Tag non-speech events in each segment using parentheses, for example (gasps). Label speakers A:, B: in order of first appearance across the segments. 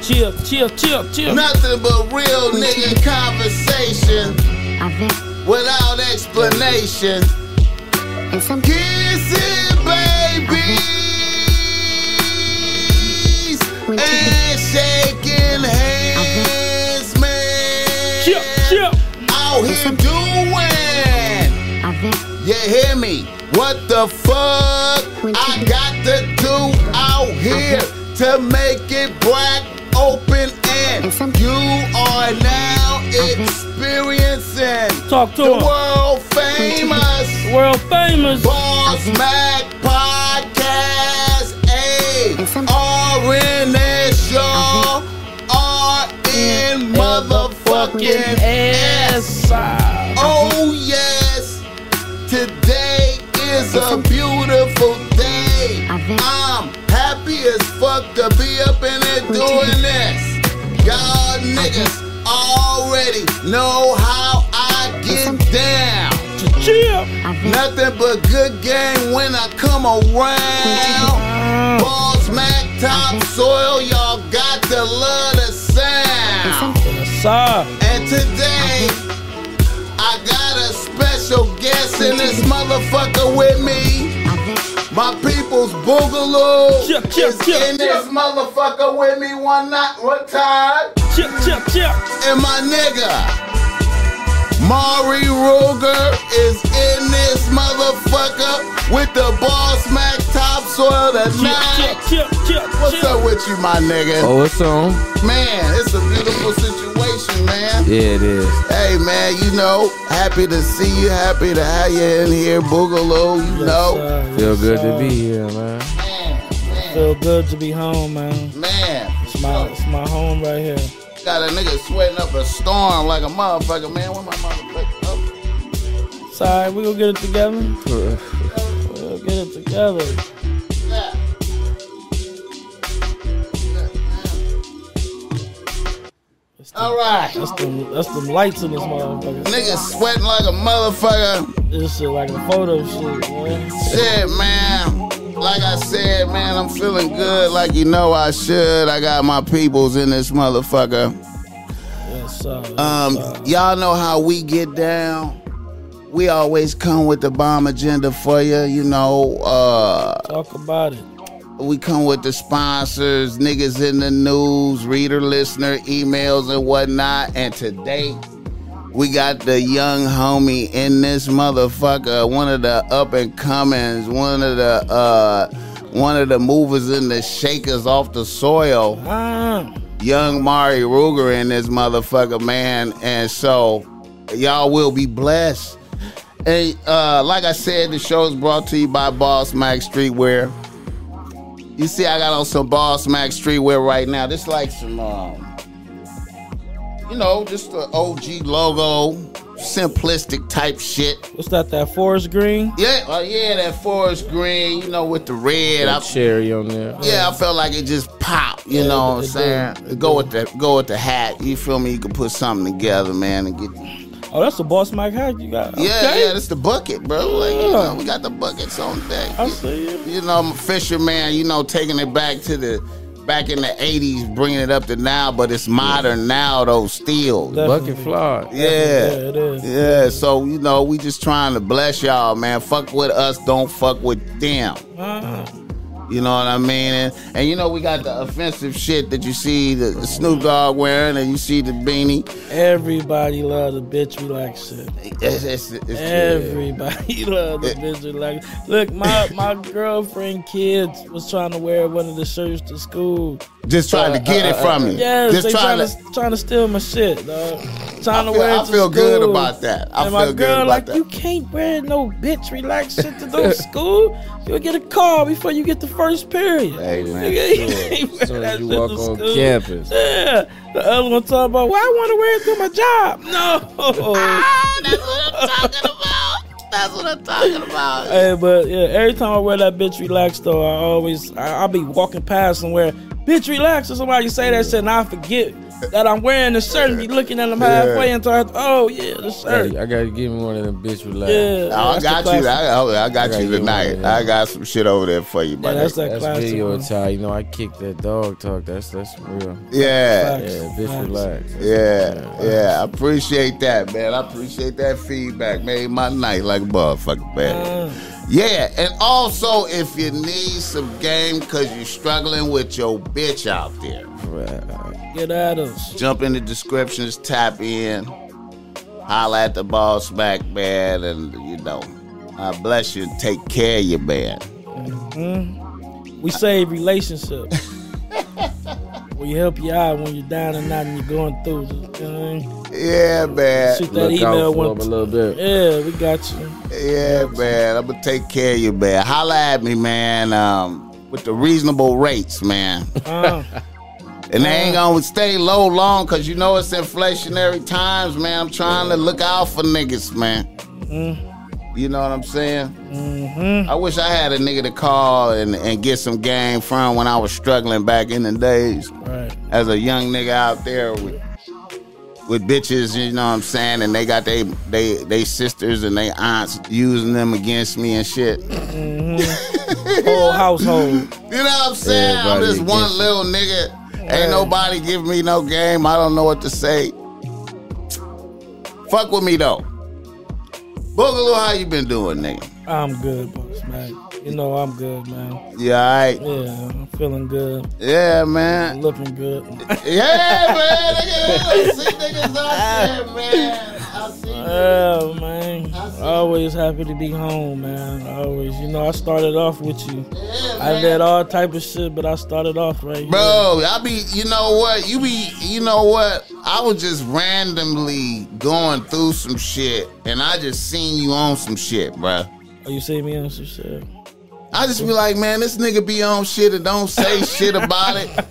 A: chill, chill, chill, chill.
B: Nothing but real nigga conversation
C: avec
B: without explanation.
C: and some
B: Kiss it, babies.
C: when she
B: And shaking hands, man.
A: Chill, chill.
B: Out here doing.
C: avec
B: You hear me? What the fuck?
C: When
B: I
C: she-
B: got to do out here to make it black, open, and
C: And some-
B: you are now
C: think-
B: experiencing
A: Talk to
B: the
A: him.
B: world famous
A: World famous.
B: Boss Mac Podcast. A
C: And some-
B: R N S y'all. R N motherfucking S.
A: Wow.
B: Oh yes, today is a beautiful day.
C: avec
B: I'm happy as fuck to be up in here doing this. Y'all niggas already know how I get down.
A: Chill.
C: avec
B: Nothing but good game when I come around. Balls, Mac, top soil, y'all got to love the sound.
A: Yes, sir.
B: And today, I got a special guest in this motherfucker with me.
C: avec
B: My people's boogaloo
A: Chip, chip,
B: is
A: chip,
B: in this
A: chip.
B: motherfucker with me one night, one time.
A: Chill, chill, chill.
B: And my nigga, Mari Ruger is in this motherfucker with the boss Mac topsoil
A: Chill,
B: tonight.
A: chill, chill,
B: What's
A: chill.
B: up with you, my nigga?
D: Oh, it's on?
B: Man, it's a beautiful situation, man.
D: Yeah, it is.
B: Hey man, you know, happy to see you, happy to have you in here, Boogaloo. You know,
A: Yes, sir. Yes,
D: Feel good to
A: sir.
D: be here, man.
B: man, man,
A: Feel good to be home, man.
B: man.
A: It's my, it's my home right here.
B: Got a nigga sweating up a storm like a motherfucker, man. Where my motherfucker?
A: It's all right. We gonna get it together. We'll get it together.
B: Oh,
A: That's
B: yeah. All
A: the
B: right,
A: that's them, that's them lights in this motherfucker.
B: nigga sweating like a motherfucker.
A: This shit like a photo shoot, man.
B: Shit, man. Like I said, man, I'm feeling good. Like you know, I should. I got my peoples in this motherfucker.
A: Yes, sir. Yes,
B: Um,
A: sir.
B: y'all know how we get down. We always come with the bomb agenda for you. You know, uh,
A: Talk about it.
B: we come with the sponsors, niggas in the news, reader, listener, emails, and whatnot. And today, we got the young homie in this motherfucker, one of the up and comings, one of the uh, one of the movers and the shakers off the soil
A: Ah,
B: young Mari Ruger in this motherfucker, man. And so y'all will be blessed. Hey, uh, like I said, the show is brought to you by Boss Mac Streetwear. You see, I got on some Boss Mac Streetwear right now. This like some, um, you know, just the OG logo, simplistic type shit.
A: what's that? That forest green?
B: Yeah, oh yeah, that forest green, you know, with the red. I-
D: Got cherry on there.
B: yeah, I felt like it just popped. You
A: Yeah,
B: know what I'm
A: it
B: saying? Go with the go with the hat. You feel me? You can put something together, man, and get.
A: Oh, that's the boss Mike hat you got.
B: Yeah,
A: okay.
B: yeah, that's the bucket, bro. Like you
A: Yeah.
B: know, we got the buckets on deck.
A: I see you.
B: You know, I'm a fisherman. You know, taking it back to the back in the '80s, bringing it up to now, but it's modern now though. Still,
D: Bucket fly.
B: yeah.
A: Yeah, it is.
B: Yeah, so you know, we just trying to bless y'all, man. Fuck with us, don't fuck with them.
A: Ah,
B: You know what I mean? And, and you know, we got the offensive shit that you see the, the Snoop Dogg wearing and you see the beanie.
A: everybody love the bitch relax shit.
B: It's, it's, it's,
A: Everybody (laughs) love the bitch relax. Look, my my girlfriend kids was trying to wear one of the shirts to school.
B: Just trying to get it from you.
A: Uh, Yes,
B: just
A: they
B: trying
A: trying
B: to.
A: to trying to steal my shit, dog. Trying to
B: I
A: wear it
B: feel, I
A: to
B: feel good
A: school.
B: about that. I
A: and
B: feel
A: my
B: good
A: girl
B: about
A: like,
B: that.
A: you (laughs) can't wear no bitch relax shit to
B: (laughs)
A: go to school. You'll get a call before you get the first period.
B: Hey, man,
A: Nigga, you
D: sure.
A: can't
D: As
A: wear
D: soon
A: that
D: as you
A: shit
D: walk
A: to
D: on
A: school.
D: campus.
A: Yeah. The other one talking about, well, I want to wear it to my job. (laughs) No.
B: That's what I'm talking about. That's what I'm talking about.
A: hey, but yeah, every time I wear that bitch relax though, I always I, I'll be walking past somewhere, bitch relax, or somebody say that shit, and I forget. that I'm wearing the shirt and be looking at them halfway and talk, oh yeah, the
D: Hey,
A: shirt.
D: I gotta give me one of them bitch relax.
A: Yeah.
B: Oh, I
A: that's the
B: got
A: classic.
B: you. I, oh, I got
D: I
B: you
D: got you
B: tonight.
D: one, yeah.
B: I got some shit over there for you,
A: Yeah,
B: buddy.
A: that's that
D: That's
A: classic.
D: video
A: one.
D: tie. You know, I kicked that dog talk. That's that's real.
B: yeah.
D: Yeah, bitch,
A: Facts.
D: relax.
B: Yeah, yeah, I appreciate that, man. I appreciate that feedback. Made my night like a motherfucker,
A: Uh,
B: man. Yeah, and also if you need some game because you're struggling with your bitch out there,
D: Right.
A: Get at us.
B: jump in the descriptions, tap in, holla at the boss back, man, and you know, I bless you and take care of you, man.
A: We save
B: (laughs)
A: relationships. we help you out when you're down and out and you're going through. Just, you know what I mean?
B: Yeah, man.
A: Shoot that
D: Look out
A: email
D: for him
A: one
D: a
A: time.
D: little bit.
A: Yeah, we got you.
B: Yeah, man. I'm gonna take care of you, man. Holla at me, man. Um, with the reasonable rates, man.
A: Uh,
B: (laughs) And they ain't gonna stay low long because you know it's inflationary times, man. I'm trying to look out for niggas, man. You know what I'm saying? I wish I had a nigga to call and, and get some game from when I was struggling back in the days
A: right.
B: as a young nigga out there with with bitches, you know what I'm saying? And they got they they they sisters and they aunts using them against me and shit.
A: Whole household.
B: You know what I'm saying? I'm
D: Everybody
B: just one
D: against
B: little nigga. Ain't nobody give me no game. I don't know what to say. Fuck with me though. Boogaloo, how you been doing, nigga?
A: I'm good, boss man. You know I'm good, man.
B: You alright?
A: Yeah, I'm feeling good.
B: Yeah, man.
A: Looking good.
B: Yeah, man. Nigga, I see niggas out there, man. I see niggas.
A: Oh man, always happy to be home, man. Always, you know, I started off with you. I did all type of shit, but I started off right
B: Bro, I be, you know what? You be, you know what? I was just randomly going through some shit, and I just seen you on some shit, bruh.
A: here. Oh, you see me on some shit.
B: I just be like, man, this nigga be on shit and
A: (laughs)
B: don't say shit about it.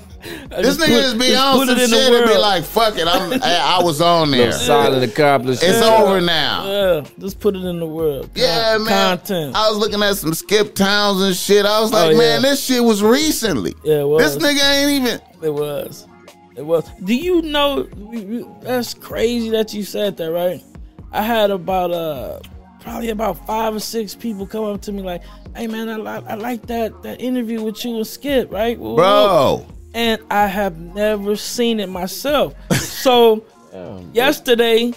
B: This nigga just be on some shit and be like, fuck
A: (laughs)
B: it, I'm, I, I was on there.
D: Solid accomplishment.
B: It's over now.
A: yeah, just put it in the world. Con-
B: Yeah, man.
A: Content. Oh,
B: I was looking at some Skip Towns and shit. I was like,
A: yeah.
B: man, this shit was recently.
A: yeah, it was.
B: This nigga ain't even.
A: It was. It was. Do you know? That's crazy that you said that, right? I had about uh probably about five or six people come up to me like, "Hey man, I, li- I like that that interview with you and Skip, right?" Woo, woo, woo."
B: Bro.
A: and I have never seen it myself. (laughs) So yesterday,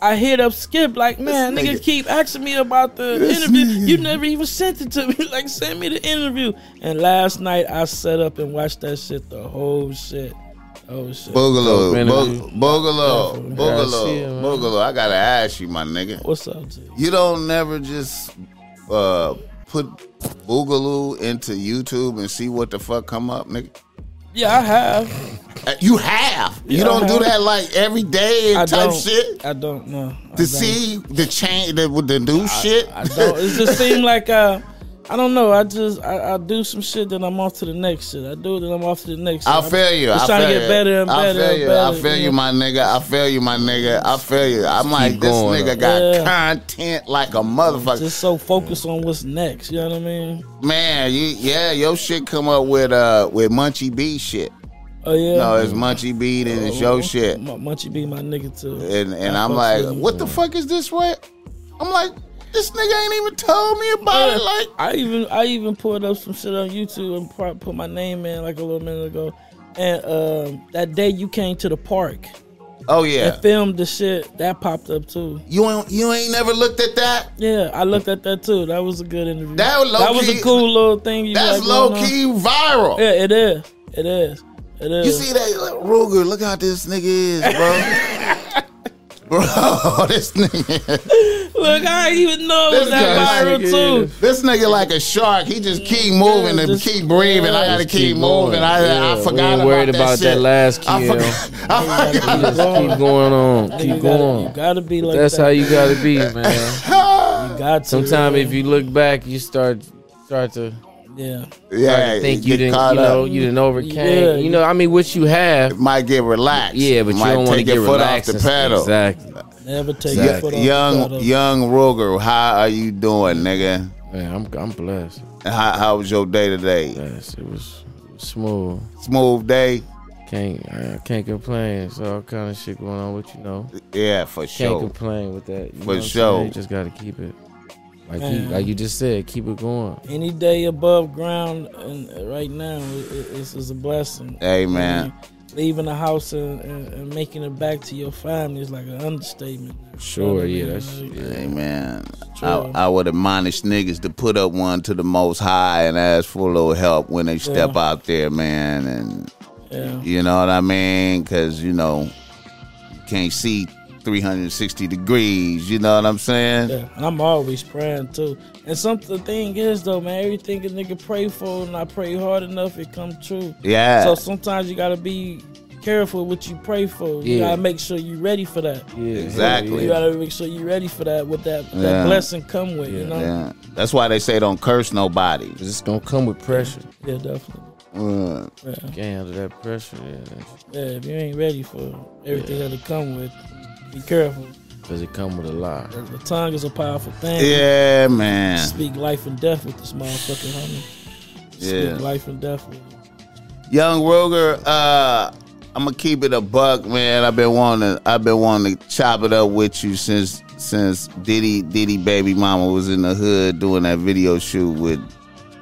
A: I hit up Skip like, man,
B: This
A: nigga
B: nigga-
A: keep asking me about the
B: This
A: interview.
B: nigga.
A: You never even sent it to me. (laughs) Like, send me the interview. And last night, I sat up and watched that shit, the whole shit. Oh shit.
B: Boogaloo.
D: Dope interview.
B: Boog- Boogaloo.
D: I see
B: Boogaloo.
D: it, man.
B: Boogaloo. I gotta ask you, my nigga.
A: What's up, G?
B: You don't never just uh, put Boogaloo into YouTube and see what the fuck come up, nigga?
A: Yeah, I
B: (laughs)
A: have.
B: Uh, You have. You
A: Yeah.
B: don't do that like every day and
A: I
B: type
A: don't.
B: shit
A: I don't know. I
B: to
A: don't.
B: see the change, the, the new shit.
A: I don't. It
B: (laughs)
A: just seemed like uh, I don't know. I just I, I do some shit, then I'm off to the next shit. I do it, then I'm off to the next. shit.
B: I
A: I'm
B: feel you.
A: Just
B: I
A: trying
B: feel
A: to get
B: you.
A: better and better.
B: I feel
A: and
B: you.
A: better,
B: I feel you,
A: know?
B: my nigga. I feel you, my nigga. I feel you. I'm like this
D: going
B: nigga
D: up.
B: got
A: Yeah.
B: content like a motherfucker.
A: Just so focused on what's next. You know what I mean?
B: Man, you yeah, your shit come up with uh with Munchie B shit.
A: Oh yeah.
B: No, it's Munchie B and it's
A: Oh.
B: your shit.
A: M- Munchie be my nigga too.
B: And and I'm
A: fucks
B: like,
A: with him.
B: what the fuck is this right? I'm like, this nigga ain't even told me about it. Like
A: I even I even pulled up some shit on YouTube and pro- put my name in like a little minute ago. And um, that day you came to the park
B: Oh yeah.
A: and filmed the shit that popped up too.
B: You ain't you ain't never looked at that?
A: Yeah, I looked at that too. That was a good interview.
B: That was low
A: was
B: key-
A: a cool little thing. You
B: That's
A: got
B: low
A: going on.
B: key viral.
A: Yeah, it is. It is. It is.
B: You see that like, Ruger, look how this nigga is,
A: (laughs)
B: bro. bro, (laughs) this nigga
A: Look, I didn't even know it
B: This
A: was that
B: guy-
A: viral too.
B: This nigga like a shark. He just keep moving and
A: just-
B: keep breathing. I gotta
D: Just
B: keep,
D: keep
B: moving.
D: going.
B: I,
D: Yeah,
B: I
D: we
B: forgot
D: ain't worried about that
B: shit.
D: last
B: I
D: kill.
B: forgot- (laughs) I forgot.
D: Just keep going on.
A: You
D: Keep
A: gotta, you
D: going.
A: gotta be like
D: That's
A: that.
D: how you gotta be, man.
A: you got to.
D: Sometimes if you look back, you start start to
A: yeah.
D: start
B: Yeah,
D: to think you
B: get
D: didn't,
B: caught
D: you know,
B: up.
D: you didn't overcame.
A: Yeah.
D: You know, I mean, what you have,
B: might get relaxed.
D: yeah, but you
B: might
D: don't want to
B: take
D: get
B: your foot
D: relaxed.
B: off the
D: and-
B: pedal.
D: Exactly.
A: Never take your foot off
B: Y-
A: the
B: young,
A: pedal.
B: young Ruger, how are you doing, nigga?
D: Man, I'm I'm blessed.
B: How, how was your day today?
D: Yes, it was smooth.
B: Smooth day.
D: Can't I can't complain. It's all kind of shit going on with you know.
B: Yeah, for
D: Can't
B: sure.
D: complain with that. You
B: For
D: know what I'm
B: sure.
D: saying? You just gotta keep it. Like you,
A: Man.
D: like you just said, keep it going.
A: Any day above ground and uh, right now i- i- is is a blessing.
B: Amen.
A: Leaving the house and, and, and making it back to your family is like an understatement.
D: Sure, yeah, that's
A: Like,
D: yeah.
B: Amen. I,
A: True.
B: I would admonish niggas to put up one to the most high and ask for a little help when they step
A: Yeah.
B: out there, man. And
A: Yeah.
B: you know what I mean? Because, you know, you can't see 360 degrees. You know what I'm saying?
A: Yeah, and I'm always praying too. And some the thing is though, man, everything a nigga pray for and I pray hard enough, it come true.
B: Yeah.
A: So sometimes you gotta be careful what you pray for. You
D: Yeah.
A: gotta make sure you ready for that.
D: Yeah,
B: Exactly.
A: You gotta make sure you ready for that. What that,
B: Yeah.
A: that blessing come with, you know? Yeah,
B: yeah. That's why they say don't curse nobody.
D: It's just gonna come with pressure.
A: definitely.
B: Uh,
A: Yeah.
D: You can't handle that pressure. Yeah,
A: yeah, if you ain't ready for everything that'll come with, be careful.
D: because it come with a lot.
A: The, the tongue is a powerful thing.
B: yeah, man.
A: Speak life and death with this motherfucking homie.
B: Yeah.
A: Speak life and death with it.
B: Young Ruger, uh, I'm gonna keep it a buck, man. I've been wanting, I've been wanting to chop it up with you since since Diddy Diddy Baby Mama was in the hood doing that video shoot with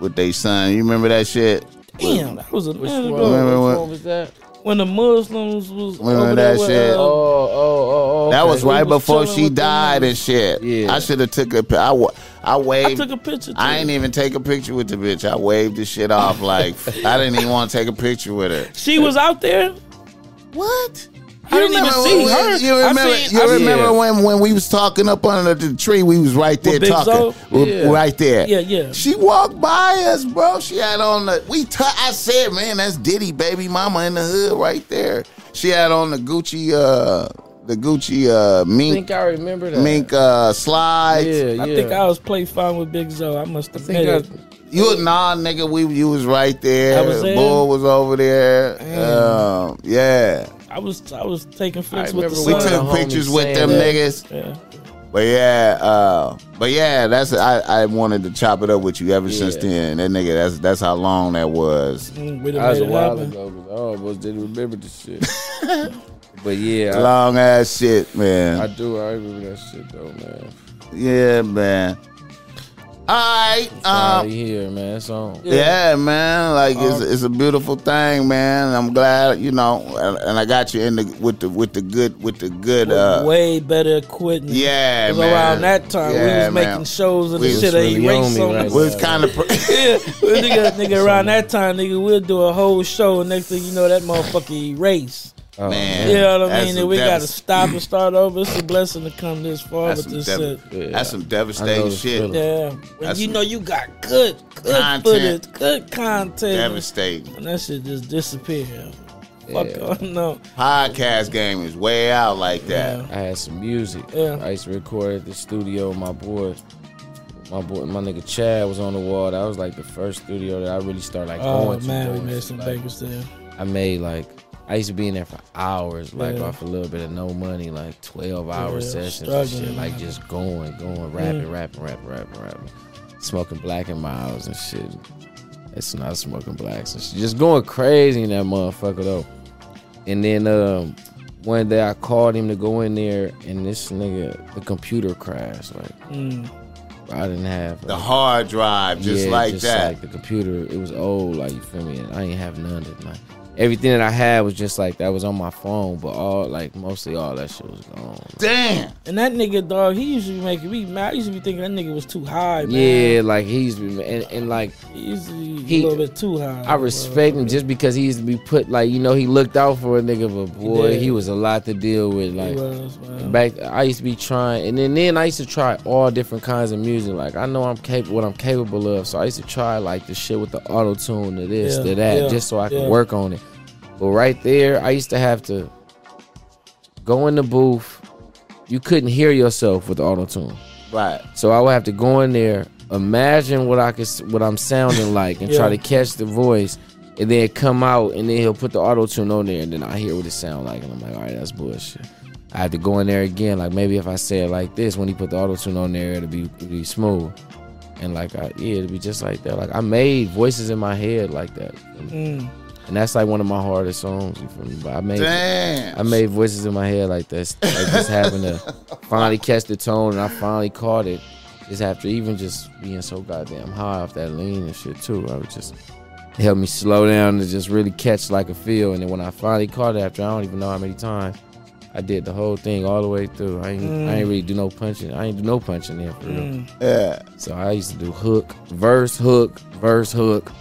B: with their son. You remember that shit?
A: Damn, that was a
D: Which
A: minute
D: one?
A: ago.
B: Wait, wait, wait.
D: Which one was that?
A: when the Muslims was
B: Women
A: over
B: that
A: there with, uh,
B: shit.
D: Oh, oh, oh, oh.
B: That
D: okay.
B: was right
A: We was
B: before
A: chilling
B: she
A: with them.
B: died and shit.
D: Yeah.
B: I should have took a pi- I wa- I
A: I
B: waved. Oh, I,
A: took a picture. Too.
B: ain't even take a picture with the bitch. I waved the shit off like I didn't even want to take a picture with her.
A: She was out there.
B: What?
A: I didn't even see
B: when-
A: her.
B: You
A: I
B: remember?
A: seen-
B: you
A: I seen-
B: remember when, when we was talking up under the tree? We was right there
A: With Big
B: talking.
A: Zo?
B: We-
D: Yeah.
B: Right there.
A: Yeah, yeah.
B: She walked by us, bro. She had on the. We. T- I said, man, that's Diddy, baby mama in the hood, right there. She had on the Gucci, uh, the Gucci uh,
D: I
B: mink,
D: think I remember that.
B: mink uh, slides.
D: Yeah, yeah.
A: I think I was play fine with Big Zo. I must
D: I
A: admit
D: think I-
A: it.
B: You nah, nigga. We you was right there.
A: I was there?
B: Bull was over there. Um, yeah,
A: I was I was taking
D: I
A: flicks with the
D: remember
B: we
D: One of
A: sun.
D: the
B: took
D: homies
B: pictures with
D: saying
B: them
D: that.
B: niggas.
A: Yeah.
B: But yeah, uh, but yeah, that's I, I wanted to chop it up with you ever since
D: Yeah.
B: then. That nigga, that's that's how long that was.
A: Mm, we
D: That
A: done
D: was
A: made
D: a
A: it
D: while
A: happen.
D: ago because I almost didn't remember
B: (laughs)
D: the shit. but yeah,
B: Long ass shit,
D: I, I
B: man.
D: do. I remember that shit though, man.
B: yeah, man. All right, um,
D: Finally here, man. It's on.
B: yeah. man. Like it's
A: Uh-huh.
B: it's a beautiful thing, man. I'm glad you know, and, and I got you in the with the with the good with the good. Uh,
A: Way better equipment.
B: yeah,
A: 'Cause
B: man.
A: around that time
B: Yeah,
A: we was
B: man.
A: making shows and
B: We
A: the
B: was
A: shit they
D: really on
A: erased
D: me
A: on
D: right
A: us.
B: we was kind
A: (laughs)
B: of.
A: Yeah, well,
B: (laughs)
A: nigga, nigga, around that time, nigga, we'll do a whole show, and next thing you know, that motherfucker erase.
D: Oh,
B: Man.
A: You know what I
B: That's
A: mean?
B: some
A: And we got to
B: devas-
A: stop
B: (clears throat)
A: and start over. It's a blessing to come this far
B: That's
A: with
B: some,
A: this
B: dev-
A: shit.
D: Yeah.
B: that's some
D: I know
B: devastating
D: the
B: shit.
D: feeling.
A: Yeah, when
B: That's
A: you
B: some-
A: know you got good, good
B: Content.
A: footage, good content,
B: Devastating.
A: and that shit just disappear.
D: Yeah.
A: Fuck, oh, no.
B: podcast game is way out like that.
D: I had some music.
A: Yeah.
D: I used to record at the studio. My boy, my boy, my nigga Chad was on the wall. That was like the first studio that I really started like
A: Oh
D: going to.
A: man, we
D: doing
A: made
D: shit.
A: some
D: Like,
A: bangers there.
D: I made like I used to be in there for hours, like
A: Yeah.
D: off a little bit of no money, like twelve hour
A: Yeah,
D: sessions and shit,
A: struggling.
D: like just going, going, rapping, rapping, rapping, rapping, rapping, smoking black and miles and shit. It's not smoking blacks and shit. just going crazy in that motherfucker though. And then um, one day I called him to go in there, and this nigga, the computer crashed. Like
A: Mm.
D: I didn't have
B: The
D: like,
B: hard drive, just
D: yeah,
B: like that.
D: Like the computer, it was old. Like you feel me? And I ain't have none of it. Like everything that I had was just like that was on my phone, but all like mostly all that shit was gone.
B: Damn.
A: And that nigga dog, he used to be making me mad. I used to be thinking that nigga was too high, man.
D: Yeah, like he's and, and like
A: he used to be
D: He-
A: a little bit too high.
D: I respect him just because he used to be put like you know he looked out for a nigga, but boy he,
A: did.
D: was a lot to deal with.
A: He
D: Like
A: was, man.
D: back I used to be trying and then, then I used to try all different kinds of music. Like I know I'm capable what I'm capable of. So I used to try like the shit with the auto tune to this,
A: Yeah,
D: to that,
A: yeah,
D: just so I could
A: yeah.
D: work on it. But right there, I used to have to go in the booth. You couldn't hear yourself with the auto tune.
B: Right.
D: So I would have to go in there, imagine what I could, s- what I'm sounding like, and try
A: Yeah.
D: to catch the voice, and then come out, and then he'll put the auto tune on there, and then I hear what it sound like, and I'm like, all right, that's bullshit. I had to go in there again, like maybe if I say it like this, when he put the auto tune on there, it'll be it'll be smooth, and like I, yeah, it'll be just like that. Like I made voices in my head like that.
A: Mm.
D: And that's like one of my hardest songs. You feel me? But I made
B: Damn.
D: I made voices in my head like this, like just having to finally catch the tone, and I finally caught it. Just after even just being so goddamn high off that lean and shit too, I was just it helped me slow down and just really catch like a feel. And then when I finally caught it, after I don't even know how many times, I did the whole thing all the way through. I ain't I ain't really do no punching. I ain't do no punching there for real.
B: Mm. Yeah.
D: So I used to do hook, verse, hook, verse, hook,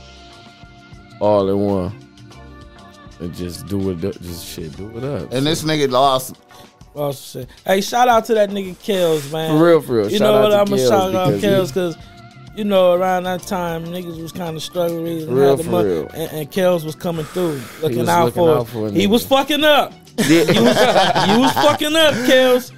D: all in one. And just do it, up- just shit, do it up.
B: And this nigga lost.
A: Also said, hey, shout out to that nigga Kells, man.
D: For real, for real.
A: You
D: Shout
A: know
D: out
A: what?
D: to
A: I'm gonna
D: Kells
A: shout out
D: because he-
A: Kells because you know around that time niggas was kind of struggling, and
D: For real,
A: had the
D: for
A: money,
D: real.
A: and, and Kells was coming through, looking,
D: was
A: out,
D: looking
A: for
D: out for a
A: us. He
D: nigga.
A: was fucking up.
D: (laughs)
A: You was, (laughs) you was fucking up, Kells.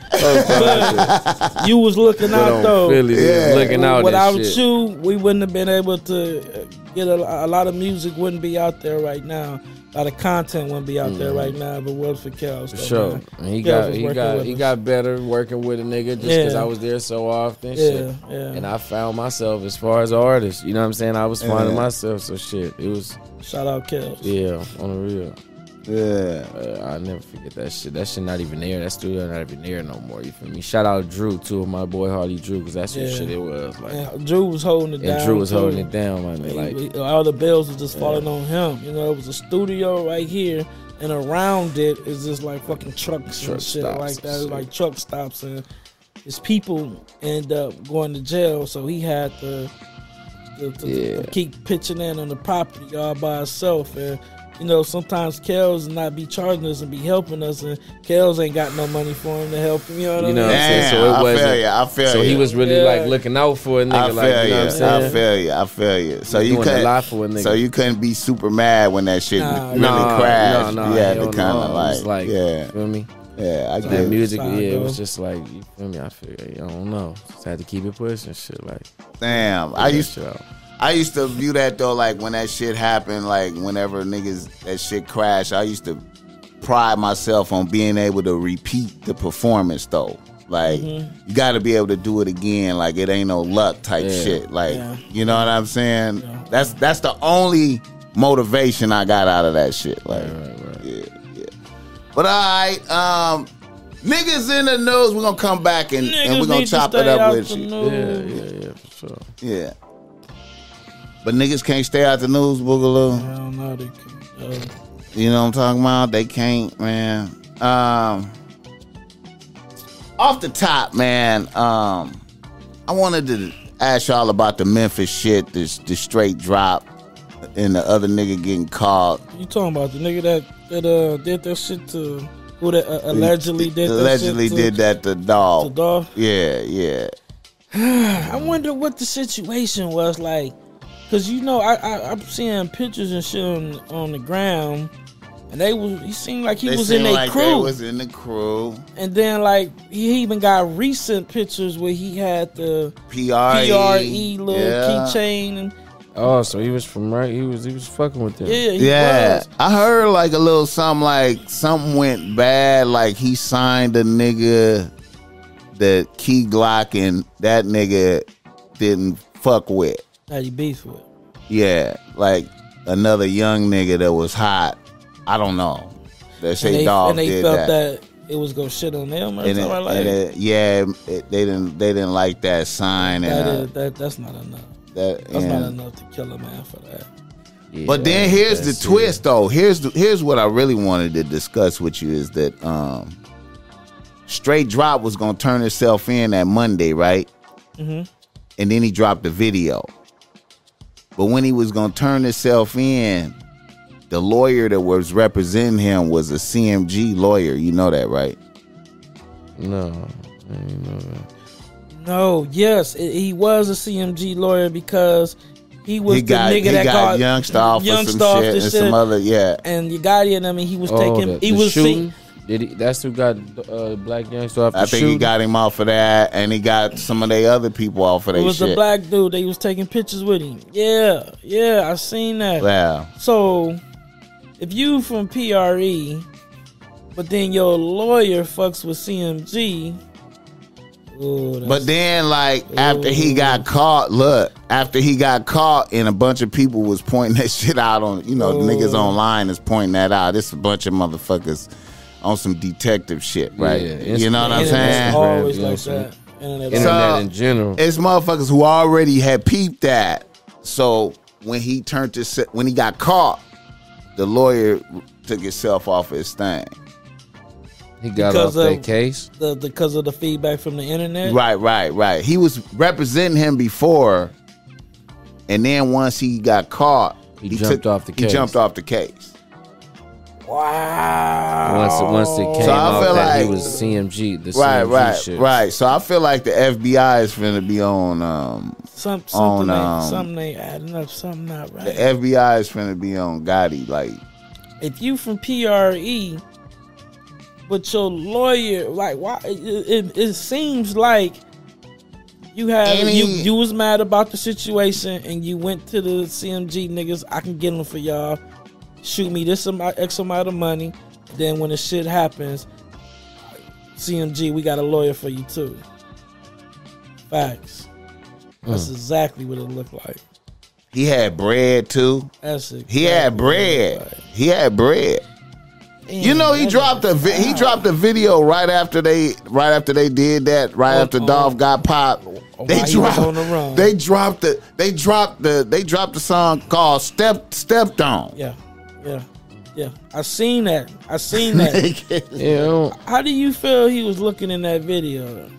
A: You was looking out though.
D: Philly,
B: Yeah.
D: looking out
A: Without
D: that shit.
A: you, we wouldn't have been able to uh, get a, a lot of music. Wouldn't be out there right now. A lot of content wouldn't be out there right now. If it was for Kells,
D: For
A: though,
D: Mm. sure.
A: man.
D: And he
A: Kells
D: got
A: was
D: he
A: working
D: got
A: with
D: he
A: us.
D: got better working with a nigga just because
A: Yeah.
D: I was there so often.
A: Yeah,
D: shit.
A: yeah.
D: And I found myself as far as an artist. You know what I'm saying? I was finding
B: Yeah.
D: myself. So shit, it was
A: Shout out Kells.
D: yeah on the real.
B: Yeah.
D: Uh, I'll never forget that shit. That shit not even there. That studio not even there no more. You feel me? Shout out Drew too, my boy Harley Drew, because that's what
A: Yeah.
D: shit it was. Like,
A: And Drew was holding it
D: and
A: down.
D: Drew was
A: too.
D: holding it down, my man.
A: He-
D: Like,
A: he- all the bills was just falling on him. You know, it was a studio right here, and around it is just like fucking trucks
D: Truck
A: and shit
D: stops
A: like
D: and
A: that,
D: shit.
A: like truck stops, and his people end up going to jail. So he had to, to, to- to
D: Yeah.
A: keep pitching in on the property all by himself, and. You know, sometimes Kells not be charging us and be helping us, and Kells ain't got no money for him to help him. You know what
D: You know
A: I mean?
D: what I'm saying?
B: Damn,
D: So it
B: I feel
D: wasn't-
B: you. I feel
D: so
B: you.
D: he was really
A: Yeah.
D: like looking out for a nigga.
B: I feel
D: like, you know what I'm
B: you.
D: saying?
B: I feel you. I feel you. So
D: You're
B: you
D: doing a
B: couldn't.
D: lot for a nigga.
B: So you couldn't be super mad when that shit
A: Nah,
B: really
D: Nah,
B: crashed.
D: nah, nah,
B: you had to
D: hell
B: kind
D: no.
B: of
D: It
B: like,
D: was like,
B: yeah,
D: feel me?
B: yeah. I
D: That
B: get it.
D: music, yeah,
A: Fine,
D: it
A: though.
D: was just like, you feel me? I feel, I don't know. Just had to keep it pushing, shit. Like,
B: Damn, I
D: that
B: used
D: shit out.
B: I used to view that though, like when that shit happened, like whenever niggas that shit crashed, I used to pride myself on being able to repeat the performance though. Like
A: Mm-hmm.
B: you got to be able to do it again. Like it ain't no luck type
D: Yeah.
B: shit. Like
A: Yeah.
B: you know what I'm saying? That's that's the only motivation I got out of that shit. Like
D: Right, right.
B: yeah, yeah. But all right, um, niggas in the news. We're gonna come back and, and
A: Niggas
B: we're gonna
A: need to
B: chop it
A: stay out
B: up with
A: the
B: you.
D: Yeah,
A: news.
D: yeah, yeah, for sure.
B: Yeah. But niggas can't stay out the news, Boogaloo.
A: I don't know. They could, uh,
B: You know what I'm talking about? They can't, man. Um Off the top, man, um I wanted to ask y'all about the Memphis shit, this the straight drop and the other nigga getting caught.
A: You talking about the nigga that that uh did that shit to who that uh, allegedly did
B: allegedly
A: that shit to,
B: did that to
A: to
B: dog.
A: Dolph?
B: Yeah, yeah.
A: I wonder what the situation was like, cause you know I, I I'm seeing pictures and shit on, on the ground, and they was he seemed like he
B: They
A: was in
B: seem
A: a
B: like they
A: crew,
B: was in the crew.
A: and then like he even got recent pictures where he had the
B: PRE,
A: PRE E, little
B: E. yeah.
A: keychain and
D: Oh, so he was from right. He was he was fucking with them.
A: yeah he
B: Yeah,
A: was.
B: I heard like a little something like something went bad. Like he signed a nigga that Key Glock and that nigga didn't fuck with.
A: That he beef with.
B: Yeah, like another young nigga that was hot. I don't know. That
A: And
B: say
A: they,
B: dog
A: and they
B: did
A: felt
B: that.
A: that. it was gonna shit on them. Or
B: And
A: something
B: it-
A: like
B: and
A: that.
B: it- yeah, it- they didn't. They didn't like that sign.
A: That
B: And
A: is that that's not enough.
B: uh, that,
A: That's
B: and-
A: not enough to kill a man for that.
D: Yeah,
B: But then here's the
D: that's it.
B: twist, though. Here's the, here's what I really wanted to discuss with you is that um, Straight Drop was gonna turn itself in that Monday, right?
A: Mm-hmm.
B: And then he dropped the video. But when he was gonna turn himself in, the lawyer that was representing him was a CMG lawyer. You know that, right?
D: No, I didn't know that.
A: No, yes, i he was a CMG lawyer because he was
B: he
A: the
B: got
A: nigga
B: he
A: that
B: got
A: got,
B: youngster off for some
A: Youngster off
B: shit
A: the
B: and some
A: shit.
B: other yeah.
A: and you got in. I mean, he was
D: Oh,
A: taking.
D: the,
A: he
D: the
A: was
D: shooting.
A: see-
D: Did he, that's who got uh, black youngster off the
B: I think
D: shooting?
B: he got him off of that, and he got some of the other people off of
A: it
B: that
A: was
B: shit.
A: a black dude. They was taking pictures with him. Yeah, yeah, I seen that.
B: Wow.
A: So, if you from E, PRE, but then your lawyer fucks with CMG, Ooh, that's-
B: But then, like after he got caught, look, after he got caught, and a bunch of people was pointing (laughs) that shit out on, you know, the niggas online is pointing that out. It's a bunch of motherfuckers on some detective shit, right?
D: Yeah, it's-
B: you know what I'm
A: Internet's
B: saying?
A: always
D: You know
A: like
D: what I'm
A: that. Internet
D: Internet
A: always-
B: So-
D: in general.
B: It's motherfuckers who already had peeped that. So when he turned his, when he got caught, the lawyer took himself off his thing.
D: He got
A: because
D: off that
A: of-
D: case.
A: the, because of the feedback from the internet.
B: Right, right, right. He was representing him before, and then once he got caught,
D: He jumped off the
B: He
D: case.
B: jumped off the case.
A: Wow.
D: Once once it came
B: Oh. So I
D: out
B: feel
D: that he
B: like-
D: was CMG, the
B: Right,
D: CMG
B: right,
D: shit.
B: right. So I feel like the FBI is finna be on. Um,
A: Some,
B: On,
A: something, ain't,
B: um,
A: something ain't adding up. Something not
B: the
A: right.
B: FBI is finna be on Gotti. Like,
A: if you from PRE, but your lawyer, like, why? It, it, it seems like you have
B: Any-
A: you you was mad about the situation, and you went to the CMG niggas. I can get them for y'all. Shoot me this amount, X amount of money. Then when the shit happens, CMG, we got a lawyer for you too. Facts.
B: Hmm.
A: That's exactly what it looked like.
B: he had bread too.
A: That's exactly
B: He had
A: what it
B: bread.
A: looked like.
B: He had bread. You
A: Damn,
B: know he
A: that
B: dropped a vi- he dropped a video right after they right after they did that right
A: Oh,
B: after
A: oh.
B: Dolph got popped. They
A: While he was
B: dropped
A: on the run.
B: they dropped the they dropped the they dropped the song called Step Stepped On.
A: Yeah, yeah, yeah. I seen that. I seen
B: (laughs)
A: that.
D: You know,
A: How do you feel he was looking in that video?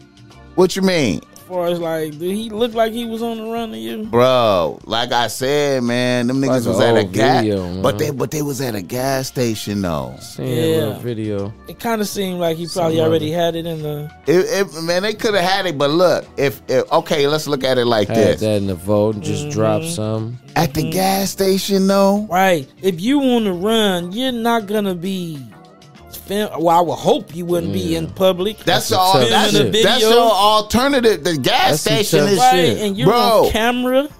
B: what you mean,
A: As far as like, did he look like he was on the run to you?
B: bro? Like I said, man, them
D: Like
B: niggas
D: a
B: was at a
D: old
B: gas,
D: video,
B: but
D: man.
B: they but they was at a gas station though.
D: seeing yeah.
A: Yeah.
D: little video.
A: It kind of seemed like he probably
D: Some
A: already had it in the.
B: It, it, man, they could have had it, but look, if, if okay, let's look at it like
D: Had
B: this:
D: that in the vote and just dropped
A: Mm-hmm.
D: some.
B: at the gas station though,
A: Right. If you on the run, you're not gonna be. Film, well, I would hope you wouldn't be in public.
B: That's,
D: That's
B: all.
D: what's up.
B: That's,
D: Filming
A: the
B: that's
A: video.
B: your alternative. The gas
D: That's the
B: station
D: tough
B: is.
A: right,
D: shit.
A: and you're
B: Bro.
A: on camera.
B: That's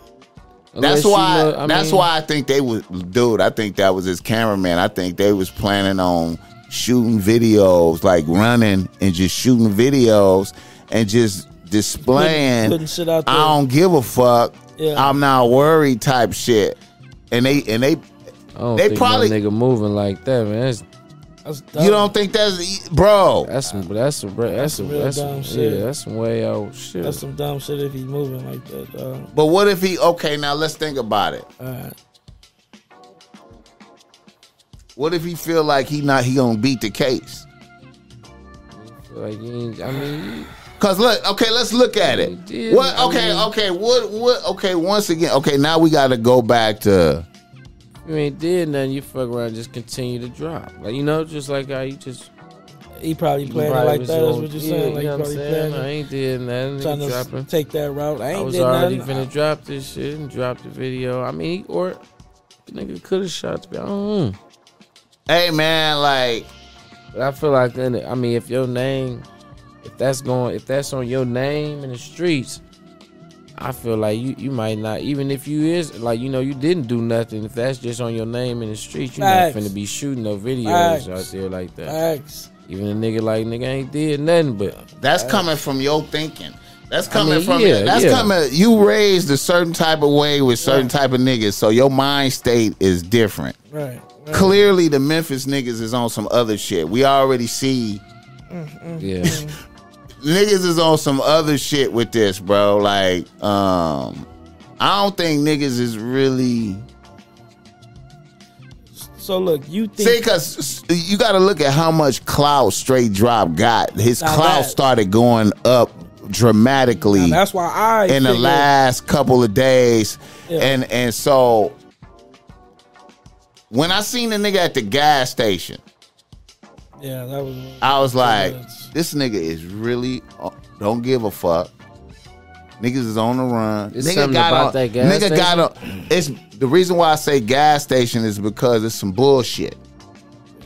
D: Unless you
B: why.
D: know- I
B: that's
D: mean,
B: why I think they was, dude. I think that was his cameraman. I think they was planning on shooting videos, like running and just shooting videos and just displaying.
A: Putting- putting shit out there.
B: I don't give a fuck.
A: Yeah.
B: I'm not worried. Type shit. And they and they.
D: I don't
B: they
D: think no
B: probably-
D: nigga moving like that, man. That's
A: That's
B: You
A: dumb.
B: don't think that's bro?
D: that's some that's some that's some
A: real
D: that's
A: dumb
D: some
A: shit.
D: yeah that's some way out shit.
A: That's some dumb shit if he's moving like that. dog.
B: But what if he? Okay, now let's think about it.
A: all right.
B: What if he feel like he not he gonna beat the case?
D: like you ain't, I mean, you-
B: Cause look, okay, let's look at it.
D: Yeah,
B: What?
D: I
B: Okay,
D: mean-
B: okay. What? What? Okay. Once again, okay. Now we got to go back to
D: you ain't did nothing. You fuck around, just continue to drop. Like you know, just like how you just
A: He probably
D: you
A: playing
D: probably
A: it like
D: was
A: that. That's
D: on-
A: what you're
D: yeah,
A: saying. Like
D: you
A: he
D: know what I'm
A: probably playing
D: saying? I
A: it,
D: ain't did nothing.
A: trying to
D: Nigga dropping.
A: take that route. I ain't
D: I was
A: did
D: already
A: nothing.
D: finna drop this shit and drop the video. I mean, or the nigga could have shot. the- I don't know.
B: hey man, like
D: But I feel like, in it, I mean, if your name, if that's going, if that's on your name in the streets, I feel like you you might not, even if you is like you know you didn't do nothing. If that's just on your name in the streets, you not
A: Facts.
D: finna be shooting no videos
A: Facts.
D: out there like that.
A: Facts.
D: Even a nigga like nigga ain't did nothing, but
B: that's coming from your thinking. That's coming
D: mean,
B: from
D: yeah,
B: that's
D: yeah.
B: coming. You raised a certain type of way with certain type of niggas, so your mind state is different.
A: Right. right.
B: Clearly, the Memphis niggas is on some other shit. We already see
D: yeah,
B: niggas is on some other shit with this, bro. Like, um, I don't think niggas is really.
A: So look, you
B: See,
A: think
B: because you got to look at how much clout Straight Drop got. His
A: Now
B: clout
A: that-
B: started going up dramatically
A: and that's why I
B: in the
A: figured-
B: last couple of days,
A: Yeah.
B: and and so when I seen the nigga at the gas station,
A: Yeah, that was.
B: I was like,
A: Yes.
B: this nigga is really uh, don't give a fuck. Niggas is on the run.
D: It's
B: nigga
D: something
B: got
D: about
B: on,
D: that gas
B: nigga got on. It's the reason why I say gas station is because it's some bullshit.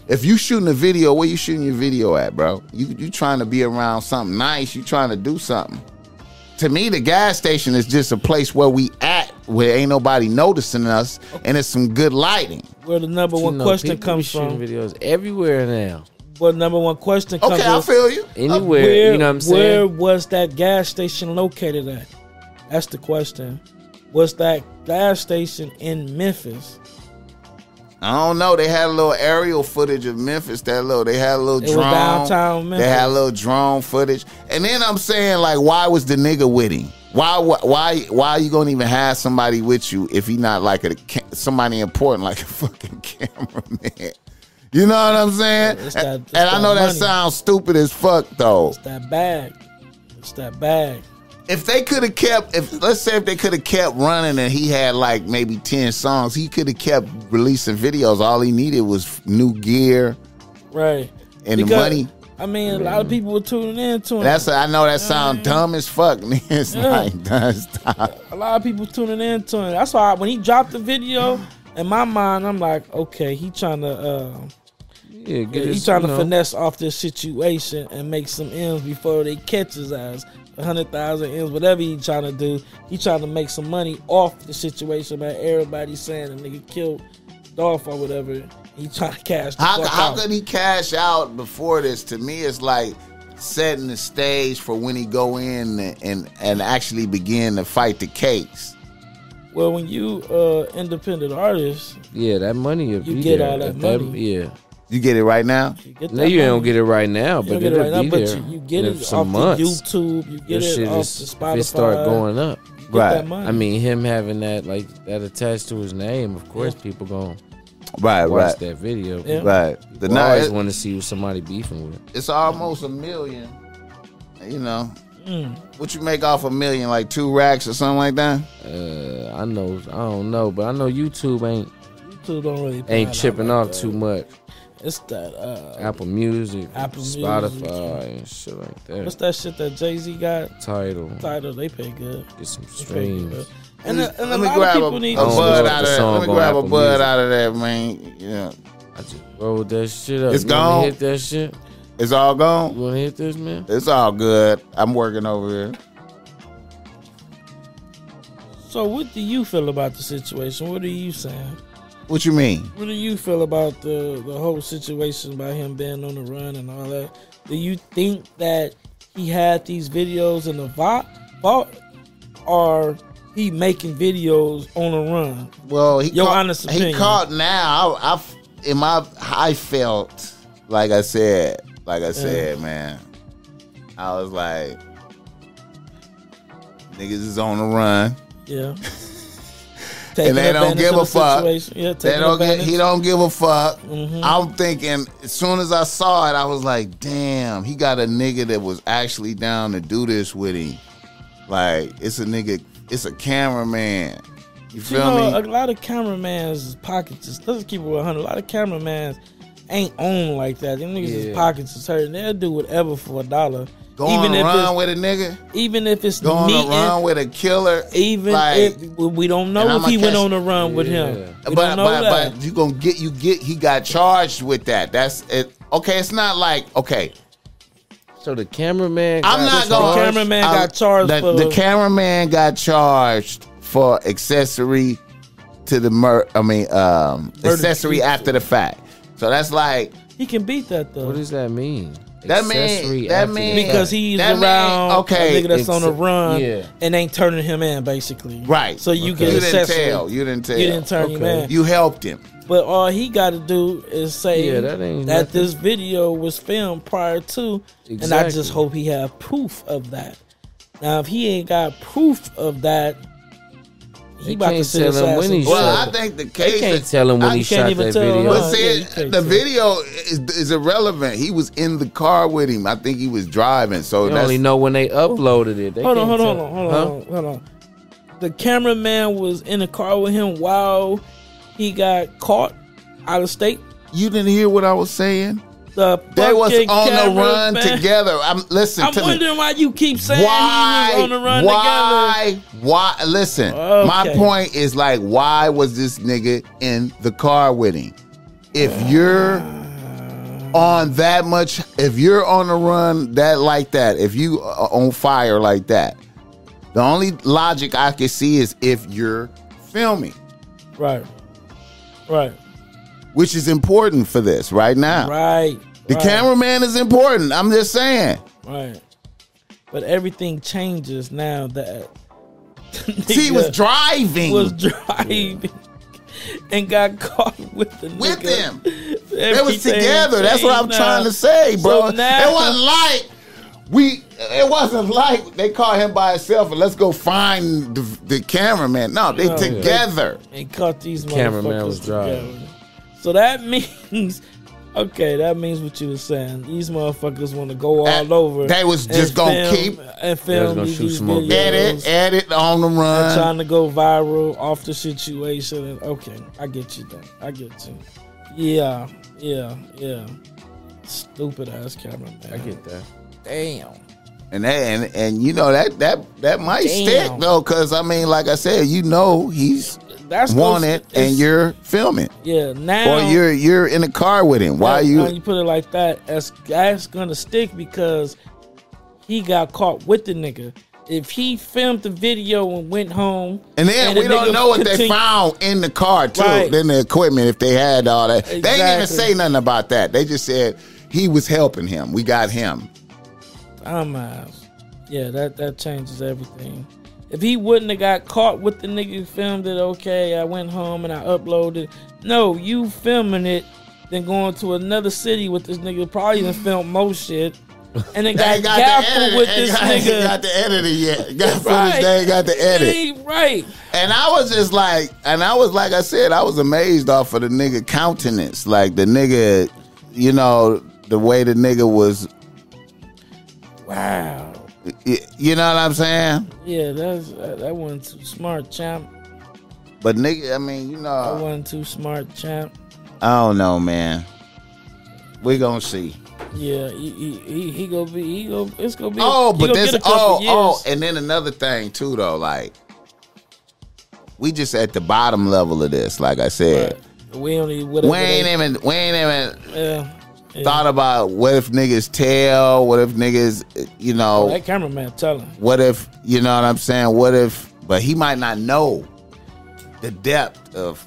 B: If you shooting a video, where you shooting your video at, bro? You you trying to be around something nice? You trying to do something? To me, the gas station is just a place where we at, where ain't nobody noticing us, and it's some good lighting.
A: where the number
D: You
A: one
D: know,
A: question
D: people be
A: comes
D: shooting
A: from.
D: videos everywhere now.
A: well, number one question comes
B: Okay, I
A: up,
B: feel you.
D: Anywhere, you know what I'm
A: Where
D: saying?
A: was that gas station located at? That's the question. Was that gas station in Memphis?
B: I don't know. They had a little aerial footage of Memphis. That little they had a little
A: It was
B: drone.
A: downtown Memphis.
B: They had a little drone footage. And then I'm saying like, why was the nigga with him? Why wh- why why you gonna even have somebody with you if he not like a ca- somebody important like a (laughs) fucking cameraman? You know what I'm saying?
A: It's that-
B: and
A: it's
B: and I
A: that
B: know that
A: money.
B: sounds stupid as fuck though.
A: It's that bag. It's that bag.
B: If they could have kept, if let's say if they could have kept running and he had like maybe ten songs, he could have kept releasing videos. All he needed was new gear.
A: Right.
B: And the money.
A: I mean, a lot of
D: Mm-hmm.
A: people were tuning in to it.
B: That's I know that sound dumb as fuck, (laughs) nigga. It's
A: Yeah.
B: like dumb. Stop.
A: a lot of people tuning in to it. That's why when he dropped the video, in my mind, I'm like, okay, he trying to uh,
D: Yeah, get
A: he
D: this,
A: trying
D: you
A: to
D: know.
A: finesse off this situation and make some ends before they catch his ass. A hundred thousand ends, whatever he trying to do, he trying to make some money off the situation. Man, everybody saying the nigga killed Dolph or whatever. He trying to cash. The
B: How
A: fuck
B: how
A: out.
B: could he cash out before this? To me, it's like setting the stage for when he go in and and actually begin to fight the case.
A: Well, when you uh independent artist,
D: Yeah, that money. If
A: You
D: be
A: get
D: there.
A: all that
D: If
A: money.
D: yeah.
B: You get it right now.
A: you get
D: No,
A: that
D: you don't
A: money.
D: get it right
A: You
D: now, but
A: don't get
D: it'll
A: it right now,
D: be
A: but
D: there.
A: you, you get
D: in
A: it
D: some
A: off
D: months.
A: the YouTube, you get
D: This
A: it
D: shit
A: off
D: is,
A: the Spotify.
D: if it start going up.
A: you get
B: Right.
A: that money.
D: I mean, him having that like that attached to his name, of course, people gonna
B: Right,
D: watch that video.
A: Yeah.
B: right. The
D: People always
B: night
D: want to see who somebody beefing with.
B: it's almost a million. You know,
A: Mm.
B: what you make off a million, like two racks or something like that.
D: Uh, I know, I don't know, but I know YouTube ain't
A: YouTube don't really put
D: ain't
A: out
D: chipping
A: like
D: off
A: that.
D: too much.
A: It's that uh,
D: Apple Music,
A: Apple Music.
D: Spotify, and shit like
A: what's
D: that.
A: that shit that Jay Z got?
D: Title,
A: Title they pay good.
D: get some
A: They pay good.
D: streams.
A: And, a- and a
B: Let me
A: lot of
B: grab
A: people
B: a,
A: need
B: a
D: I don't know
B: bud
D: if
B: out
D: the
B: of that.
D: song
B: Let me
D: gonna
B: grab a
D: Apple
B: bud
D: Music.
B: out of that, man. Yeah,
D: I just rolled that shit up.
B: It's
D: You wanna
B: gone.
D: Hit that shit.
B: it's all gone.
D: You wanna hit this, man?
B: It's all good. I'm working over here.
A: So what do you feel about the situation? What are you saying?
B: What you mean?
A: What do you feel about the the whole situation about him being on the run and all that? Do you think that he had these videos in the vault, vault or he making videos on the run?
B: Well, he
A: Your
B: caught,
A: honest
B: He
A: opinion.
B: caught now. I, I f- in my I felt like I said, like I said, man. I was like, niggas is on the run. (laughs)
A: Yeah.
B: And they don't
A: advantage
B: give
A: of the
B: a fuck.
A: situation. Yeah,
B: They
A: taking
B: don't get,
A: advantage. Mm-hmm.
B: he don't give a fuck. I'm thinking as soon as I saw it, I was like, damn, he got a nigga that was actually down to do this with him. Like, it's a nigga, it's a cameraman. You
A: You
B: feel me?
A: know, a lot of cameramans' pockets is doesn't keep it 100. A lot of cameramans ain't on like that. Them niggas'
D: Yeah.
A: pockets is hurting. They'll do whatever for a dollar.
B: Go on a
A: it's,
B: run with a nigga.
A: even if it's
B: Go on a
A: meeting,
B: run with a killer.
A: even
B: like,
A: if we don't
B: And
A: know if
B: I'ma
A: he went
B: catch-
A: on a run with him.
D: Yeah.
A: We don't
B: but
A: know
B: but,
A: that.
B: but you gonna get you get he got charged with that. That's it. Okay, it's not like okay.
D: So the cameraman.
B: I'm not
D: got charged.
B: gonna.
A: cameraman
B: I'm-
A: got charged
B: The,
A: for-
B: the cameraman got charged for accessory to the mur. I mean, um,
A: Murder.
B: accessory after the fact. So that's like
A: he can beat that though.
D: What does that mean?
B: That mean-
D: Accessory
B: that
D: after the
B: mean-
D: fact.
A: because he's
B: That mean-
A: around
B: okay,
A: a nigga that's on the
D: exa-
A: run
D: yeah.
A: and ain't turning him in basically.
B: right.
A: So you
B: you
A: get
B: didn't
A: accessory.
B: tell. You didn't tell.
A: You didn't turn him
D: Okay.
A: in.
B: You helped him.
A: But all he got to do is say
D: Yeah,
A: that,
D: that ain't nothing.
A: this video was filmed prior to, and I
D: Exactly.
A: just hope he have proof of that. Now, if he ain't got proof of that, he
D: They
A: about to
D: can't
A: sit his
D: tell him
A: ass
D: when
A: in
D: he
A: jail.
B: Well,
D: So,
B: I think the
D: They
B: case.
D: can't tell him when
B: I
D: he
A: can't
D: shot
A: even
D: that
A: tell
D: video.
A: him.
B: But
A: Uh, yeah,
B: see,
A: you can't
B: the
A: tell.
B: video is, is irrelevant. He was in the car with him. I think he was driving. So
D: You
B: that's
D: only know when they uploaded it. They
A: hold on,
D: can't
A: hold on,
D: tell-
A: hold on,
D: Huh?
A: hold on, hold on. The cameraman was in the car with him while he got caught out of state.
B: you didn't hear what I was saying.
A: The
B: They was
A: fucking
B: on the
A: cameraman-
B: run together. I'm listen
A: I'm
B: to me.
A: wondering why you keep saying
B: Why?
A: he was on the run together.
B: why? Why? Listen, my
A: Okay.
B: point is like, why was this nigga in the car with him? If you're on that much, if you're on the run that like that, if you are on fire like that, the only logic I can see is if you're filming,
A: Right, right,
B: which is important for this right now.
A: right.
B: The
A: Right.
B: cameraman is important. I'm just saying.
A: Right. But everything changes now that (laughs)
B: See, he was
A: nigga
B: driving.
A: was driving (laughs) and got caught with the
B: With
A: nigga.
B: them. they
A: Everything
B: was together. That's what I'm
A: changed
B: trying
A: now.
B: to say, bro.
A: So now-
B: it wasn't like we. It wasn't like they caught him by himself and let's go find the, the cameraman. No, they
A: No.
B: together.
A: and caught these
D: Cameraman
A: motherfuckers
D: was driving.
A: together. So that (laughs) means, okay, that means what you were saying. These motherfuckers want to go all
B: That-
A: over.
B: they was
A: and
B: just gonna
A: film-
B: keep-
A: and film
D: gonna
A: these,
D: shoot
A: these
D: some more
A: videos,
B: Edit, edit on the
D: Uh,
A: and
B: run.
A: trying to go viral off the situation. And okay, I get you. Then I get you. Yeah, yeah, yeah. Stupid ass cameraman.
D: I get that.
A: Damn.
B: And that, and and you know that that that might
A: Damn.
B: stick though, because I mean, like I said, you know he's
A: That's
B: wanted
A: gonna-
B: and you're filming
A: yeah now
B: or you're you're in the car with him. Why
A: Now- now
B: you?
A: put it like that? That's that's gonna stick because he got caught with the nigga. If he filmed the video and went home,
B: And then
A: and the
B: we don't
A: nigga
B: know what they
A: continue-
B: found in the car too.
A: Right.
B: Then the equipment, if they had all that, they didn't even
A: Exactly.
B: say nothing about that. They just said he was helping him. We got him.
A: I'm out. Yeah, that that changes everything. If he wouldn't have got caught with the nigga who filmed it, okay, I went home and I uploaded. No, you filming it, then going to another city with this nigga probably
B: (laughs)
A: done filmed most shit, and then
B: They
A: got,
B: ain't got the
A: gaffled
B: edit.
A: with
B: ain't
A: this
B: got, (laughs) ain't
A: nigga.
B: got the editor yet.
A: (laughs)
B: Got
A: Right.
B: footage. They ain't got the edit.
A: Ain't right.
B: And I was just like, and I was like I said, I was amazed off of the nigga countenance, like the nigga, you know, the way the nigga was,
A: Wow.
B: y- you know what I'm saying?
A: Yeah, that's that, that wasn't too smart, champ.
B: But nigga, I mean, you
A: That
B: know,
A: wasn't too smart, champ.
B: I don't know, man. We gonna see.
A: Yeah, he he, he, he gonna be he go it's gonna be
B: Oh,
A: he
B: but
A: gonna
B: this,
A: get a couple
B: oh,
A: years.
B: oh, and then another thing too, though, like we just at the bottom level of this, like I said.
A: But we only whatever
B: We ain't
A: they-
B: even, we ain't even
A: yeah, yeah.
B: thought about what if niggas tell, what if niggas, you know,
A: that cameraman telling.
B: what if, you know what I'm saying? What if, but he might not know the depth of.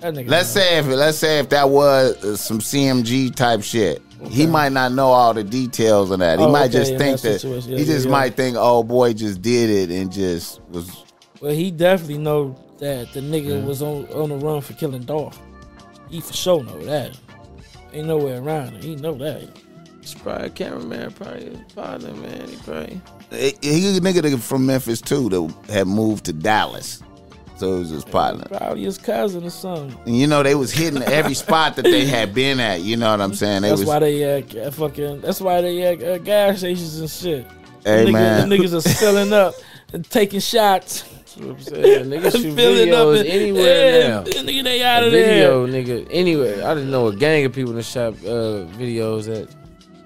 A: That nigga
B: Let's say if let's say if that was uh, some CMG type shit, he might not know all the details of that. He
A: Oh,
B: might
A: okay,
B: just
A: in
B: think
A: that
B: that
A: situation. Yeah,
B: he
A: yeah,
B: just
A: yeah.
B: might think, oh boy, just did it and just was.
A: well he definitely know that the nigga was on on the run for killing Dolph. He for sure know that. Ain't no way around it. He know that.
D: It's probably a cameraman, probably his father, man. He probably.
B: He he a nigga that from Memphis too that had moved to Dallas, so it was his partner.
A: Probably his cousin or something.
B: And, you know, they was hitting every spot that they had been at. You know what I'm saying? They
A: That's
B: was,
A: why they uh, g- fucking. That's why they uh, uh, gas stations and shit.
B: Hey,
A: the niggas,
B: man.
A: the niggas are filling up and taking
D: (laughs)
A: shots.
D: That's what I'm
A: (laughs)
D: saying. Niggas shoot
A: filling up
D: videos
A: and-
D: anywhere
A: yeah,
D: now.
A: the Nigga, they out of there.
D: video, nigga. Anyway, I didn't know a gang of people that shot uh, videos at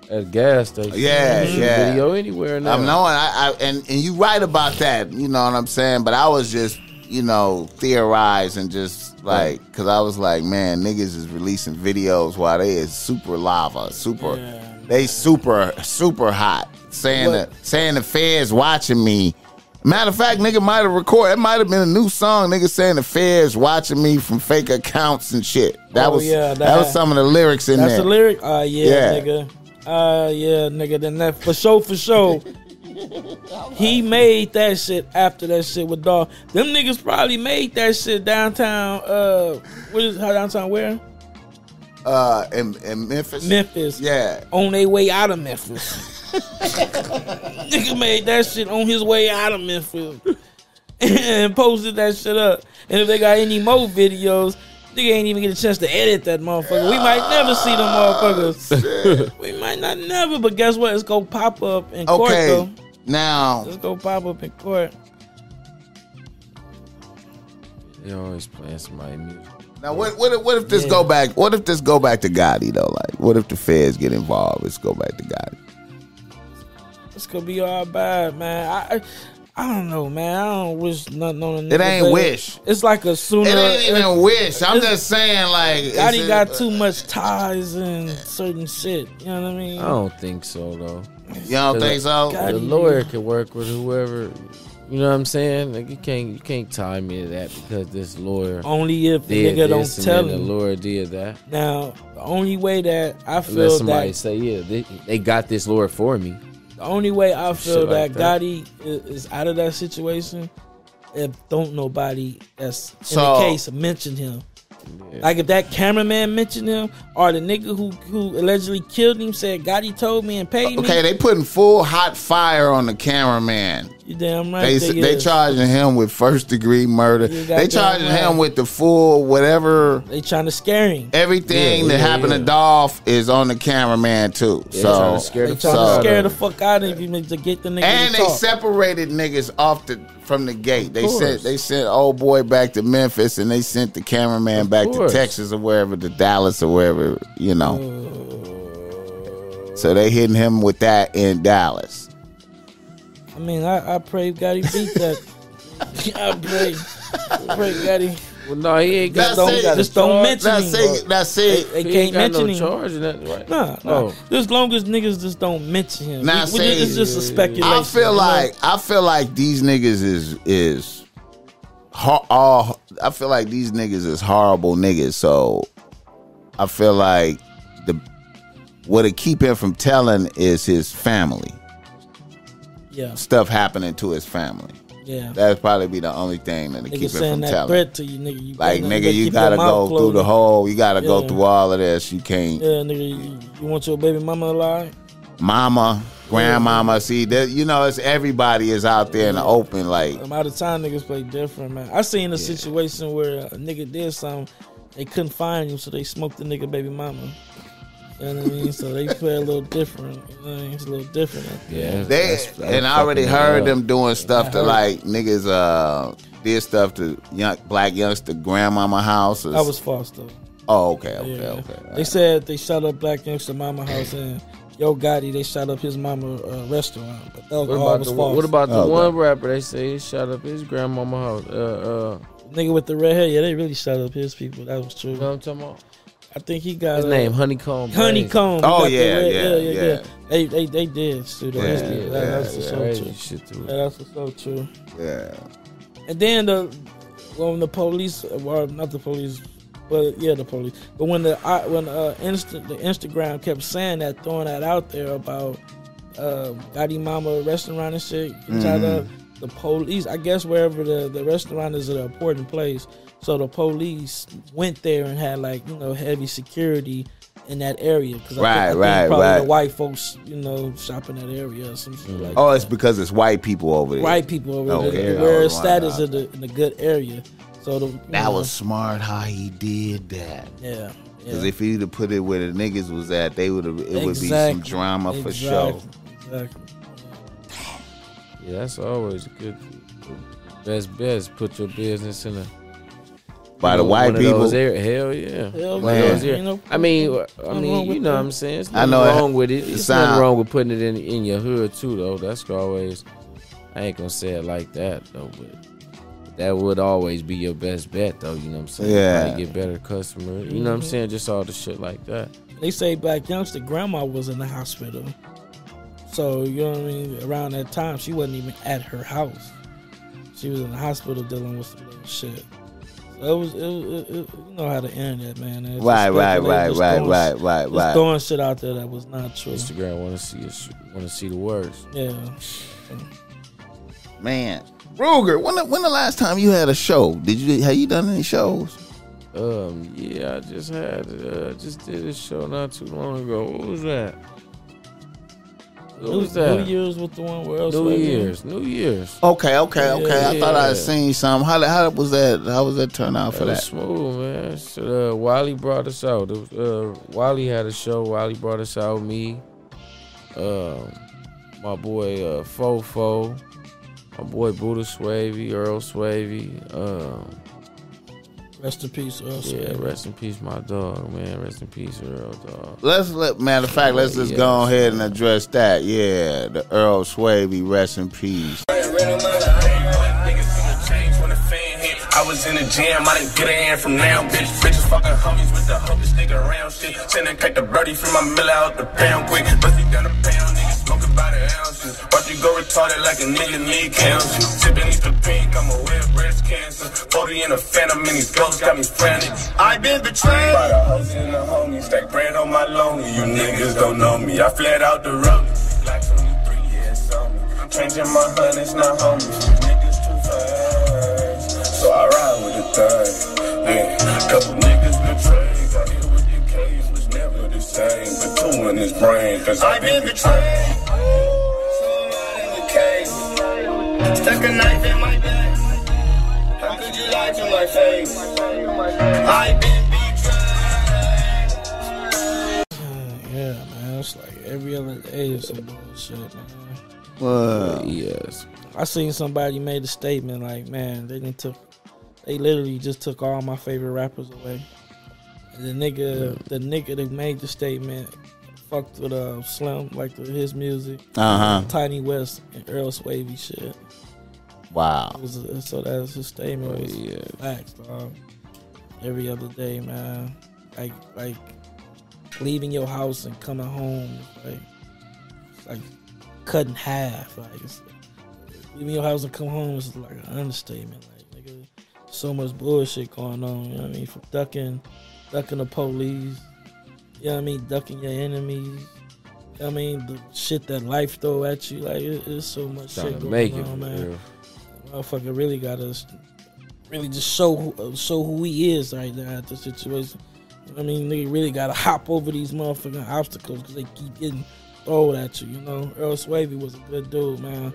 D: at gas stations.
B: Yeah,
D: You
A: Mm-hmm.
D: can shoot
B: yeah.
D: Video anywhere now.
B: I'm knowing. I, I and and you right about that. You know what I'm saying? But I was just you know theorizing, just like because I was like, man, niggas is releasing videos while they is super lava, super.
A: Yeah.
B: They super super hot. Saying
A: What?
B: the saying the feds watching me. Matter of fact, nigga might have recorded. It might have been a new song. Nigga saying the feds watching me from fake accounts and shit. That
A: Oh,
B: was
A: yeah,
B: that,
A: that-
B: was some of the lyrics in
A: That's
B: there.
A: the lyric. Uh yeah,
B: Yeah.
A: nigga. Uh yeah, nigga. Then that for sure, for sure. he made that shit after that shit with dog. Them niggas probably made that shit downtown. Uh, what is how downtown where?
B: uh, in, in Memphis.
A: Memphis.
B: Yeah,
A: on their way out of Memphis.
B: (laughs)
A: Nigga made that shit on his way out of Memphis and posted that shit up. And if they got any more videos, nigga ain't even get a chance to edit that motherfucker. We might never see them
B: (laughs)
A: motherfuckers. we might not never, but guess what? It's gonna pop up in court
B: Okay.
A: though.
B: now
A: It's gonna pop up in court.
D: They always playing somebody music.
B: Now what what if, what if this go back? What if this go back to Gotti though? Like what if the feds get involved? Let's go back to Gotti.
A: It's gonna be all bad, man. I I, I don't know, man. I don't wish nothing on the
B: It ain't wish.
A: It's like a sooner.
B: It ain't even wish. I'm just saying like
A: Gotti
B: it's-
A: got too much ties and certain shit. You know what I
D: Oh.
A: mean?
D: I don't think so though.
B: You don't think so?
A: God.
D: The lawyer can work with whoever You know what I'm saying? Like you can't you can't tie me to that because this lawyer
A: Only if the
D: did
A: nigga
D: this
A: don't
D: and
A: tell
D: then the
A: him.
D: lawyer did that.
A: Now, the only way that I
D: Unless
A: feel
D: somebody
A: that
D: say, yeah, they, they got this lawyer for me.
A: the only way I
D: shit
A: feel that,
D: like that.
A: Gotti i- is out of that situation if don't nobody that's in
B: So-
A: the case mention him.
D: Yeah.
A: Like if that cameraman mentioned him or the nigga who who allegedly killed him said Gotti told me and paid
B: Okay,
A: me.
B: they putting full hot fire on the cameraman.
A: You damn right.
B: They
A: they,
B: they
A: is.
B: charging him with first degree murder.
A: You
B: They
A: goddamn
B: charging
A: right.
B: him with the full whatever
A: They trying to scare him.
B: everything
D: Yeah,
B: that
D: yeah,
B: happened to
D: yeah.
B: Dolph is on the cameraman too.
D: Yeah,
B: so
D: trying to scare
A: They
D: the
A: trying
D: fuck out
A: to
D: of
A: scare the
D: him.
A: fuck out of him to get the nigga
B: and
A: to
B: they
A: talk.
B: separated niggas off the from the gate. They sent
D: course.
B: they sent old boy back to Memphis, and they sent the cameraman back
D: course.
B: to Texas or wherever, to Dallas or wherever, you know. So they hitting him with that in Dallas.
A: I mean, I, I pray Gotti beat that.
B: (laughs)
A: I pray, I pray Gotti.
D: Well, no, he ain't got
B: That's
D: no,
B: it.
D: he got a
A: Just don't
D: charge.
A: mention-
B: That's it. That's it.
A: They
D: He
A: can't
D: ain't got
A: mention
D: no
A: him.
D: charge or nothing, right?
A: Nah, nah.
D: Oh.
A: Just long as niggas just don't mention him.
B: Nah,
A: We- we- it's
B: see,
A: just a speculation.
B: I
A: you know?
B: feel like I feel like these niggas is is hor- all. I feel like these niggas is horrible niggas. So I feel like the what to keep him from telling is his family
A: yeah,
B: stuff happening to his family.
A: yeah.
B: That'd probably be the only thing that keep him
A: Nigga saying
B: from
A: that
B: telling.
A: threat to you, nigga. You
B: Like
A: better-
B: nigga, you
A: keep
B: gotta
A: your mouth
B: go through the
A: closed.
B: whole. You gotta go
A: Yeah.
B: through all of this. You can't.
A: Yeah, nigga, you, you want your baby mama alive?
B: Mama, grandmama. See that you know it's everybody is out there in the open. Like
A: Um, out of time, niggas play different, man. I seen a situation where a nigga did something, they couldn't find him, so they smoked the nigga baby mama. You know what I mean? so
D: (laughs)
A: they play a little different. You know what I mean? It's a little different.
D: Yeah,
B: They
D: that's- that's
B: and I already
D: fucking
B: heard
D: up.
B: them doing stuff to like niggas uh did stuff to young black youngster grandmama house. Or,
A: That was false though.
B: oh okay okay
A: Yeah.
B: okay.
A: They said they shot up black youngster mama house and Yo Gotti. They shot up his mama uh, restaurant. But that was,
D: What
A: all
D: about,
A: was
D: the,
A: false.
D: what about the
B: Oh, okay.
D: one rapper they say he shot up his grandmama house? Uh, uh,
A: nigga with the red hair? Yeah, they really shot up his people. That was true.
D: you know what I'm talking about?
A: I think he got
D: Uh, His
A: uh,
D: name, Honeycomb.
A: Honeycomb. He
B: Oh,
A: got the
B: yeah,
A: red-
B: yeah,
A: yeah,
B: yeah.
A: They they they did shoot up
B: Yeah,
A: his
D: Brains.
A: people.
D: Yeah,
A: That-
D: yeah,
A: that's for
D: yeah,
A: so
D: crazy
A: true.
D: shit through
A: Yeah,
D: it.
A: that's what's so true.
B: Yeah.
A: And then the when the police, well, not the police, but yeah, the police. But when the I- when uh, Insta, the Instagram kept saying that, throwing that out there about uh, Gotti Mama restaurant and shit, mm
B: Mm-hmm.
A: to, the police. I guess wherever the the restaurant is, an important place. So the police went there and had like you know heavy security in that area because I,
B: Right,
A: think- I think
B: right,
A: probably the
B: right.
A: white folks you know shop in that area or some shit like
B: Oh, it's because it's white people over there.
A: white people over
B: Okay.
A: there.
B: Yeah,
A: Where
B: I
A: is
B: was
A: status in
B: wondering.
A: the, in the good area. So the, you
B: That
A: know,
B: was smart how he did that.
A: yeah.
B: Because
A: yeah.
B: if he'd have put it where the niggas was at, they would have. It would be some
A: Exactly.
B: drama for sure.
A: Exactly.
D: Yeah, that's always good. Best best put your business in a
B: By the
D: one
B: white
D: of those
B: people,
D: area- Hell yeah.
A: Hell
D: One of
B: yeah.
D: those area-
A: You know,
D: I mean, I
A: nothing wrong
D: mean,
A: with
D: you know
A: that.
D: what I'm saying. It's
B: I
D: nothing
B: know it-
D: wrong with it.
B: it
D: It's
B: sound-
D: nothing wrong with putting it in in your hood too, though. That's always. I ain't gonna say it like that though, but that would always be your best bet, though. You know what I'm saying?
B: Yeah.
D: Probably get better customer. You know what I'm
A: Mm-hmm.
D: saying? Just all the shit like that.
A: They say black youngster grandma was in the hospital. So, you know what I mean? Around that time, she wasn't even at her house. She was in the hospital dealing with some little shit. So it was, it was it, it, you know how the internet, man. is. It's
B: right,
A: just
B: right,
A: speculating,
B: right,
A: just
B: right,
A: throwing-
B: right, right,
A: just
B: right.
A: throwing shit out there that was not true.
D: Instagram want to see us, want to see the words.
A: Yeah.
B: Man, Ruger, when the, when the last time you had a show? Did you have you done any shows?
D: Um, yeah, I just had, uh, just did a show not too long ago. What was that? What was
A: New-
D: that?
A: New Year's with the one where else?
D: New
A: was it? Oh,
D: Year's, New Year's.
B: Okay, okay, okay. I thought I
D: Yeah.
B: had seen some. How how was that? How was that turnout for
D: It was
B: that?
D: smooth, man. So, uh, Wiley brought us out. It was, uh, Wiley had a show. Wiley brought us out. Me, um, my boy uh, Fofo, my boy Buddha Swavey, Earl Swavey. Um,
A: Rest in peace, Earl
D: yeah,
A: Swavey.
D: rest in peace, my dog, man. Rest in peace, Earl, dog.
B: Let's let matter of fact, let's just go ahead and address that. Yeah, the Earl Swavey, rest in peace.
C: Niggas finna change when the fan hit. I was in the gym, I didn't get a hand from now, bitch. Bitches fucking homies with the hopeless nigga around shit. Sending cut the birdie from my mill out the pound quick. Bust it down a pound, nigga. Smoking by the ounces. Watch you go retarded like a nigga need cancer. Sipping east the pink, I'm aware of breast cancer. 40 in a phantom, and these ghosts got me frantic. I been betrayed by the hoes and the homies. Stack bread on my lonely, you niggas don't know me. I fled out the road. Like 23 years on me. Changing my hundreds, not homies. Niggas too fast. So I ride with the thug. Yeah, couple niggas betrayed. Got hit with the case, was never the same. But two in his brain, cause I've been betrayed. Stuck a knife in my back. How could you lie to my face? I've been betrayed.
A: Yeah, man. It's like every other day is some bullshit, man.
B: Well,
D: Yes.
A: I seen somebody made a statement like, man, they didn't took, they literally just took all my favorite rappers away. And the nigga, the nigga that made the statement, fucked with uh, Slim, like with his music,
B: uh huh.
A: Tiny West and Earl Swavey shit. It
B: Wow.
A: was, uh, so that's his statement.
D: But
A: was
D: yeah.
A: Facts, dog. Every other day, man. Like, like leaving your house and coming home, like, it's like cut in half. Like, it's, leaving your house and come home is like an understatement. Like, nigga, so much bullshit going on. You know what I mean? From ducking, ducking the police. You know what I mean? Ducking your enemies. I mean, the shit that life throw at you, like it, it's so much
D: Trying
A: shit
D: to
A: going
D: make
A: on,
D: it,
A: man
D: man.
A: motherfucker really got us really just show who, uh, show who he is right now at the situation. I mean, nigga really gotta hop over these motherfucking obstacles because they keep getting thrown at you. You know, Earl Swavey was a good dude, man.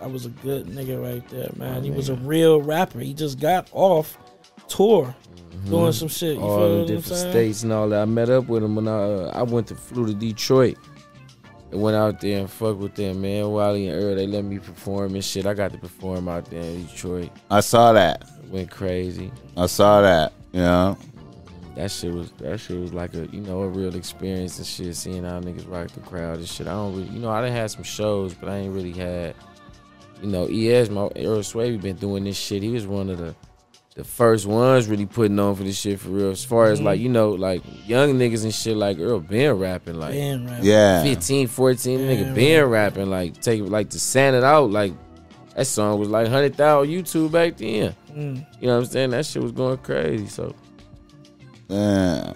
A: I was a good nigga right there, man. He was a real rapper. He just got off tour doing some shit. You
D: Mm-hmm. all
A: feel
D: the
A: what I'm
D: different
A: saying?
D: states and all that. I met up with him when I uh, I went to flew to Detroit and went out there and fucked with them, man. Wiley and Earl, they let me perform and shit. I got to perform out there in Detroit.
B: I saw that.
D: Went crazy.
B: I saw that. Yeah.
D: That shit was that shit was like a you know a real experience and shit. Seeing how niggas rock the crowd and shit. I don't really you know I done had some shows, but I ain't really had you know ES my Earl Swavey been doing this shit. He was one of the the first ones really putting on for this shit for real. As far as like you know like young niggas and shit like Earl been rapping like
A: Man, rapper.
B: Yeah.
D: 15, 14,
A: Yeah,
D: nigga been rapping like take like to sand it out like that song was like hundred thousand YouTube back then.
A: Mm.
D: You know what I'm saying? That shit was going crazy. So.
B: Yeah.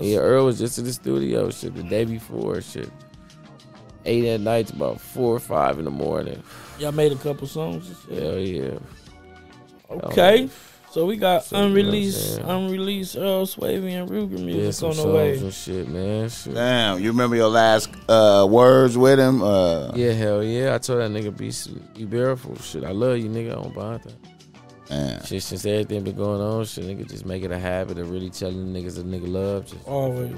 D: Yeah, Earl was just in the studio shit the day before shit. Eight at night to about four or five in the morning.
A: Y'all made a couple songs. and shit?
D: Hell yeah.
A: Okay. So we got
D: So, you know what I'm
A: unreleased,
D: saying?
A: unreleased Earl Swavey and Ruger
D: Did
A: music
D: some
A: on the
D: songs
A: way.
D: and shit, man. Shit.
B: Damn. You remember your last uh, words with him? Uh,
D: Yeah, hell yeah. I told that nigga be be beautiful. Shit. I love you, nigga. I don't bond that.
B: man.
D: Shit, since everything been going on, shit, nigga just make it a habit of really telling niggas that nigga love.
A: Oh,
D: Just
A: Always.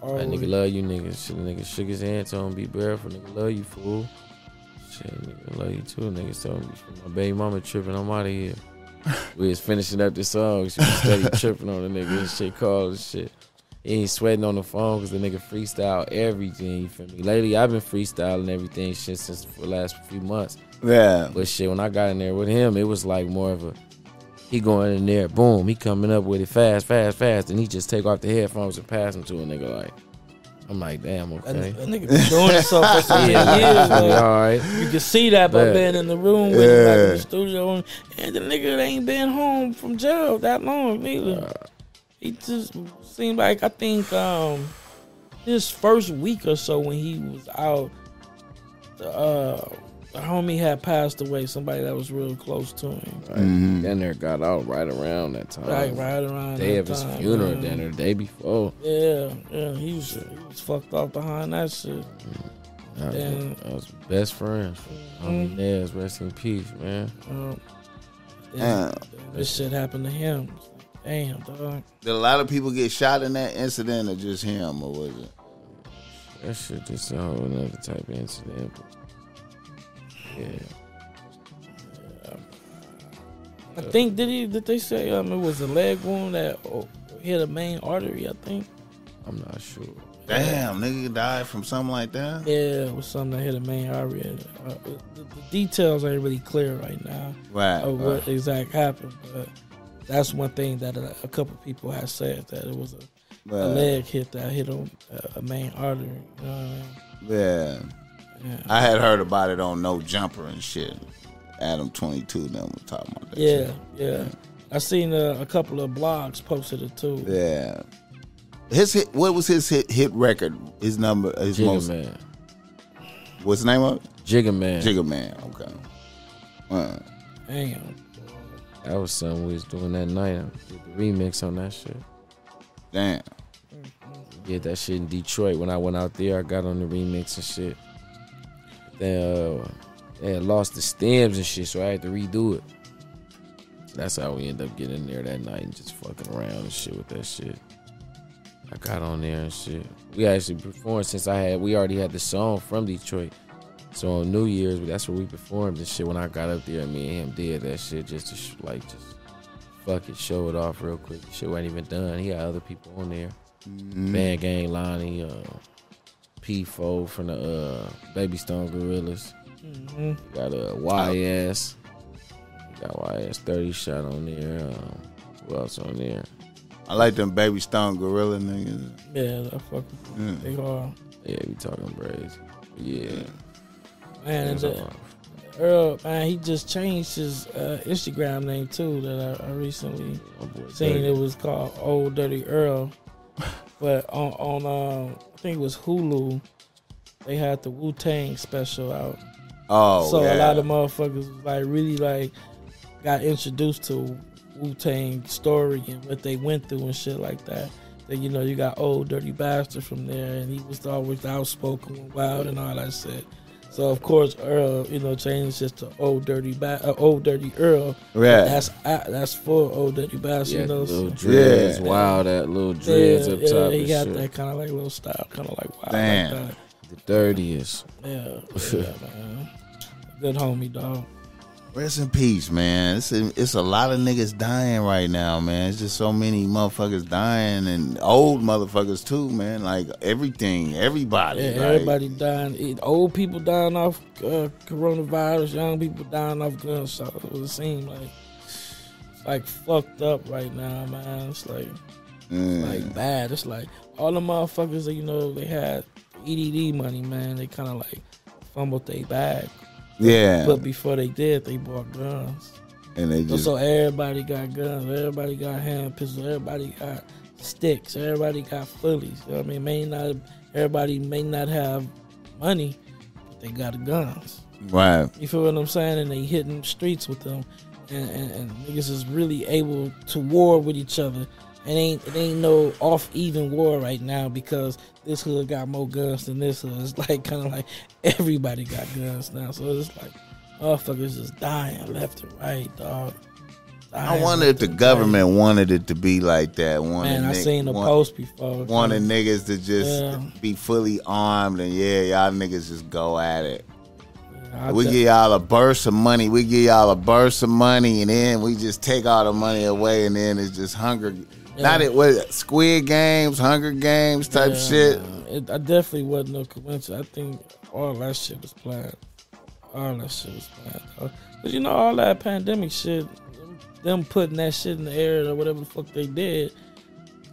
A: Always.
D: That nigga love you, nigga. Shit, nigga shook his hand, told him be barefoot. Nigga love you, fool. Shit, nigga love you too. Nigga told me shit, my baby mama tripping. I'm out of here. we was finishing up the song. She was steady tripping on the nigga. And shit called and shit. He ain't sweating on the phone because the nigga freestyle everything. You feel me? Lately, I've been freestyling everything shit since the last few months.
B: Yeah.
D: But shit, when I got in there with him, it was like more of a he going in there, boom, he coming up with it fast, fast, fast, and he just take off the headphones and pass them to a nigga like. I'm like, damn,
A: That
D: okay.
A: nigga, that nigga been doing himself for so many
D: (laughs) Yeah,
A: years. though.
B: (laughs)
D: all right.
A: You can see that by
D: Yeah.
A: being in the room with him, like in
B: Yeah.
A: the studio, and- and the nigga ain't been home from jail that long neither. he just seemed like I think um his first week or so when he was out, uh, the homie had passed away. Somebody that was real close to him,
D: Oh.
B: Mm-hmm.
D: Then there got out right around that time.
A: like right around
D: Day
A: that
D: of his
A: time,
D: funeral
A: man.
D: dinner, day before.
A: Yeah, yeah, he was he was fucked off behind that shit.
D: I was,
A: Damn. Mm-hmm.
D: I was best friends. I mean, yes, rest in peace, man.
A: Um,
B: Damn.
A: This shit happened to him. Damn, dog.
B: Did a lot of people get shot in that incident or just him or was it?
D: That shit just a whole another type of incident. but- yeah.
A: I
B: Uh,
A: think did he did they say um it was a leg wound that oh, hit a main artery? I think.
D: I'm not sure.
B: Damn, nigga died from something like that?
A: Yeah, it was something that hit a main artery. Uh, the, the details ain't really clear right now
B: Right.
A: of Oh, what exact happened, but that's one thing that a, a couple people have said that it was a, a
B: Right.
A: uh, leg hit that hit on a, a main artery. You know what I mean?
B: Yeah. I had heard about it on No Jumper and shit. Adam twenty two them was talking about that.
A: Yeah,
B: shit.
A: yeah. I seen uh, a couple of blogs posted it too.
B: yeah. His hit, what was his hit, hit record? His number, his
D: Jigga
B: most.
D: man.
B: What's the name of it?
D: Jigga man.
B: Jigga Man. Okay. Uh,
A: Damn.
D: That was something we was doing that night. I did the remix on that shit.
B: damn.
D: Did that shit in Detroit. When I went out there, I got on the remix and shit. Then uh, they had lost the stems and shit, so I had to redo it. That's how we ended up getting in there that night and just fucking around and shit with that shit. I got on there and shit. We actually performed since I had we already had the song from Detroit. So on New Year's, that's where we performed and shit. When I got up there, me and him did that shit just to sh- like just fuck it, show it off real quick. Shit wasn't even done. He had other people on there. Band Gang Lonnie, uh, P4 from the uh, Baby Stone Gorillas.
A: Mm-hmm.
D: Got a YS. Got YS 30 shot on there. Um, who else on there?
B: I like them Baby Stone Gorilla niggas. Mm.
A: Yeah, I fuck with them. They hard.
D: Yeah, we talking braids. Yeah. Uh,
A: Man,
D: That's
A: that-
D: all.
A: Earl, man, he just changed his uh, Instagram name too. That I, I recently
D: My boy
A: seen.
D: Dirty.
A: It was called Old Dirty Earl, but on on um, I think it was Hulu. They had the Wu Tang special out,
B: Oh,
A: so a
B: yeah.
A: lot of motherfuckers was like really like got introduced to Wu Tang story and what they went through and shit like that. Then you know you got Old Dirty Bastard from there, and he was always outspoken and wild and all that shit. So of course Earl, you know, changed just to Old Dirty ba- uh, Old Dirty Earl.
B: Right.
A: That's uh, that's for Old Dirty Bastard.
D: Yeah,
A: you know, so-
D: little dreads,
B: Yeah.
D: wild at little dreads up top.
A: he
D: and
A: got
D: shit.
A: that kind of like little style, kind of like wild.
B: Damn.
A: Like that.
D: The dirtiest. (laughs)
A: Yeah, yeah, man. Good homie, dog.
B: Rest in peace, man. It's a, it's a lot of niggas dying right now, man. It's just so many motherfuckers dying and old motherfuckers too, man. Like everything, everybody.
A: Yeah,
B: like-
A: everybody dying. It- Old people dying off uh, coronavirus. Young people dying off gunshots. It seems like it's like fucked up right now, man. It's like
B: Mm.
A: like bad. It's like all the motherfuckers that you know they had EDD money, man. They kind of like fumbled their bag,
B: yeah,
A: but before they did, they bought guns.
B: and they
A: So,
B: just
A: so everybody got guns, everybody got hand pistols, everybody got sticks, everybody got fullies. You know what I mean, may not everybody may not have money, but they got guns.
B: right.
A: You feel what I'm saying? And they hitting streets with them, and, and, and niggas is really able to war with each other. It ain't it ain't no off even war right now because this hood got more guns than this hood. It's like (laughs) kind of like everybody got guns now, so it's like motherfuckers just dying left and right, dog.
B: I
A: Dying
B: wonder if
A: left
B: the
A: and
B: government wanted it to be like that.
A: right.
B: Wanted
A: Man, I
B: nigg-
A: seen a
B: want-
A: post before.
B: Wanted niggas to just
A: Yeah.
B: be fully armed and yeah, y'all niggas just go at it.
A: I
B: We
A: de-
B: give y'all a burst of money. We give y'all a burst of money, and then we just take all the money away, and then it's just hunger. Not it was Squid Games, Hunger Games type
A: yeah,
B: shit.
A: It, I definitely wasn't no coincidence. I think all that shit was planned. All that shit was planned. dog. Cause you know all that pandemic shit, them putting that shit in the air or whatever the fuck they did.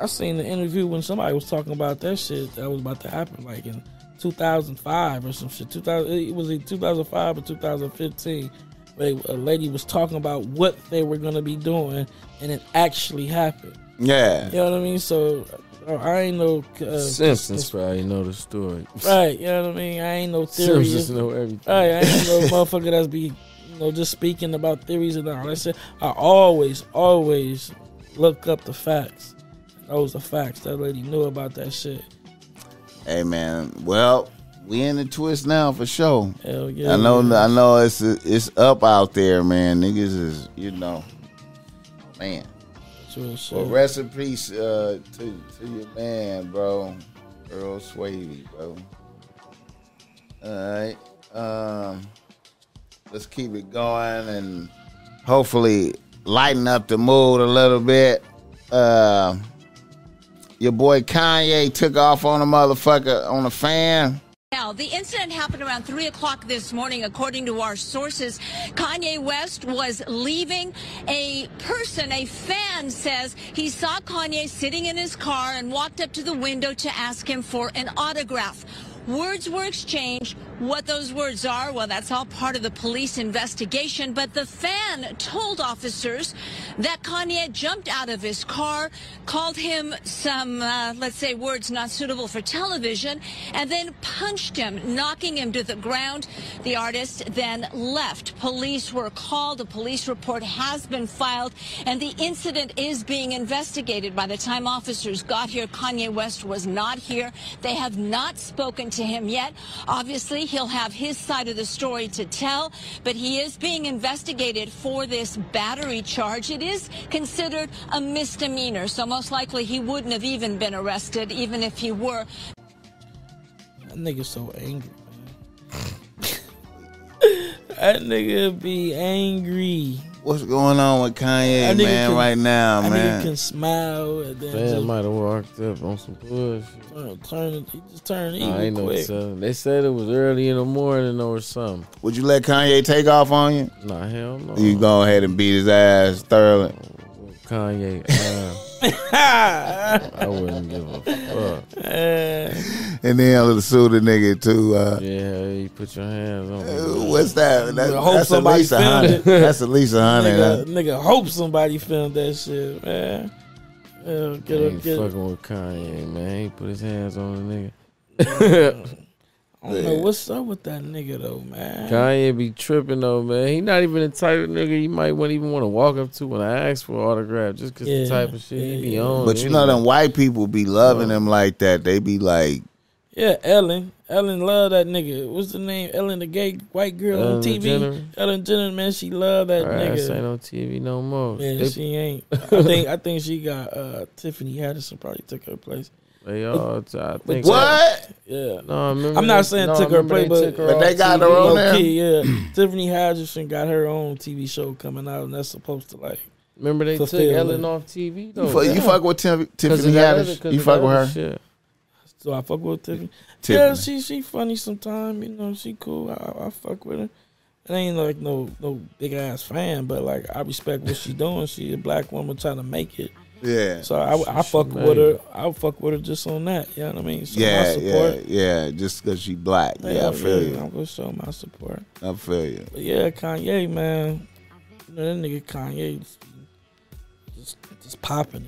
A: I seen the interview when somebody was talking about that shit that was about to happen, like in 2005 or some shit. 2000 it was in 2005 or 2015. Where a lady was talking about what they were gonna be doing, and it actually happened.
B: Yeah,
A: You know what I mean? So uh, I ain't no uh,
D: Simpsons probably know the story.
A: Right, you know what I mean? I ain't no
D: (laughs) Simpsons
A: theorist.
D: know everything.
A: Right, I ain't no motherfucker that's be, you know, just speaking about theories and all that shit. I always, always look up the facts. Those are facts. That lady knew about that shit.
B: hey man. Well, we in the twist now for sure.
A: Hell yeah.
B: I know, I know. It's it's up out there, man. Niggas is you know, man.
A: True shit.
B: Well, rest in peace uh, to to your man, bro, Earl Swavey, bro. All right, um, let's keep it going and hopefully lighten up the mood a little bit. Uh, your boy Kanye took off on a motherfucker on a fan.
E: Now, the incident happened around 3 o'clock this morning, according to our sources. Kanye West was leaving. A person, a fan, says he saw Kanye sitting in his car and walked up to the window to ask him for an autograph. Words were exchanged. What those words are, well, that's all part of the police investigation. But the fan told officers that Kanye jumped out of his car, called him some, uh, let's say, words not suitable for television, and then punched him, knocking him to the ground. The artist then left. Police were called. A police report has been filed, and the incident is being investigated. By the time officers got here, Kanye West was not here. They have not spoken to him yet. Obviously, he'll have his side of the story to tell, but he is being investigated for this battery charge. It is considered a misdemeanor, so most likely he wouldn't have even been arrested, even if he were.
A: That nigga so angry, man. (laughs) that nigga be angry.
B: What's going on with Kanye,
A: That nigga
B: man,
A: can-
B: right now,
A: That nigga
B: man?
A: can smile and then
D: Fan
A: just
D: might have walked up on some bullshit.
A: turn, turn, he just turn evil
D: I ain't know
A: quick.
D: what's up. They said it was early in the morning or something.
B: Would you let Kanye take off on you?
D: Nah, hell no.
B: You
A: Uh-huh.
B: go ahead and beat his ass, Sterling.
D: Kanye, uh,
A: (laughs) Ha!
D: I wouldn't give a fuck.
A: Eh,
B: And then I'll sue the nigga too. Uh,
D: Yeah, you put your hands on me.
B: Ooh, What's that? That-
A: I hope
B: that's at
A: somebody
B: least a
A: filmed
B: hundred.
A: it.
B: That's at least a hundred.
A: nigga,
B: huh?
A: nigga, hope somebody filmed that shit, man. Yeah,
D: I
A: get up,
D: ain't
A: get up.
D: fucking with Kanye, man. He put his hands on the nigga. (laughs)
A: I don't know what's up with that nigga though, man.
D: Kanye be tripping though, man. He not even the type of nigga you might want even want to walk up to when I ask for an autograph, just cause
A: Yeah,
D: the type of shit he be
A: yeah.
D: on.
B: But you know
D: anyway.
B: them white people be loving him like that. They be like,
A: Yeah, Ellen. Ellen loved that nigga. What's the name? Ellen, the gay white girl
D: Ellen
A: on TV.
D: DeGeneres?
A: Ellen Jenner, man, she loved that
D: Her ass ain't
A: nigga.
D: on TV no more.
A: Man,
D: they,
A: she
D: (laughs)
A: ain't. I think I think she got uh, Tiffany Haddish probably took her place.
D: they all, I think
B: "What?
A: Yeah,
D: No, I remember
A: I'm not
D: they-
A: saying
D: no, I
A: took her
D: remember
A: play,
D: they
A: but-
D: took her
B: But they
D: off
B: got
D: TV.
B: her on
A: Low
B: there.
A: key, yeah. (clears throat) Tiffany Haddish got her own TV show coming out, and that's supposed to like.
D: Remember they took
A: Fulfilled.
D: Ellen off TV though.
B: You fuck, you
D: Yeah.
B: fuck with Tim,
D: 'Cause
B: Tiffany
D: of that other-
B: Haddish?
D: 'cause
B: You
D: of
B: fuck
D: that
B: with
D: other
B: her?
D: shit.
A: So I fuck with Tiffany. Yeah, she
B: Tiffany.
A: she funny sometimes. You know, she cool. I, I fuck with her. It ain't like no no big ass fan, but like I respect what she doing. She a black woman trying to make it.
B: Yeah.
A: So I, I
D: she
A: fuck with
D: made
A: her. I fuck with her just on that. You know what I mean? Show my
B: Yeah,
A: support.
B: yeah, yeah. Just because she black. Yeah, I
A: Hell
B: feel
A: yeah,
B: you.
A: I'm gonna show my support.
B: I feel you.
A: But yeah, Kanye man, you know, that nigga Kanye just just, just popping it.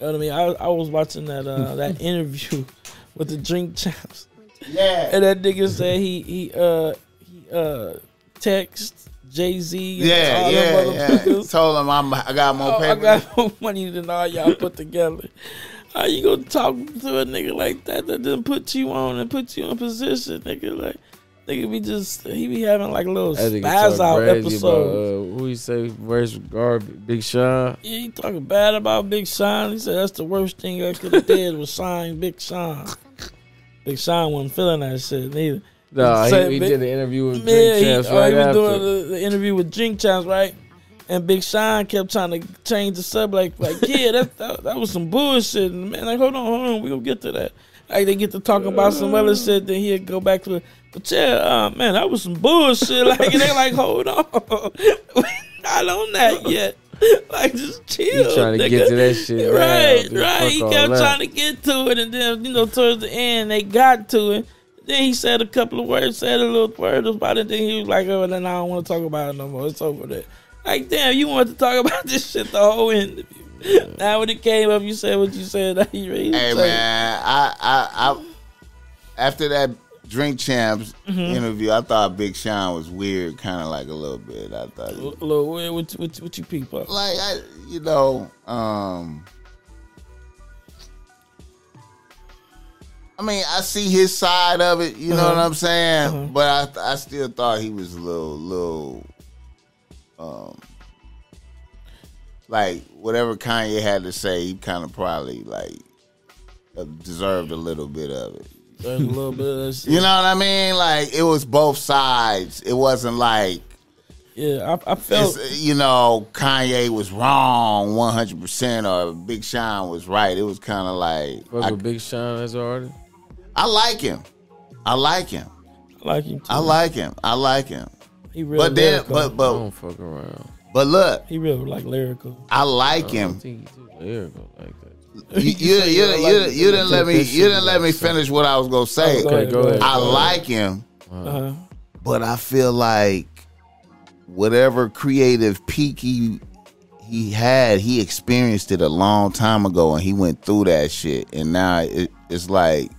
A: You know what I mean? I, I was watching that uh,
B: (laughs)
A: that interview (laughs) with the Drink Champs.
B: Yeah.
A: And that nigga said he he uh he uh text Jay Z.
B: Yeah, yeah, yeah. Told him I'm, I got more
A: Oh, I
B: paper.
A: got (laughs) more money than all y'all put together. How you gonna talk to a nigga like that that didn't put you on and put you in position, nigga? Like, nigga be just he be having like little
D: That nigga
A: spaz
D: talk
A: out
D: crazy
A: episodes.
D: About, uh, who you say verse guard Big Sean?
A: Yeah, he talking bad about Big Sean. He said that's the worst thing I could have did was sign Big Sean. Big Sean wasn't feeling that shit neither.
D: No,
A: Say
D: he, he
A: Big-
D: did an interview with
A: Yeah,
D: Drink
A: he,
D: Champs
A: oh,
D: right
A: he was
D: after.
A: doing the, the interview with Drink Champs, right? And Big Sean kept trying to change the subject. Like, like yeah, that, (laughs) that that was some bullshit. And man, like, hold on, hold on, we gonna get to that. Like, they get to talking about some other shit, then he'd go back to, but yeah, uh, man, that was some bullshit. (laughs) Like, and they like, hold on, (laughs) we not on that yet. (laughs) Like, just
D: He
A: chill.
D: trying to
A: nigga.
D: get to that
A: (laughs)
D: shit.
A: Right,
D: now.
A: right. He kept trying to get to it, and then you know, towards the end, they got to it. Then he said a couple of words, said a little word about it. Then he was like, "Oh, then I don't want to talk about it no more. It's over there." Like, damn, you wanted to talk (laughs) about this shit the whole interview. Now when it came up, you said what you said. (laughs) Now you ready? to
B: Hey
A: say it.
B: man, I, I, I after that Drink Champs interview, I thought Big Sean was weird, kind of like a little bit. I thought,
A: L- Lil, what, what, what, what you peep up?
B: like, I, you know, um, I mean, I see his side of it. You know what I'm saying? But I, I still thought he was a little, little, um, like whatever Kanye had to say, he kind of probably like uh, deserved a little bit of it.
A: There's a little bit of that shit.
B: You know what I mean? Like it was both sides. It wasn't like
A: Yeah, I, I felt.
B: it's, uh, you know Kanye was wrong one hundred percent or Big Sean was right. It was kind of like
D: Fuck
B: I,
D: with Big Sean as an artist.
B: I like him. I like him.
A: I like him. Too.
B: I like him. I like him.
A: He real
B: But then,
A: lyrical.
B: but
D: I
B: but
D: don't fuck around.
B: but look,
A: he real like lyrical.
B: I like (laughs)
D: I don't
B: him.
D: think he too lyrical like that.
B: You you Oh, you, you, you didn't let me you didn't let me finish what I was gonna say.
D: Okay, go ahead.
B: I like him,
A: Uh-huh.
B: but I feel like whatever creative peak he he had, he experienced it a long time ago, and he went through that shit, and now it, it's like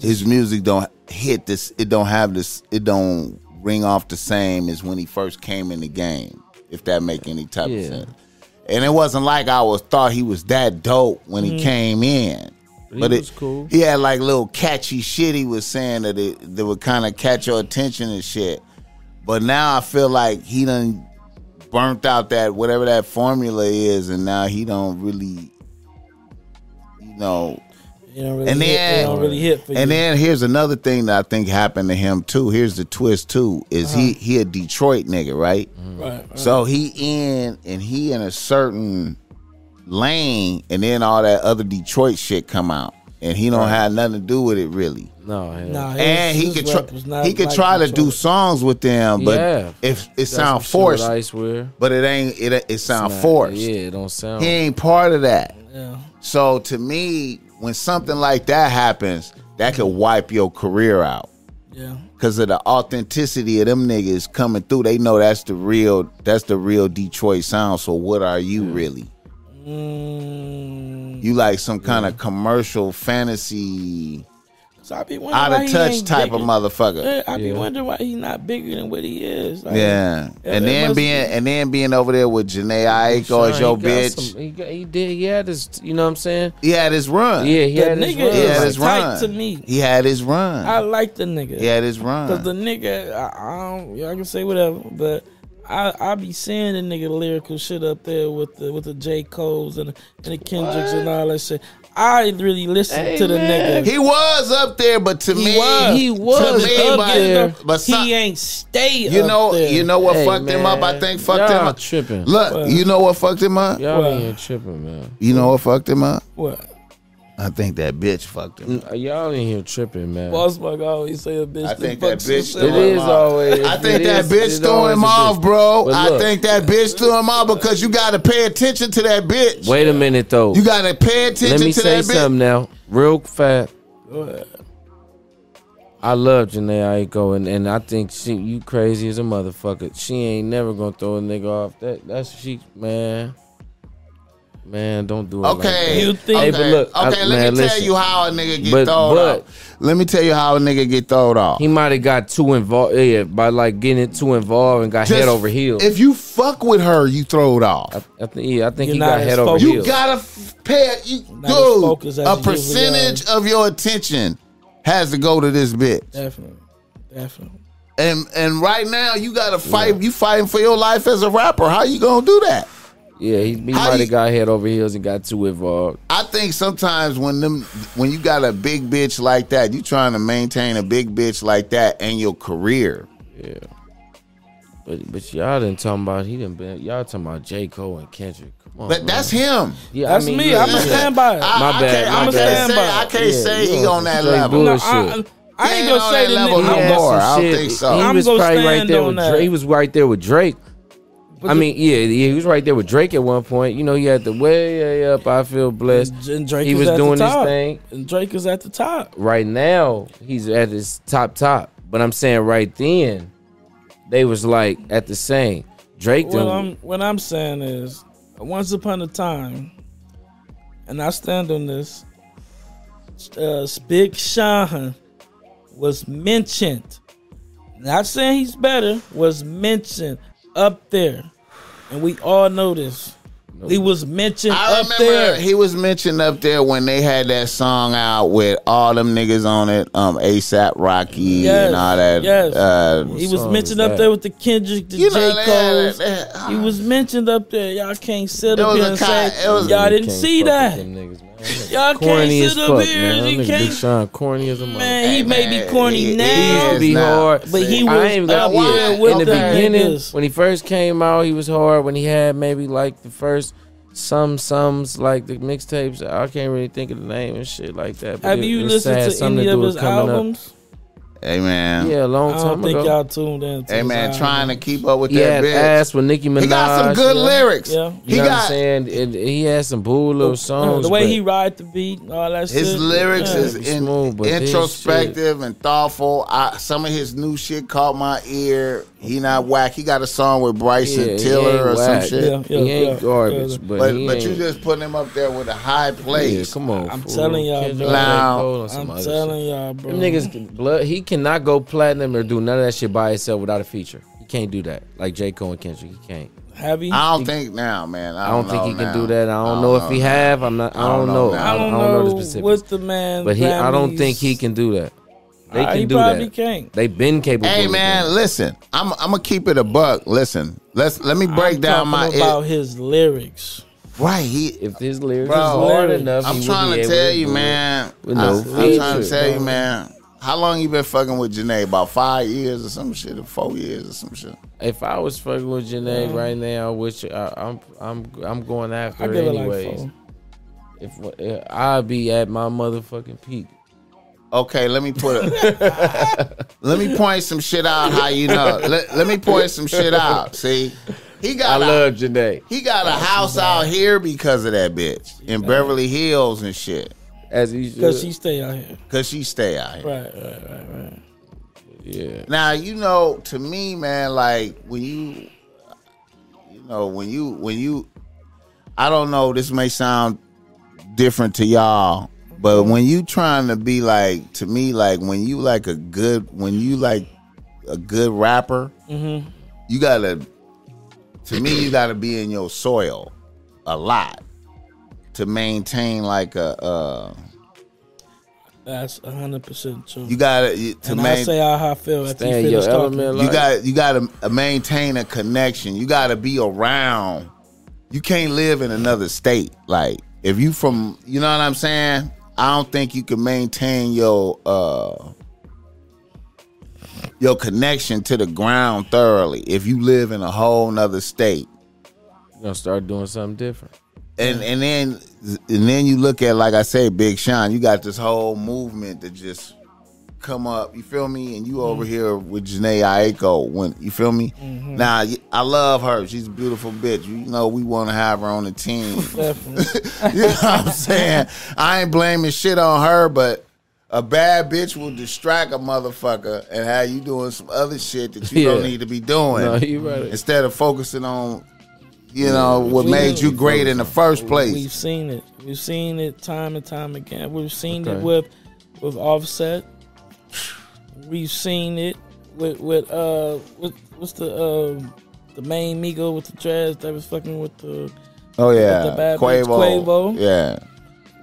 B: his music don't hit this. It don't have this. It don't ring off the same as when he first came in the game. If that make any type of
D: Yeah.
B: sense. And it wasn't like I was thought he was that dope when he came in.
D: Mm. he
B: But
D: was
B: it,
D: cool.
B: he had like little catchy shit he was saying that it that would kind of catch your attention and shit. But now I feel like he done burnt out that whatever that formula is, and now he don't really, you know.
A: You don't really
B: And
A: hit,
B: then-
A: it don't really hit for
B: And
A: you.
B: then here's another thing that I think happened to him too. Here's the twist too: is he
A: Uh-huh.
B: he a Detroit nigga, right?
A: right, right.
B: So he in and he in a certain lane, and then all that other Detroit shit come out, and he don't have nothing to do with it really.
D: No, hell.
A: Nah, his-
B: And he
A: his
B: could
A: rap
B: try,
A: was not
B: he could
A: like
B: try to do
A: Detroit.
B: songs with them, but
D: Yeah.
B: if it
D: That's
B: sound
D: some shit with
B: forced,
D: Ice wear.
B: but it ain't it it sound
D: Nah,
B: forced.
D: Yeah, it don't sound.
B: He ain't part of that.
A: Yeah.
B: So to me, when something like that happens, that could wipe your career out
A: Yeah.
B: because of the authenticity of them niggas coming through. They know that's the real that's the real Detroit sound. So what are you really?
A: Mm,
B: You like some kind of commercial fantasy
A: so I be wondering
B: out
A: why
B: of
A: he
B: touch
A: ain't
B: type of
A: bigger.
B: motherfucker.
A: Yeah, I be
D: Yeah.
A: wondering why he's not bigger than what he is. Like,
B: Yeah.
A: Yeah,
B: and
A: it
B: then
A: must-
B: being and then being over there with Janae Aiko as
D: Sean,
B: your
D: he got
B: bitch.
D: some- he, got, he did. He had his. You know what I'm saying?
B: he had his run.
D: Yeah, he
A: The
D: had his.
A: nigga
D: run.
B: He
A: Yeah,
B: had
A: like
B: his
A: tight
B: run.
A: to me.
B: He had his run.
A: I like the nigga.
B: he had his
A: Cause
B: run.
A: the nigga, I, I don't, y'all can say whatever, but I I be seeing the nigga lyrical shit up there with the with the J Cole's and the, and the Kendricks and all that shit. I really listen
D: Hey,
A: to the
D: man.
A: nigga.
B: he was up there, but to
A: He
B: me,
A: was,
D: he was
B: to me,
D: up
B: but,
D: there.
B: But some-
A: he ain't stay.
B: you
A: up
B: know,
A: there.
B: you know what
D: Hey,
B: fucked him up. I
D: man.
B: think fucked
D: Y'all
B: him up.
D: Tripping.
B: Look, you know what fucked him up.
D: Y'all
A: Well.
D: ain't tripping, man.
B: You know what fucked him up.
A: what?
B: I think that bitch fucked him. up.
D: Uh, Y'all in here tripping, man.
A: Boss Mug always say a bitch.
B: I
A: that
B: think that
A: fucks
B: bitch
A: herself.
D: It is always.
B: I think
D: it
B: that
D: is-
B: bitch
D: it
B: threw
D: always
B: him
D: a bitch.
B: off, bro.
D: But
B: I
D: look,
B: think that bitch threw him off because you got to pay attention to that bitch.
D: Wait a minute though.
B: You got to pay attention
D: Let me
B: to
D: say
B: that bitch.
D: something now, real fast.
A: Go ahead.
D: I love Janae Aiko, and, and I think she you crazy as a motherfucker. She ain't never gonna throw a nigga off. That that's she man. Man, don't do it. like
B: Okay.
D: that.
A: You think-
B: okay.
D: Hey, but look, I-
B: okay, let
D: man,
B: me tell
D: listen.
B: you how a nigga get
D: But-
B: thrown
D: but-
B: off. Let me tell you how a nigga get thrown off.
D: He might have got too involved yeah, by like getting it too involved and got
B: Just-
D: head over heels.
B: If you fuck with her, you throw it off.
D: I think yeah, I think
A: You're
D: he
A: not
D: got
A: as
D: head over
A: focused.
B: You
D: heels.
B: gotta f- pay, you,
A: as
B: dude.
A: focused as
B: A
A: you usually
B: percentage of your attention has to go to this bitch,
A: Definitely, definitely.
B: and and right now you gotta fight. You fighting for your life as a rapper. How you gonna do that?
D: yeah, he, he
B: How
D: might
B: you-
D: have got head over heels and got too involved.
B: I think sometimes when them when you got a big bitch like that, you trying to maintain a big bitch like that and your career.
D: But but y'all didn't talking about he didn't been y'all talking about J. Cole and Kendrick. Come on.
B: But that's him.
D: yeah,
A: That's me. I'm
D: yeah.
A: a stand by it.
B: I,
D: My
B: I
D: bad,
B: can't,
D: my
B: I can't
D: bad.
B: say I can't
D: Yeah,
B: say he
D: yeah,
B: on that
D: straight
B: level.
A: No,
D: bullshit.
A: I, I ain't
B: He ain't
A: gonna
B: on
A: say
B: that
A: the nigga.
B: level no
D: He
A: I'm
D: had
B: more.
A: going
D: some
B: I don't
D: shit-
B: think so.
D: He
A: I'm
D: was
A: gonna
D: probably right
A: stand
D: there
A: on
D: with
A: that.
D: Drake. He was right there with Drake.
A: But
D: I
A: the-
D: mean, yeah, yeah, he was right there with Drake at one point. You know, he had the way, way up. I feel blessed.
A: And Drake
D: he
A: is
D: was
A: at the
D: doing his
A: top.
D: thing.
A: And Drake is at the top.
D: Right now, he's at his top top. But I'm saying right then, they was like at the same. Drake
A: What
D: done-
A: I'm what I'm saying is, once upon a time, and I stand on this. Uh, Big Sean was mentioned. Not saying he's better. Was mentioned up there, and we all know this. He was mentioned
B: I
A: up
B: remember
A: there.
B: he was mentioned up there when they had that song out with all them niggas on it, um, ASAP Rocky
A: Yes,
B: and all that.
A: yes.
B: Uh,
A: He was
D: song
A: mentioned
D: is
A: up
D: that?
A: there with the Kendrick, the
B: You know,
A: J.
B: they had
A: Cole's.
B: that- that-
A: he was mentioned up there. Y'all can't sit
B: It
A: up
B: was
A: here
B: a
A: and
B: con-
A: say
B: it was-
A: y'all
D: You
A: didn't
D: can't
A: see
D: fuck with
A: that.
D: them niggas, man.
A: (laughs)
D: That
A: Y'all can't
D: Corny as
A: sit up
D: fuck,
A: here.
D: man. That
A: You
D: nigga Big
A: can't.
D: Sean, corny as a motherfucker.
A: Man, he may be corny
B: he- he
A: now,
B: is
D: used to be
B: now.
D: hard,
A: but he
D: I
A: was
D: ain't
A: up
D: got
B: why?
A: there
B: In
A: with
D: in the
A: them
D: beginning
A: niggas.
D: when he first came out he was hard when he had maybe like the first some sums like the mixtapes i can't really think of the name and shit like that but
A: Have
D: it-
A: you
D: it's
A: listened
D: sad.
A: to
D: Something
A: any
D: do
A: of
D: with
A: his
D: coming up.
A: albums?
B: Hey man.
D: Yeah, a long
A: I
D: time
A: don't think
D: ago.
A: y'all tuned in. to
B: Hey man,
A: his
B: trying to
A: album.
B: keep up with
D: he
B: that
D: had
B: bitch.
D: ass with Nicki Minaj.
B: He got some good
D: you know?
B: lyrics.
A: Yeah.
D: You
B: He
D: know what I'm
B: got
D: saying? And he had some bull little songs.
A: the way
D: but-
A: he ride the beat, and all that shit.
B: his lyrics
A: Yeah.
B: is
D: Be
B: in,
D: smooth, but this
B: introspective and thoughtful. I, some of his new shit caught my ear. He not whack. He got a song with Bryson
D: Yeah, he ain't
B: Tiller or
D: whack.
B: some shit.
A: Yeah.
D: he ain't garbage,
A: yeah.
D: but
B: But
D: he
B: but
D: ain't,
B: you just putting him up there with a high
D: yeah,
B: place.
D: come on.
A: I'm
D: fool.
A: telling y'all,
D: Kendrick,
A: bro.
D: J.
B: Loud.
D: Cole, and some
A: I'm
D: other
A: telling
D: shit.
A: y'all, bro.
D: Them niggas can- blood. He cannot go platinum or do none of that shit by himself without a feature. He can't do that. Like J Cole and Kendrick, he can't.
A: heavy.
B: I don't think now, man. I
D: I
B: don't,
D: don't, think
B: know
D: he can
B: now.
D: do that. I don't, know if he have. I'm not. I don't, know.
B: now.
A: I don't,
D: the
A: know,
D: specifics.
A: what the man.
D: But he, I don't
A: Grammys-
D: think he can do that. They
A: Uh,
D: can
A: he
D: do
A: probably
D: that.
A: can't.
D: They've been capable.
B: Hey
D: of
B: man,
D: doing
B: listen. I'm I'm gonna keep it a buck. Listen, let's let me break
A: I'm
B: down
A: talking
B: my
A: about his lyrics.
B: right. He
D: it. if his lyrics
B: Bro,
D: is hard
A: lyrics.
D: enough,
B: I'm
D: he
B: trying to
D: would be able
B: tell you,
D: do it.
B: man.
D: with
B: I,
D: no
B: am trying to
D: feature.
B: tell you, man. How long you been fucking with Janae? About five years or some shit, or four years or some shit.
D: If I was fucking with Janae right now, which I, I'm, I'm, I'm going after
A: I
D: her
A: give it like
D: anyways.
A: four.
D: if, if I'd be at my motherfucking peak,
B: Okay, let me put a,
D: (laughs)
B: let me point some shit out. How you know? Let, let me point some shit out. See, he
D: I
B: got a,
D: love Janae.
B: he got a house out here because of that bitch in Beverly Hills and shit.
D: As he
A: Because he
D: should.
A: stay out here.
B: Cause she stay out here.
A: Right, right, right, right.
D: Yeah.
B: Now you know, to me, man, like when you, you know, when you when you, I don't know. This may sound different to y'all, but when you trying to be like to me, like when you like a good when you like a good rapper,
A: Mm-hmm.
B: you gotta. To me, you gotta be in your soil a lot to maintain like a. Uh,
A: That's 100% true.
B: you gotta you- to
A: and I
B: maintain.
A: say how I feel after
D: Stay in
A: you
D: your
A: finish talking.
D: element.
B: you
D: Like-
B: got you got to maintain a connection. You got to be around. You can't live in another state. Like if you from, you know what I'm saying. I don't think you can maintain your uh your connection to the ground thoroughly if you live in a whole nother state.
D: You're gonna start doing something different.
B: And and then and then you look at like I say, Big Sean. You got this whole movement that just come up. You feel me? And
D: Mm-hmm.
B: you over here with Janae Aiko. When you feel me?
D: Mm-hmm.
B: Now y- I love her. She's a beautiful bitch. You know we want to have her on the team. (laughs)
A: Definitely.
B: you know what I'm saying? I ain't blaming shit on her, but. A bad bitch will distract a motherfucker and have you doing some other shit that you don't
D: Yeah.
B: need to be doing
D: No, you right.
B: instead of focusing on you know what
A: We-
B: made you great in the first place. (laughs)
A: We've seen it. We've seen it time and time again. We've seen
D: Okay.
A: it with with Offset. We've seen it with with uh with, what's the um the main Migo with the dreads that was fucking with the.
B: Oh
A: With the
B: yeah,
A: bad bitch
B: Quavo.
A: Quavo.
B: Yeah,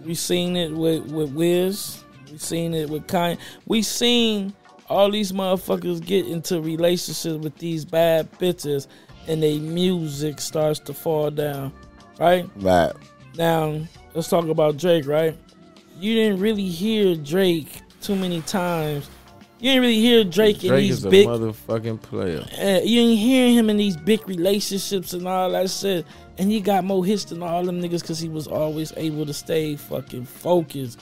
A: We've seen it with with Wiz. We've seen it with Kanye. we seen all these motherfuckers get into relationships with these bad bitches, and they music starts to fall down, right?
B: right.
A: Now, let's talk about Drake, right? You didn't really hear Drake too many times. You didn't really hear Drake, in
D: Drake
A: these
D: is a
A: big.
D: motherfucking player.
A: uh, you ain't hearing him in these big relationships and all that shit. And he got more hits than all them niggas because he was always able to stay fucking focused.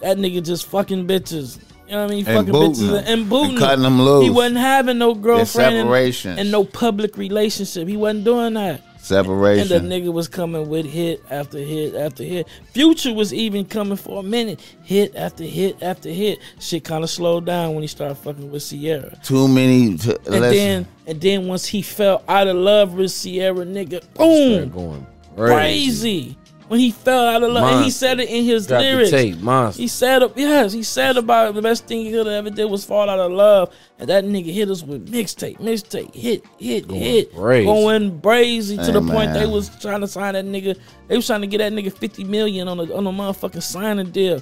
A: That nigga just fucking bitches. You know what I mean?
B: And
A: fucking
B: booting
A: bitches
B: them.
A: and, and booting
B: And cutting them loose.
A: He wasn't having no girlfriend and-
B: separations.
A: and no public relationship. He wasn't doing that. And the
B: Separation.
A: nigga was coming with hit after hit after hit. Future was even coming for a minute, hit after hit after hit. Shit kind of slowed down when he started fucking with Sierra.
B: Too many. T-
A: And
B: less-
A: then, and then once he fell out of love with Sierra, nigga,
D: They're
A: boom,
D: going crazy.
A: crazy. When he fell out of love, and he
D: Monster.
A: said it in his
D: Drop
A: lyrics.
D: the tape, monster.
A: He said, yes, he said about it, the best thing he could have ever did was fall out of love. And that nigga hit us with mixtape, mixtape, hit, hit, hit.
D: crazy.
A: Going brazy to the
B: Hey,
A: point they
B: man.
A: was trying to sign that nigga. They was trying to get that nigga 50 million on a, on a motherfucking signing deal.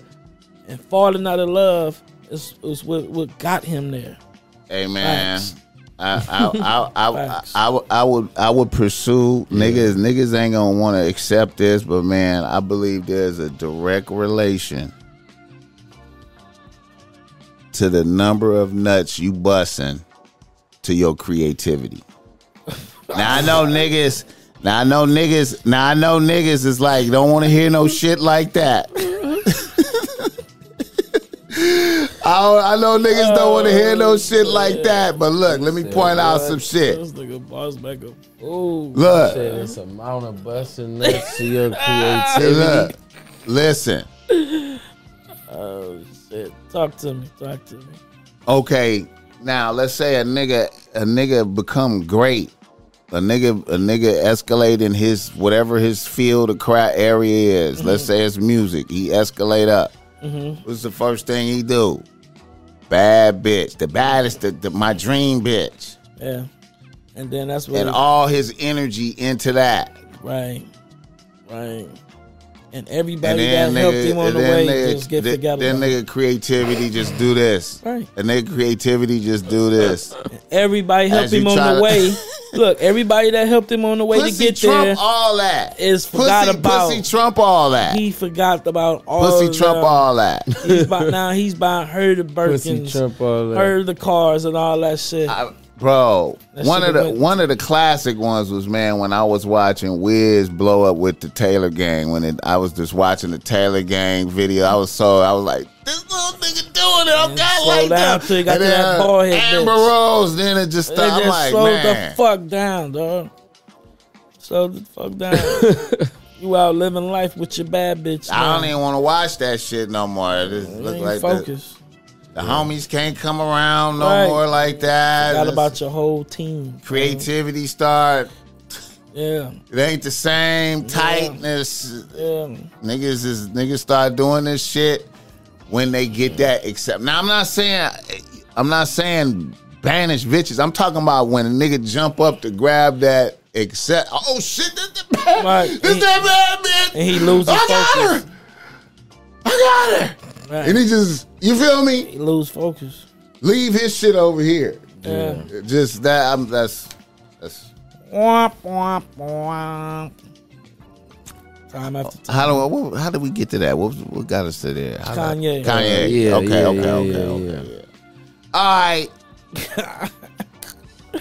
A: And falling out of love is, is what, what got him there.
B: Hey man,
A: Facts.
B: I I I I,
A: Facts.
B: I, I, would- I would I would pursue niggas. Niggas ain't gonna want to accept this, but man, I believe there's a direct relation to the number of nuts you busting to your creativity. now I know niggas. Now I know niggas. Now I know niggas is like don't want to hear no shit like that. (laughs) I, know niggas don't want to hear no shit like that, but look, let me point out some shit.
A: This nigga boss back up. Oh,
B: Look.
D: Shit, it's a amount of busting nuts
A: (laughs)
D: to your creativity.
B: Look, listen.
A: oh shit! Talk to me. Talk to me.
B: Okay, now let's say a nigga a nigga become great. A nigga a nigga escalate in his whatever his field or cry area is.
A: Mm-hmm.
B: Let's say it's music. He escalate up. What's the first thing he do? Bad bitch. The baddest the, the, my dream bitch.
A: Yeah, and then that's what.
B: And all his energy into that.
A: right, right. And everybody
B: And then
A: that helped
B: nigga,
A: him on
B: and
A: the way
B: then nigga,
A: just get
B: then-
A: forgotten.
B: then
A: about.
B: nigga creativity just do this.
A: Right.
B: And nigga creativity just do this.
A: Everybody helped
B: As you
A: him on the
B: try to- (laughs)
A: way. Look, everybody that helped him on the way to
B: Pussy
A: get
B: Trump
A: there,
B: all that
A: is
B: pussy,
A: forgot about.
B: Pussy Trump all that.
A: he forgot about all.
B: pussy
A: of
B: Trump
A: them.
B: all that.
A: (laughs)
B: (laughs)
A: He's by, now he's buying her the
D: Pussy
A: Birkins,
D: Trump all that.
A: her the cars, and all that shit.
B: I- bro,
A: That
B: one of
A: shit
B: the
A: went-
B: one of the classic ones was man when I was watching Wiz blow up with the Taylor Gang. When it, I was just watching the Taylor Gang video, I was so I was like. This little nigga doing it. I'm
A: Man,
B: not
A: slow down
B: like that.
A: till you got
B: And
A: to that
B: then uh,
A: bald head
B: Amber
A: bitch.
B: Rose. Then it just.
A: They just
B: Started, I'm like,
A: slow
B: man.
A: the fuck down, dog. Slow the fuck down.
D: (laughs)
A: you out living life with your bad bitch.
B: I don't
A: man.
B: even want to watch that shit no more. It just
A: You
B: look
A: ain't
B: like the,
A: focused.
B: the homies can't come around no
A: Right.
B: more like that.
A: Forgot
B: It's-
A: about your whole team.
B: creativity start.
A: Yeah,
B: It ain't the same tightness.
A: yeah.
B: Niggas is niggas start doing this shit when they get that accept. Now I'm not saying I'm not saying banish bitches. I'm talking about when a nigga jump up to grab that accept. Oh shit! This the bad.
A: Right.
B: This
A: And-
B: that bad bitch.
A: and he loses
B: I got
A: focus.
B: her. I got her.
A: Right.
B: And he just you feel me?
A: He lose focus.
B: Leave his shit over here.
A: Yeah.
B: Just that. I'm that's that's.
A: Womp, womp, womp. Time after time.
B: How do I, what, how did we get to that? What, what got us to there? How
A: Kanye.
B: did- Kanye.
D: Yeah,
B: okay,
D: yeah,
B: okay,
D: yeah,
B: okay,
D: yeah,
B: okay. All right.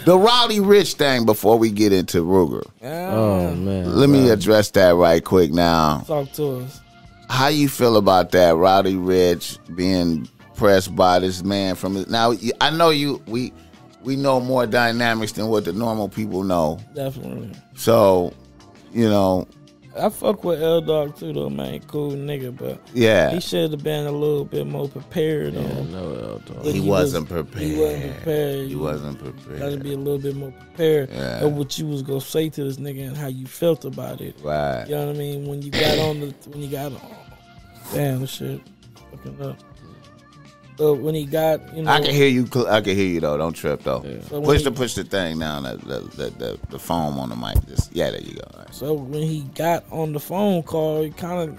A: (laughs)
B: the Rowdy Rich thing before we get into Ruger.
A: Yeah.
D: Oh man.
B: Let me address that right quick now.
A: Talk to us.
B: How you feel about that Rowdy Rich being pressed by this man from his, now you- I know you we we know more dynamics than what the normal people know.
A: Definitely.
B: So, you know,
A: I fuck with L Dog too though, man. Cool nigga, but
B: yeah.
A: he should have been a little bit more prepared
B: uh,
A: on
D: No, L dog.
A: But
B: He,
A: he
B: wasn't
A: was-
B: prepared.
A: he wasn't prepared.
B: He
A: You
B: wasn't
A: Gotta
B: prepared.
A: be a little bit more prepared
B: Yeah.
A: of what you was gonna say to this nigga and how you felt about it.
B: Right.
A: You know what I mean? When you got on the when you got on Damn this shit. Fucking up. So when he got you know
B: I can hear you. cl- I can hear you though. Don't trip though.
A: So when
B: Push
A: he-
B: the push the thing down. The the, the, the the foam on the mic. Just yeah. There you go. All right.
A: so when he got on the phone call, he kinda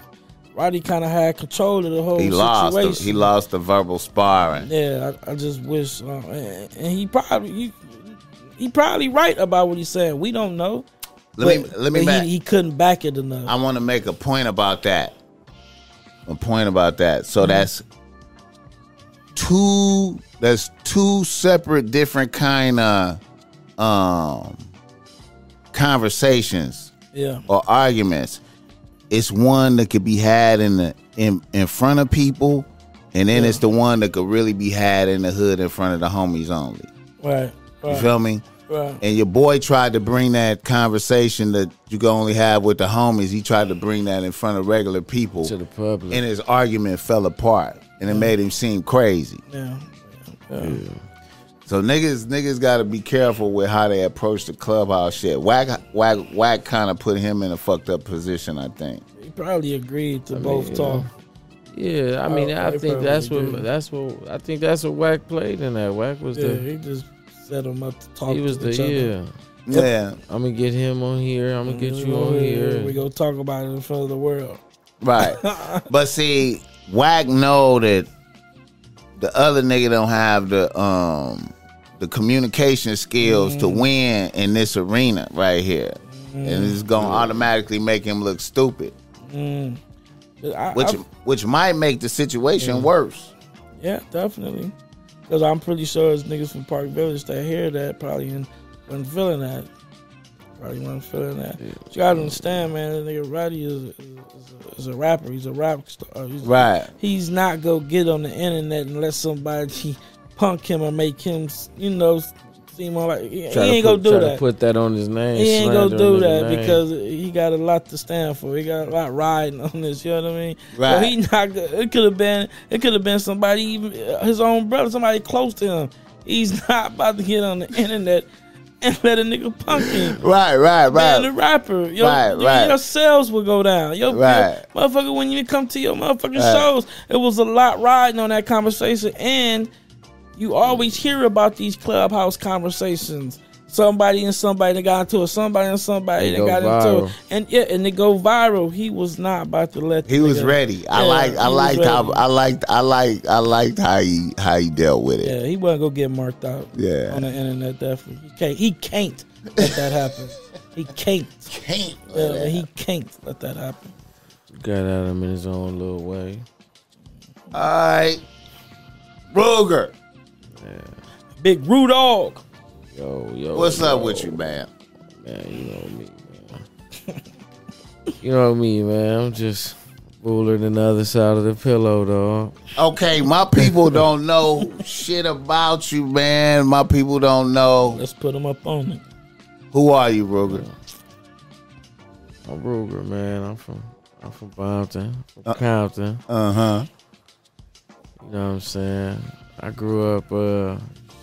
A: Roddy kinda had control of the whole
B: He
A: situation.
B: lost. The, he lost the verbal sparring.
A: Yeah, I, I just wish, uh, and, and he probably he, he probably right about what he's saying. We don't know. but-
B: Let me let me
A: but
B: back.
A: He, he couldn't back it enough.
B: I want to make a point about that. A point about that.
A: Mm-hmm.
B: So that's two. That's two separate, different kind of um conversations.
A: yeah,
B: or arguments. It's one that could be had in the in in front of people, and then it's the one that could really be had in the hood in front of the homies only.
A: right,
B: You
A: right,
B: feel me?
A: right.
B: And your boy tried to bring that conversation that you can only have with the homies. He tried to bring that in front of regular people,
D: To the public.
B: and his argument fell apart, and it made him seem crazy.
A: yeah,
B: So niggas, niggas got to be careful with how they approach the clubhouse shit. Whack, whack, whack, kind of put him in a fucked up position. I think.
A: he probably agreed to
D: mean,
A: both
D: you
A: talk.
D: know. Yeah, I mean,
A: Oh,
D: I
A: they
D: think that's what
A: probably do.
D: that's what I think that's what Wack played in that. Wack was
A: Yeah, he just set him up to
D: the
A: talk.
D: he was
A: to
D: the
A: each other. Mm-hmm.
D: yeah.
B: Yeah.
D: I'm gonna get him on here. I'm gonna get you on
A: We
D: here.
A: go talk about it in front of the world. (laughs)
B: Right. but see, Wack know that the other nigga don't have the um the communication skills
A: Mm-hmm.
B: to win in this arena right here. And it's gonna automatically make him look stupid.
A: I,
B: Which
A: I-
B: which might make the situation worse.
A: yeah, definitely. Because I'm pretty sure it's niggas from Park Village that hear that probably and wasn't feeling that. Probably wasn't feeling that. But you gotta understand, man. That nigga Roddy is, is a, is a rapper. He's a rap star. He's,
B: Right.
A: He's not go get on the internet unless somebody (laughs) punk him or make him, you know, seem all like he, he
D: Try to
A: ain't
D: put-
A: gonna do
D: try to
A: that.
D: put that on his name.
A: He ain't gonna
D: slander on
A: do
D: his
A: that
D: name.
A: because he got a lot to stand for. He got a lot riding on this. You know what I mean?
B: Right.
A: So he not. go- It could have been. It could have been somebody, even uh, his own brother, somebody close to him. He's (laughs) not about to get on the internet and let a nigga punk him.
B: Right, right, right.
A: Man, the rapper, your,
B: Right,
A: your-
B: right.
A: your sales will go down. Your, your
B: Right.
A: motherfucker, when you come to your motherfucking
B: Right.
A: shows, it was a lot riding on that conversation, and you always hear about these clubhouse conversations. Somebody and somebody that got into it. Somebody and somebody
D: It
A: that
D: go
A: got into
D: viral.
A: it, and yeah, and they go viral. He was not about to let.
B: He
A: the
B: was
A: nigga-
B: ready. I
A: Yeah,
B: like.
A: he
B: I
A: was
B: liked how.
A: ready.
B: I liked. I liked. I liked how he how he dealt with it.
A: Yeah, he wasn't gonna get marked out.
B: Yeah.
A: on the internet definitely. He can't. He can't let that happen. He
B: (laughs)
A: can't.
B: Can't
A: Yeah,
B: let it
A: he can't let that happen.
D: got out of him in his own little way.
B: happen. All right, Ruger.
A: Big Rudog.
D: Yo, yo.
B: What's
D: yo,
B: up with you, man?
D: man? You know me, man. (laughs) you know me, man. I'm just ruler than the other side of the pillow, dog.
B: Okay, my people don't know shit about you, man. My people don't know
A: Let's put him up on it.
B: who are you, Ruger.
D: I'm Ruger, man. I'm from I'm from Compton, from Compton.
B: Uh
D: Uh-huh.
B: huh.
D: You know what I'm saying? I grew up. uh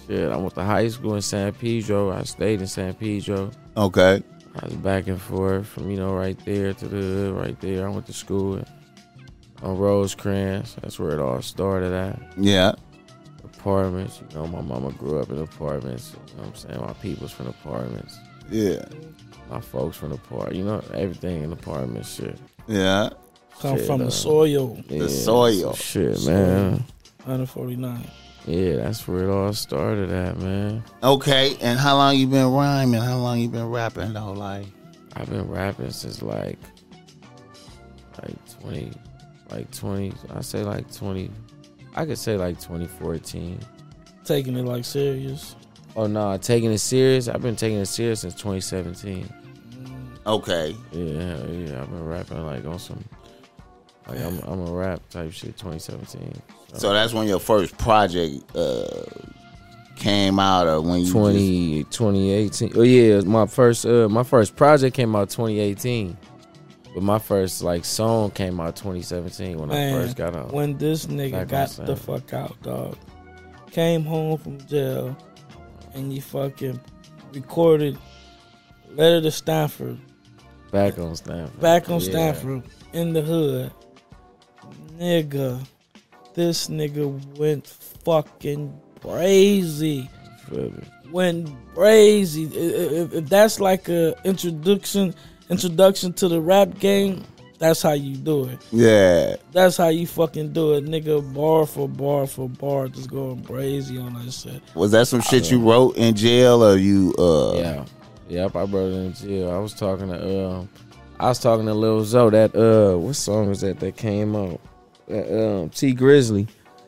D: Shit, I went to high school in San Pedro. I stayed in San Pedro.
B: Okay.
D: I was back and forth from you know right there to the hood, right there. I went to school on Rosecrans. That's where it all started at.
B: Yeah.
D: Apartments, you know, my mama grew up in apartments. You know what I'm saying? My people's from apartments.
B: Yeah.
D: My folks from apart. You know, everything in apartments, shit.
B: Yeah.
A: Come
D: Shit,
A: from
D: uh,
A: the soil,
D: Yeah,
B: soil.
D: so Shit, man.
A: 149.
D: Yeah, that's where it all started at, man.
B: Okay. And how long you been rhyming? How long you been rapping the whole life?
D: I've been rapping since like like 20 like 20 I say like 20 I could say like 2014.
A: Taking it like serious.
D: Oh no, taking it serious. I've been taking it serious since 2017.
B: Okay.
D: Yeah, hell yeah, I've been rapping like on some like I'm I'm a rap type shit 2017.
B: So that's when your first project uh, came out, or when you 20.
D: 20 2018. Oh yeah, my first uh my first project came out 2018. But my first like song came out 2017 when I
A: Man,
D: first got out.
A: when this nigga
D: Like I
A: got
D: said.
A: the fuck out, dog. Came home from jail and you fucking recorded Letter to Stanford,
D: back on Stanford.
A: back on
D: Yeah.
A: Stanford, in the hood. Nigga, this nigga went fucking crazy.
D: Feel me?
A: went crazy. If, if- if that's like a introduction introduction to the rap game, that's how you do it.
B: yeah,
A: That's how you fucking do it, nigga. Bar for bar for bar, just going crazy on that shit.
B: was that some shit you wrote in jail, or you? Uh,
D: Uh-huh. Yeah. Yep, I brought it in jail. I was talking to um I was talking to Lil Zo that uh what song was that that came out? Uh, um T Grizzly.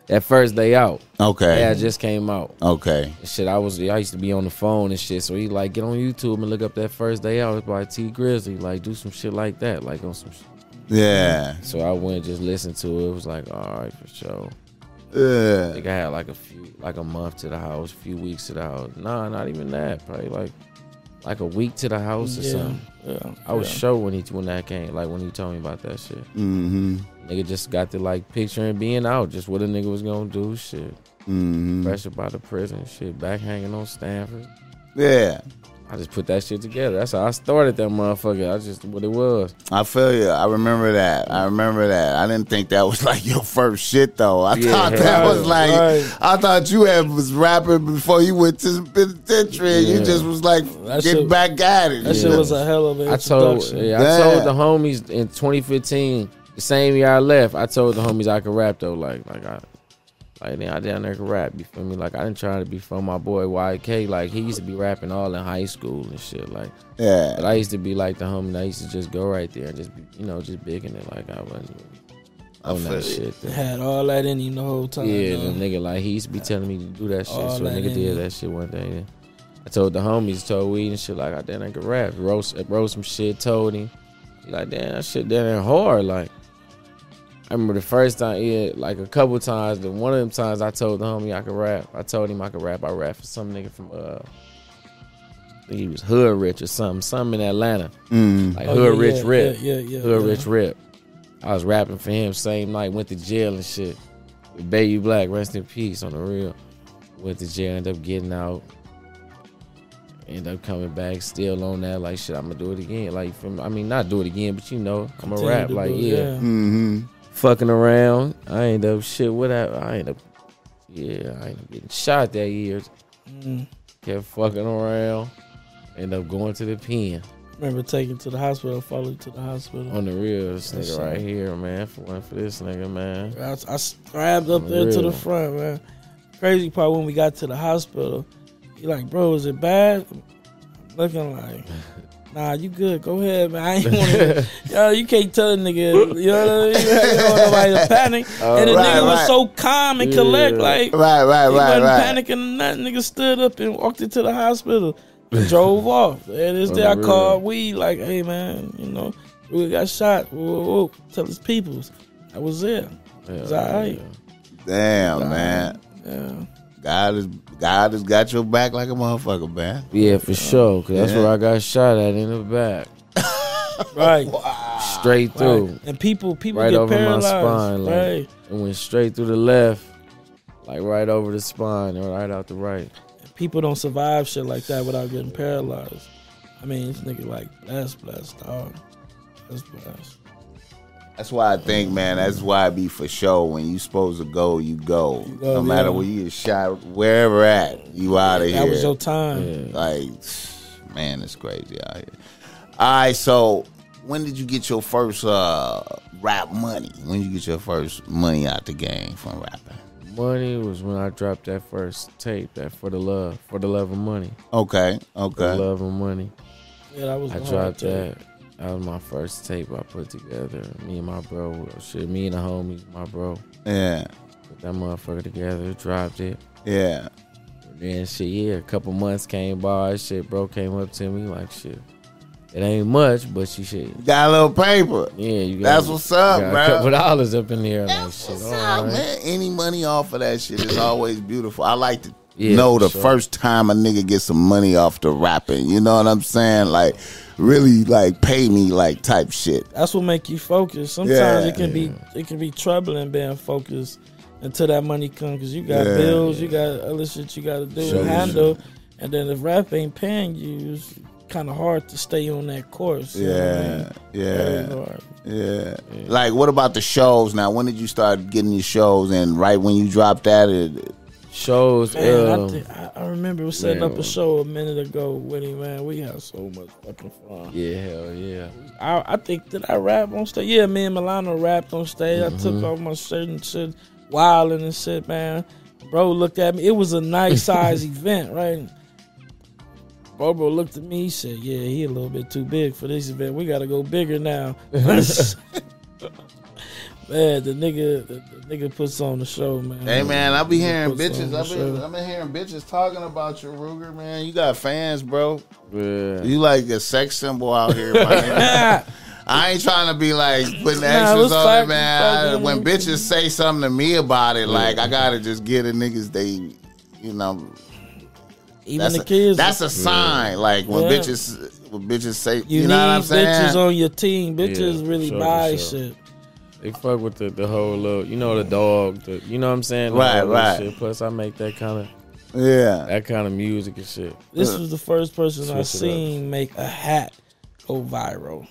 D: That first day out.
B: Okay.
D: Yeah, it just came out.
B: okay.
D: And Shit, I was I used to be on the phone and shit. So he like get on YouTube and look up that first day out by T Grizzly. Like do some shit like that. Like on some. Shit.
B: Yeah.
D: So I went and just listened to it. It was like all right for sure. I
B: Yeah.
D: think I had like a few, like a month to the house, a few weeks to the house. Nah, not even that. Probably like, like a week to the house or
A: Yeah,
D: something.
A: yeah.
D: I was
A: yeah.
D: sure when he when that came, like when he told me about that shit.
B: Mm-hmm.
D: Nigga just got to like picturing being out, just what a nigga was gonna do, shit.
B: Mm-hmm.
D: Pressure by the prison, shit. Back hanging on Stanford.
B: Yeah.
D: I just put that shit together. That's how I started that motherfucker. I just what it was.
B: I feel you. I remember that. I remember that. I didn't think that was (laughs) like your first shit though. I
D: Yeah,
B: thought that
D: right,
B: was like
A: right.
B: I thought you had was rapping before you went to the penitentiary. and You
D: Yeah.
B: just was like
A: That
B: get
A: shit-
B: back at it.
A: That
B: you
A: shit
B: know?
A: was a hell of an
D: I told
A: introduction.
D: yeah,
B: Yeah.
D: I told the homies in 2015, the same year I left, I told the homies I could rap though. Like like I like then I down there could rap, you feel me? Like I didn't try to be from my boy YK. Like he used to be rapping all in high school and shit. Like but
B: yeah.
D: I used to be like the homie that used to just go right there and just be, you know, just bigging it like I wasn't on
B: feel
D: that
B: you.
D: shit. though.
A: Had all that in him the whole time.
D: Yeah, the
A: dog.
D: nigga like he used to be telling me to do that shit.
A: All
D: so a
A: that in
D: nigga did
A: you.
D: that shit one day. Then I told the homies, told weed and shit like I didn't I could rap. Wrote, wrote some shit, told him. You like, damn, that shit that ain't hard. Like, I remember the first time, yeah, like a couple times. The one of them times I told the homie I could rap. I told him I could rap. I rap for some nigga from uh, I think he was hood rich or something, something in Atlanta, like
A: Oh,
D: hood
A: yeah,
D: rich
A: yeah,
D: rip,
A: yeah, yeah, yeah,
D: hood
A: yeah.
D: rich rip. I was rapping for him same night. Went to jail and shit. Baby Black, rest in peace on the real. Went to jail, ended up getting out. End up coming back, still on that. Like shit, I'm gonna do it again. Like, you feel me? I mean, not do it again, but you know, I'm a
A: Continue
D: rap.
A: to
D: Like,
A: do it,
D: yeah,
B: Mm-hmm.
D: fucking around. I ain't up shit. What I, I ain't up. Yeah, I ain't getting shot that year.
A: Mm.
D: Kept fucking around. End up going to the pen.
A: Remember taking to the hospital, followed to the hospital.
D: On the real, this nigga
A: That's
D: right
A: right.
D: here, man. For one for this nigga, man.
B: Oh.
A: I, I strapped up there to
D: Unreal.
A: the front, man. Crazy part when we got to the hospital, he like, bro, is it bad? I'm looking
B: (laughs)
A: like, nah, you good. Go ahead, man. I ain't want to. yo, you can't tell a nigga. You know what I mean? You don't want nobody to
B: (laughs)
A: panic. and the
B: Oh, right,
A: nigga was
B: right.
A: so calm and collect,
D: Yeah.
A: like
B: Right, right,
A: he
B: right,
A: wasn't
B: right.
A: panicking or nothing. Nigga stood up and walked into the hospital. and
D: (laughs)
A: drove off. And this day I
D: Unreal.
A: called we like, hey man, you know, we got shot. Whoa, whoa, whoa. tell his peoples. That was it.
D: Yeah,
A: It's all right.
B: Damn, man.
A: Yeah.
B: God is God has got your back like a motherfucker, man.
D: Yeah, for sure. Cause that's
B: Yeah.
D: where I got shot at in the back,
A: Right. Ah,
D: straight through.
A: Right. And people people
D: Oh, right
A: get
D: over
A: paralyzed.
D: my spine, like,
A: right.
D: and went straight through the left, like right over the spine, or right out the right.
A: People don't survive shit like that without getting paralyzed. I mean, this nigga like that's blessed, dog. That's blessed.
B: That's why I think, man. That's why I be for sure. When you supposed to go, you go.
A: go,
B: no matter
A: yeah.
B: where you get shot, wherever at, you out of
A: That
B: here.
A: was your time.
B: like, man, it's crazy out here. All right, so when did you get your first uh, rap money? When did you get your first money out the game from rapping?
D: Money was when I dropped that first tape, that for the love, for the love of money,
B: Okay,
D: for the
B: okay.
D: love of money.
A: Yeah, that was
D: I
A: the hard
D: dropped
A: time.
D: that. That was my first tape I put together. Me and my bro, shit, me and the homies, my bro,
B: Yeah,
D: put that motherfucker together, dropped it.
B: yeah.
D: Then shit, yeah, a couple months came by. Shit, bro came up to me like, shit, it ain't much, but she shit,
B: Got a little paper.
D: yeah, you got
B: That's what's up,
D: you got
B: bro.
D: A couple dollars up in here. Like,
B: That's
D: shit,
B: what's
D: all
B: up,
D: right.
B: man. Any money off of that shit
D: (coughs)
B: is always beautiful. I like to
D: Yeah,
B: know the
D: for sure.
B: first time a nigga gets some money off the rapping. You know what I'm saying? Like, really, like pay me, like type shit.
A: that's what make you focus. Sometimes
B: Yeah.
A: it can be it can be troubling being focused until that money comes because you got
B: Yeah.
A: bills, you got other shit you got to do
B: Sure,
A: and handle, and then if rap ain't paying you, it's kind of hard to stay on that course. you know what I mean?
B: Yeah,
A: Very
B: yeah,
A: hard.
B: yeah. Like, what about the shows now? When did you start getting your shows? And right when you dropped that, it,
D: Shows,
A: Man, I,
D: um,
A: think, I, I remember setting up a
D: man.
A: show a minute ago with him, man. We had so much fucking fun.
D: yeah, hell yeah.
A: I, I think did I rap on stage? Yeah, me and Milano rapped on stage. I
D: Mm-hmm.
A: took off my shirt and shit, wilding and shit, man. Bro looked at me. It was a
D: (laughs)
A: nice size event, right? Bro, bro looked at me. He said, "Yeah, he a little bit too big for this event. We gotta go bigger
D: (laughs)
A: now." (laughs) man, the nigga, the, the nigga puts on the show, man.
B: hey man, I be hearing
A: Puts on
B: bitches.
A: the
B: I been,
A: show.
B: I been hearing bitches talking about your Ruger, man. You got fans, bro.
D: Yeah.
B: You like a sex symbol out here, man.
A: (laughs) Ah,
B: I ain't trying to be like putting
A: Nah,
B: extras
A: let's
B: on it,
A: fuck-
B: man.
A: fuck
B: I-
A: it.
B: when bitches say something to me about it, like I gotta just get the niggas they, you know,
A: even
B: that's
A: the
B: a,
A: kids.
B: that's a sign. Like when
A: Yeah.
B: bitches, when bitches say, you,
A: you,
B: know what
A: need
B: I'm saying?
A: bitches on your team. Bitches
D: Yeah,
A: really
D: sure,
A: buy
D: sure.
A: shit.
D: They fuck with the, the whole little, you know, the dog, the, you know what I'm saying? The
B: Right,
D: whole little
B: right.
D: Shit. Plus, I make that kind of
B: yeah,
D: that kind of music and shit.
A: This was the first person I
D: Switch it up.
A: seen make a hat go viral.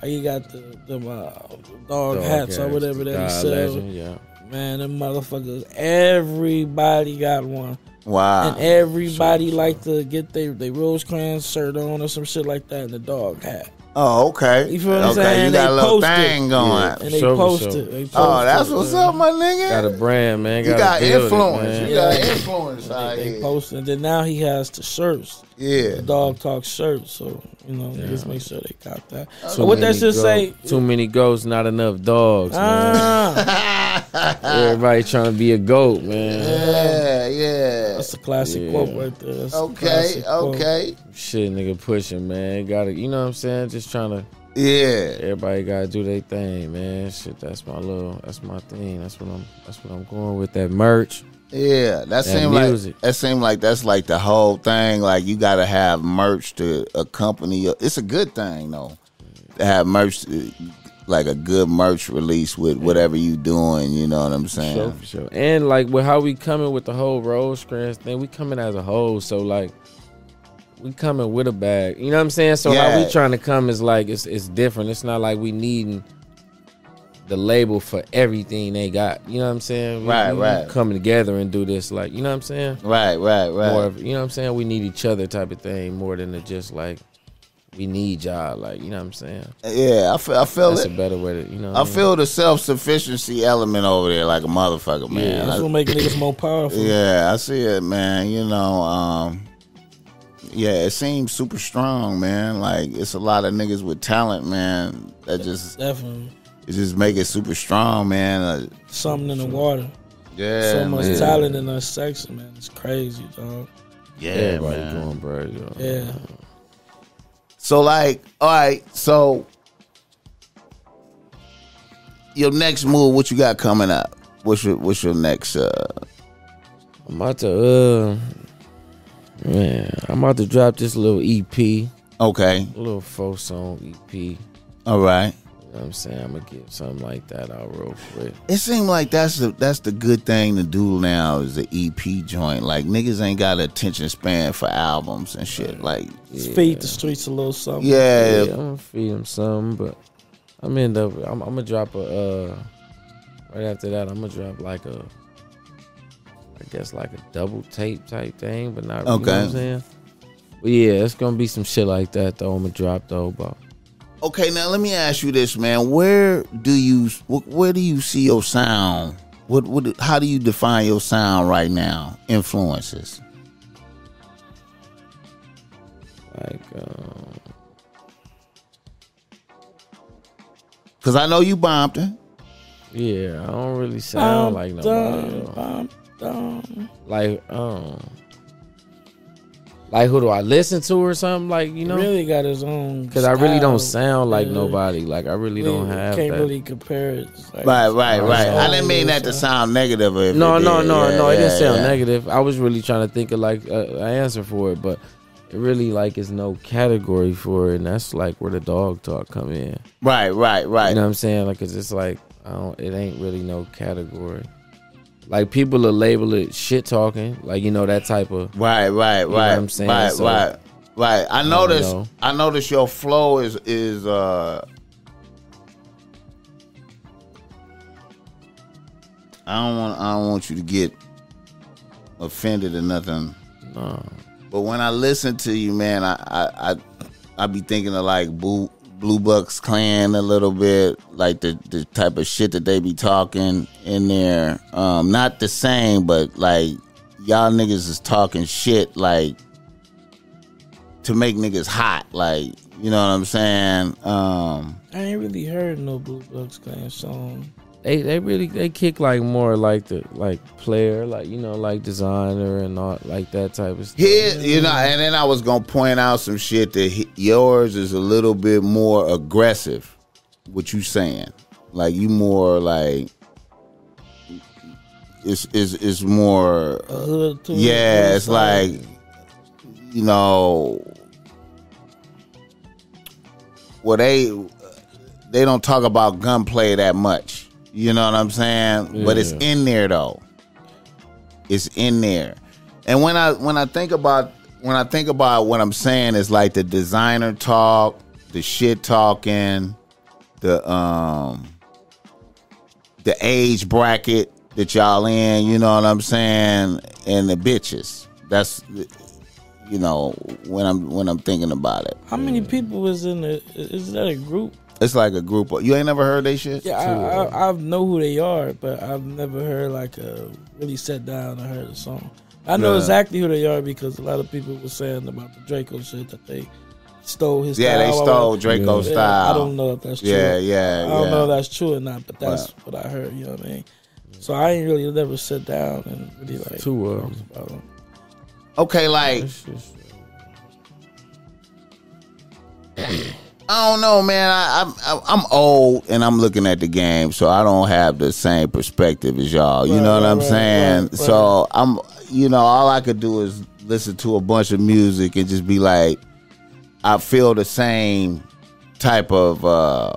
A: Like he got the them uh, dog,
D: Dog
A: hats or
D: ass,
A: whatever
D: the
A: that
D: God
A: he sell.
D: legend, yeah.
A: Man, them motherfuckers. Everybody got one,
B: wow,
D: Ah,
A: and everybody like to get their they Rosecrans shirt on or some shit like that, and the dog hat.
B: oh okay,
A: You feel what I'm
B: okay,
A: saying?
B: you got
A: They
B: a little
A: post it.
B: thing going.
A: And they
D: Sure,
A: post
D: sure.
A: it. They post
B: Oh, that's
A: it,
B: what's
A: man.
B: up, my
D: Got a
B: nigga.
D: brand, man.
B: You got
D: build it,
B: influence.
D: man.
B: you got influence out
A: They
B: here.
A: post it. And then now he has the shirts.
B: Yeah,
A: The dog talk shirts. So, you know, just make sure they got that.
D: Too
A: So what that
D: many
A: should
D: goats-
A: say
D: Too many goats, not enough dogs, man.
A: Ah,
D: Everybody trying to be a goat, man.
B: yeah, yeah.
A: that's a classic
D: Yeah.
A: quote right there. That's a
B: Okay,
A: classic quote.
B: okay.
D: Shit, nigga, pushing, man. Got to, you know what I'm saying? Just trying to
B: Yeah.
D: Everybody gotta do their thing, man. Shit, that's my little, that's my thing. That's what I'm, that's what I'm going with. That merch,
B: Yeah. That, seemed
D: music.
B: like that seemed like that's like the whole thing. Like you gotta have merch to accompany your it's a good thing though. To have merch uh, like a good merch release with whatever you doing, you know what I'm saying?
D: sure, for sure. And like with how we coming with the whole road screen thing, we coming as a whole. So like, we coming with a bag. You know what I'm saying? So how
B: Yeah.
D: we trying to come is like it's it's different. It's not like we needing the label for everything they got. You know what I'm saying? We-
B: Right,
D: we
B: right.
D: Coming together and do this, like you know what I'm saying?
B: Right, right, right.
D: more of you know what I'm saying. We need each other type of thing more than it just like we need y'all. Like you know what I'm saying.
B: yeah, I feel I feel
D: That's a
B: it.
D: better way to you know. what
B: I
D: I
A: Mm-hmm.
D: mean?
B: feel the self sufficiency element over there like a motherfucker, man.
A: That's
B: I-
A: what make niggas more powerful.
B: Yeah, I see it, man. You know, um, yeah, it seems super strong, man. Like it's a lot of niggas with talent, man. That just
A: Definitely.
B: it just make it super strong, man. Uh,
A: Something in the water.
B: yeah,
A: So much
B: man.
A: talent in our section, man. It's crazy, dog.
B: Yeah,
D: Everybody
B: man.
D: going, bro. You know.
A: Yeah.
B: So like, all right, so your next move, what you got coming up? What's your what's your next? uh
D: I'm about to uh, man. I'm about to drop this little EP,
B: Okay,
D: little four song EP. You
B: all right.
D: know what I'm saying I'm gonna get something like that out real quick.
B: It seemed like that's the that's the good thing to do now is the EP joint. Like niggas ain't got attention span for albums and shit. Like
A: Let's Feed the streets a little something.
B: yeah,
D: Yeah, I'm gonna feed him some, but I'm end up. I'm, I'm gonna drop a. Uh, right after that, I'm gonna drop like a. I guess like a double tape type thing, but not. You know
B: Okay.
D: what I'm saying. But yeah, it's gonna be some shit like that though. I'm gonna drop though, but
B: Okay, now let me ask you this, man. Where do you wh- where do you see your sound? What what how do you define your sound right now? Influences.
D: like um,
B: Cuz I know you bombed it.
D: yeah, I don't really
A: Bum,
D: sound like nobody.
A: dum,
D: else.
A: bum, dum.
D: Like um, like who do I listen to or something? Like you know.
A: Really got his own.
D: Cause I really don't
A: style.
D: sound like
A: Yeah.
D: nobody. Like I really
A: We
D: don't have
A: Can't
D: that.
A: really compare it. It's like-
B: Right, right, right. I didn't
A: Oh,
B: mean that to
A: so-
B: sound negative. or if
D: No,
B: it
D: no,
B: did.
D: no,
B: Yeah,
D: no. It
B: yeah,
D: didn't sound
B: yeah.
D: negative. I was really trying to think of like a, a answer for it, but it really like is no category for it, and that's like where the dog talk come in.
B: Right, right, right.
D: You know what I'm saying? Like, cause it's like I don't. It ain't really no category. Like people will label it shit talking, like you know that type of.
B: Right, right, right.
D: know what I'm saying?
B: Right,
D: So-
B: right, right. I
D: don't
B: notice.
D: know.
B: I notice your flow is is uh. I don't want. I don't want you to get offended or nothing.
D: No,
B: But when I listen to you, man, I I I, I be thinking of like Boo, Blue Bucks Clan a little bit, like the the type of shit that they be talking in there. Um, not the same, but like y'all niggas is talking shit like to make niggas hot, like you know what I'm saying. Um,
A: I ain't really heard no Blue Bucks Clan song.
D: they they really they kick like more like the like player, like you know like designer and all like that type of stuff.
B: Here, you know, and then I was gonna point out some shit that he, yours is a little bit more aggressive. What you saying? Like you more like it's it's it's more
A: A hood to it.
B: yeah. It's like you know, well they they don't talk about gunplay that much. You know what I'm saying? But it's
D: Yeah.
B: in there though. It's in there. And when I when I think about when I think about what I'm saying is like the designer talk, the shit talking, the um the age bracket that y'all in, you know what I'm saying, and the bitches. That's you know when I'm when I'm thinking about it.
A: How many people is in the? Is that a group?
B: It's like a group. Of, you ain't never heard they shit.
A: Yeah, I, I, I
B: uh,
A: know who they are, but I've never heard like a really sat down and heard a song. I know
B: Yeah.
A: exactly who they are because a lot of people were saying about the Draco shit that they stole his.
B: Yeah, they
A: style.
B: stole
A: Yeah,
B: Draco
A: I
B: style.
A: don't know if that's true.
B: Yeah, yeah,
A: I don't
B: yeah.
A: know if that's true or not, but that's
B: Right.
A: what I heard. You know what I mean? So I ain't really never sit down and really like
D: Two
B: uh,
D: of 'em.
A: about 'em.
B: Okay, like
D: It's just-
B: I I don't know, man. I, I'm- I'm I'm old and I'm looking at the game, so I don't have the same perspective as y'all. You
A: Right,
B: know what
A: right,
B: I'm
A: right,
B: saying?
A: right, right.
B: So I'm, you know, all I could do is listen to a bunch of music and just be like, I feel the same type of uh,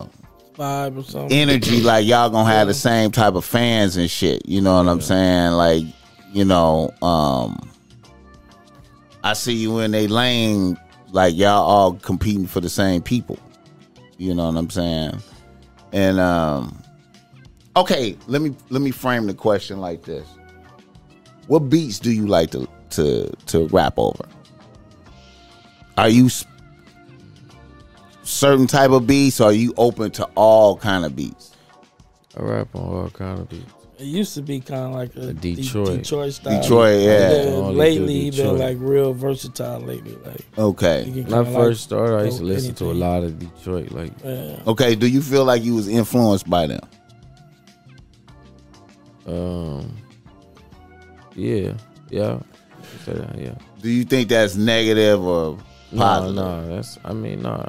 A: Vibe or something.
B: energy. Like y'all gonna have the same type of fans and shit. You know what I'm saying? Like, you know, um, I see you in a lane. Like y'all all competing for the same people. You know what I'm saying? And um okay, let me let me frame the question like this. What beats do you like to to to rap over? Are you s- certain type of beats or are you open to all kind of beats?
D: I rap on all kind of beats.
A: It used to be kind of like a De-
D: Detroit.
A: Detroit style.
B: Detroit, yeah.
D: Only do
A: lately, he been
D: Detroit.
A: like real versatile lately. Like
B: Okay.
A: you can
D: When I
A: kinda, like,
D: first started, I used to
A: do
D: listen to a
A: anything.
D: lot of Detroit. Like
A: Yeah.
B: Okay, do you feel like you was influenced by them?
D: Um, yeah, yeah, say that, yeah.
B: Do you think that's negative or
D: No,
B: positive?
D: no, that's. I mean, nah.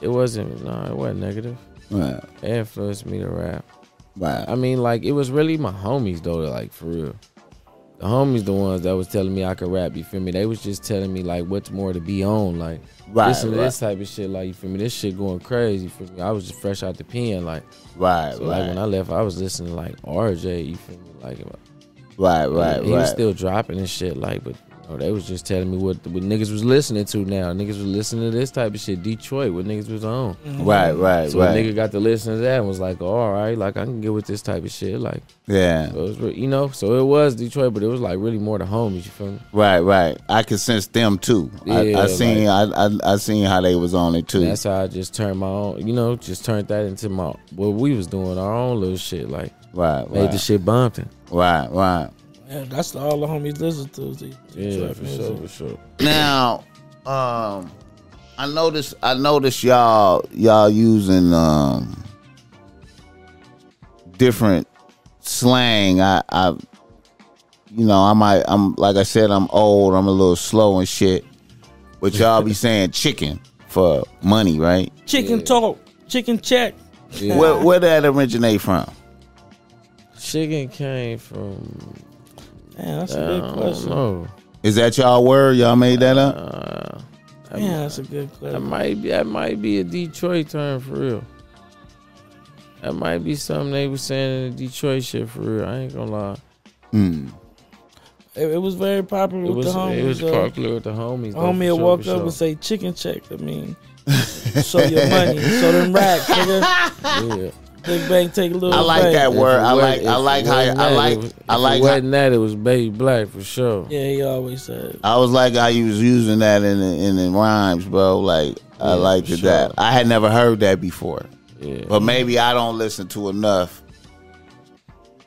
D: It wasn't. Nah, it wasn't negative.
B: Right,
D: It influenced me to rap.
B: right.
D: I mean, like it was really my homies though. Like for real, the homies the ones that was telling me I could rap. You feel me? They was just telling me like what's more to be on. Like
B: Right,
D: this and
B: right.
D: this type of shit. Like you feel me? This shit going crazy. You feel me? I was just fresh out the pen. Like
B: Right,
D: so, like
B: right,
D: when I left, I was listening to, like RJ. You feel me? Like
B: right, right,
D: he was
B: right.
D: still dropping and shit. Like, but you know, they was just telling me what what niggas was listening to now. Niggas was listening to this type of shit. Detroit, what niggas was on.
B: right, right,
D: So a
B: right.
D: nigga got to listen to that and was like, all right, like I can get with this type of shit. Like,
B: yeah,
D: so it was, re- you know, so it was Detroit, but it was like really more the homies. You feel me?
B: right, right. I could sense them too.
D: Yeah,
B: I, I seen, I, I, I seen how they was on it
D: And
B: too.
D: that's how I just turned my own, you know, just turned that into my what we was doing our own little shit. Like,
B: Right,
D: made the
B: right,
D: shit bumping.
B: right, right.
A: Yeah, that's all the homies listen to. is the
D: Yeah,
A: Detroit
D: for
A: music.
D: sure, for sure.
B: Now, um, I noticed, I noticed y'all, y'all using um different slang. I, I, you know, I might, I'm like I said, I'm old, I'm a little slow and shit, but y'all
D: (laughs)
B: be saying chicken for money, right?
A: Chicken talk, chicken check.
D: Yeah.
B: Where, where that originate from?
D: Chicken came from.
A: Man, that's a
D: I
A: good
D: don't
A: question.
D: know.
B: Is that y'all word? Y'all made that up?
D: Uh,
A: Yeah, that's a good
D: That
A: question.
D: might be that might be a Detroit term for real. That might be something they was saying in the Detroit shit for real. I ain't gonna lie.
B: Hmm.
A: It, it was very popular
D: It
A: with
D: was
A: the homies.
D: it was
A: though.
D: popular with the homies.
A: A
D: though,
A: homie
D: for
A: will
D: sure,
A: walk
D: for
A: up
D: sure.
A: and say chicken check. I
D: (laughs)
A: mean, show your money, show them racks. Nigga.
D: (laughs) yeah.
A: Big bang, take a little.
B: I like
A: bite.
B: that word. I
D: If it
B: like.
D: wasn't-
B: I like
D: if it
B: how.
D: wasn't
B: I
D: that,
B: like.
D: it was-
B: I
D: if
B: like.
D: It
B: how-
D: wasn't that. It was Baby Black for sure.
A: Yeah, he always said.
B: I was like I was using that in the, in the rhymes, bro. Like I
D: Yeah,
B: liked
D: for
B: it that.
D: sure.
B: I had never heard that before,
D: Yeah.
A: Mm-hmm.
B: but maybe I don't listen to enough.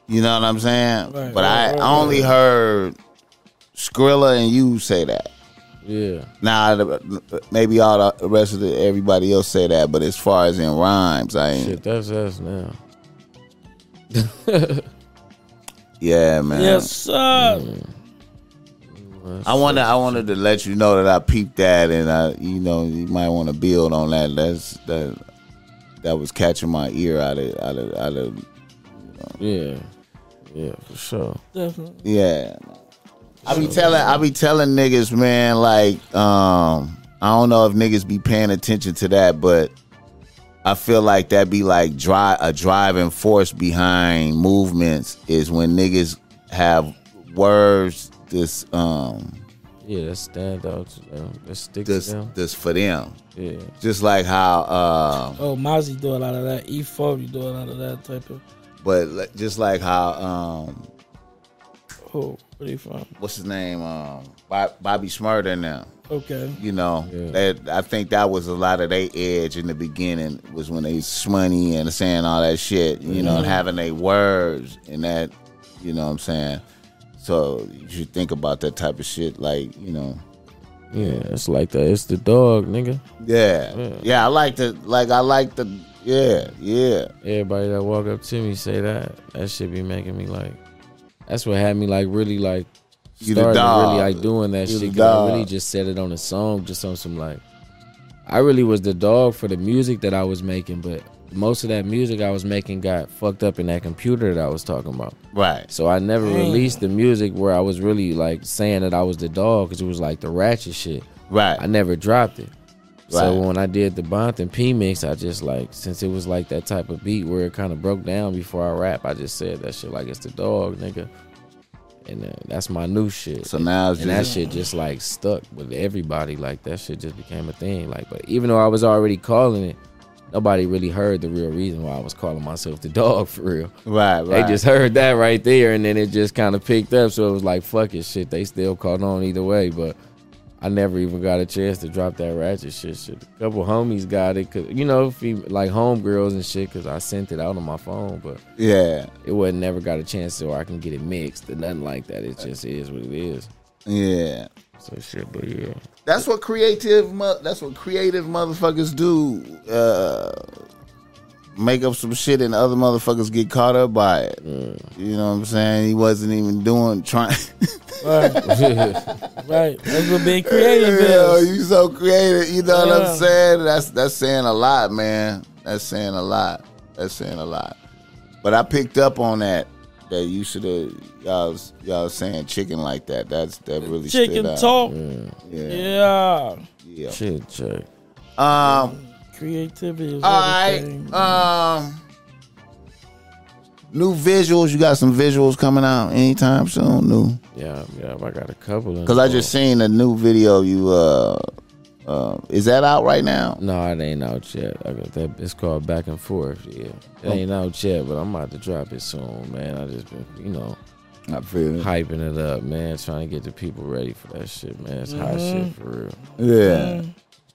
B: You know what I'm saying?
A: Right,
B: but
A: right,
B: I
A: right,
B: only
A: right.
B: heard Skrilla and you say that.
D: yeah.
B: Now the- maybe all the rest of the, everybody else say that, but as far as in rhymes, I ain't.
D: Shit, that's us now.
B: Yeah, man.
A: Yes, sir.
D: Mm.
B: I wanna I wanted to let you know that I peeped that and I you know you might want to build on that. That's that that was catching my ear out of out of out of
D: Yeah. Yeah, for sure.
A: Definitely.
B: yeah. I be telling I be telling niggas man like um I don't know if niggas be paying attention to that but I feel like that be like dry a driving force behind movements is when niggas have words this um
D: Yeah, that's stand out to them. That sticks to
B: this
D: them.
B: this for them
D: Yeah.
B: just like how um
A: Oh, Mozzie do a lot of that. E40 do a lot of that type of.
B: But li- just like how um,
A: Oh, where he from?
B: what's his name, um, Bob, Bobby Smurder now,
A: Okay.
B: you know,
D: Yeah.
B: that I think that was a lot of their edge in the beginning was when they smunny and saying all that shit, you know,
D: Mm-hmm.
B: and having their words and that, you know, what I'm saying. So you should think about that type of shit, like you know,
D: Yeah, it's like that. It's the dog, nigga.
B: yeah, yeah. I like the, like I like the, yeah, yeah,
D: everybody that walk up to me say that that should be making me like that's what had me like really like
B: You the
D: started
B: dog.
D: really like doing that
B: You the
D: shit 'cause I
B: dog.
D: really just said it on a song just on some like I really was the dog for the music that I was making, but most of that music I was making got fucked up in that computer that I was talking about.
B: Right.
D: So I never
A: Damn.
D: released the music where I was really like saying that I was the dog because it was like the ratchet shit. I
B: Right.
D: never dropped it. So
B: Right.
D: when I did the Bont and P mix, I just like since it was like that type of beat where it kind of broke down before I rap, I just said that shit like it's the dog, nigga, and uh, that's my new shit.
B: So now it's
D: and that
B: just
D: shit just like stuck with everybody. Like that shit just became a thing. Like, but even though I was already calling it, nobody really heard the real reason why I was calling myself the dog (laughs) for real.
B: right. Right.
D: They just heard that right there, and then it just kind of picked up. So it was like, fuck it, shit. They still caught on either way, but I never even got a chance to drop that ratchet shit. shit. A couple homies got it, cause you know, if you, like homegirls and shit, cause I sent it out on my phone, but
B: yeah.
D: it wasn't never got a chance to, or I can get it mixed or nothing like that. It just is what it is.
B: Yeah.
D: So shit, but yeah,
B: That's what creative. mo- That's what creative motherfuckers do. Uh, make up some shit and other motherfuckers get caught up by it. You know what I'm saying? He wasn't even doing trying. (laughs)
A: Right, right. That's what being
B: (laughs)
A: creative
B: Yo,
A: is.
B: you so creative. You know what I'm
A: Yeah.
B: saying? That's that's saying a lot, man. That's saying a lot. That's saying a lot. But I picked up on that. That you should have y'all was- y'all was saying chicken like that. That's that really
A: Chicken
B: stood out.
A: talk.
B: Yeah.
A: Yeah.
B: yeah.
D: shit, check.
B: Um.
A: Creativity is
B: All right.
A: everything.
B: Um, new visuals. You got some visuals coming out anytime soon? New?
D: Yeah, yeah, I got a couple. in the
B: Because I just
D: phone.
B: seen a new video. You uh, uh, is that out right now?
D: No, it ain't out yet. I got that. It's called Back and Forth. Yeah,
A: Oh.
D: it ain't out yet, but I'm about to drop it soon, man. I just been, you know,
B: I feel
D: hyping it up, man. Trying to get the people ready for that shit, man. It's hot
A: Mm-hmm.
D: shit for real.
B: Yeah. Yeah.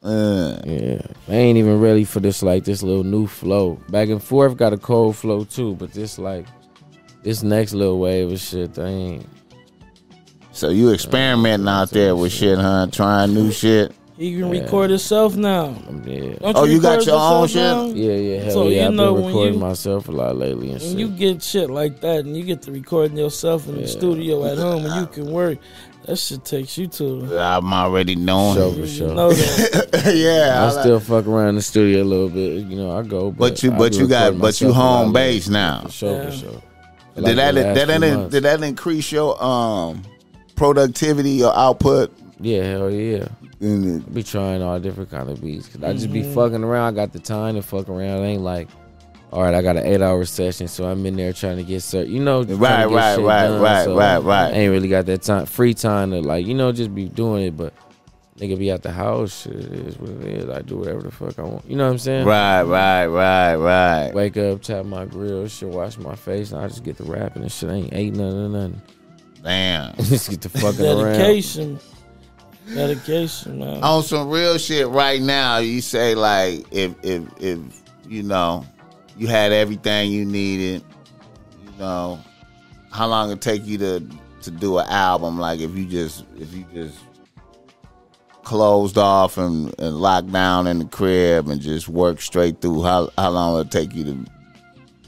D: Yeah, they ain't even ready for this like this little new flow. Back and Forth got a cold flow too, but this like this next little wave of shit, they ain't.
B: So you experimenting out there with shit, huh? Trying new shit.
A: He can record himself now.
D: I'm dead.
A: Don't
B: Oh, you got
A: record
B: your own
A: yourself
B: shit?
A: now?
D: Yeah, yeah, hell
A: So, you
D: yeah. I've
A: know,
D: been
A: when
D: recording
A: you-
D: myself a lot lately and shit.
A: When you get shit like that and you get to recording yourself in the studio at home
B: (laughs)
A: and you can work, that shit takes you to
B: I'm already knowing.
D: Sure,
B: it.
D: for
A: you
D: sure.
A: know
B: (laughs)
A: that.
B: yeah.
D: I
B: I like-
D: still fuck around the studio a little bit, you know. I go, but,
B: but you,
D: I
B: but
D: be
B: you got,
D: recording
B: but you
D: myself a lot
B: home
D: lately.
B: base now.
D: For sure,
A: Yeah.
D: for sure.
B: did that
D: the last
B: that
D: few
B: didn't
D: months.
B: did that increase your um productivity your output
D: Yeah, hell yeah.
B: in
D: I be trying all different kind of beats because I just be fucking around. I got the time to fuck around. It ain't like, all right, I got an eight hour session, so I'm in there trying to get certain, you know, trying to
B: Right,
D: get
B: right,
D: shit
B: right,
D: done,
B: right,
D: so
B: right, right.
D: I ain't really got that time, free time to like, you know, just be doing it. But nigga, be at the house. Shit it is what it is. I do whatever the fuck I want. You know what I'm
B: it?
D: saying?
B: Right, right, right, right.
D: Wake up, tap my grill, shit, wash my face, and I just get to rapping and shit. I ain't ate nothing, or nothing. (laughs)
B: Damn.
D: just get to fucking around.
A: dedication. Dedication, man.
B: On some real shit right now, you say like if if if you know you had everything you needed, you know, how long it take you to to do an album? Like if you just if you just closed off and, and locked down in the crib and just work straight through, how how long would it take you to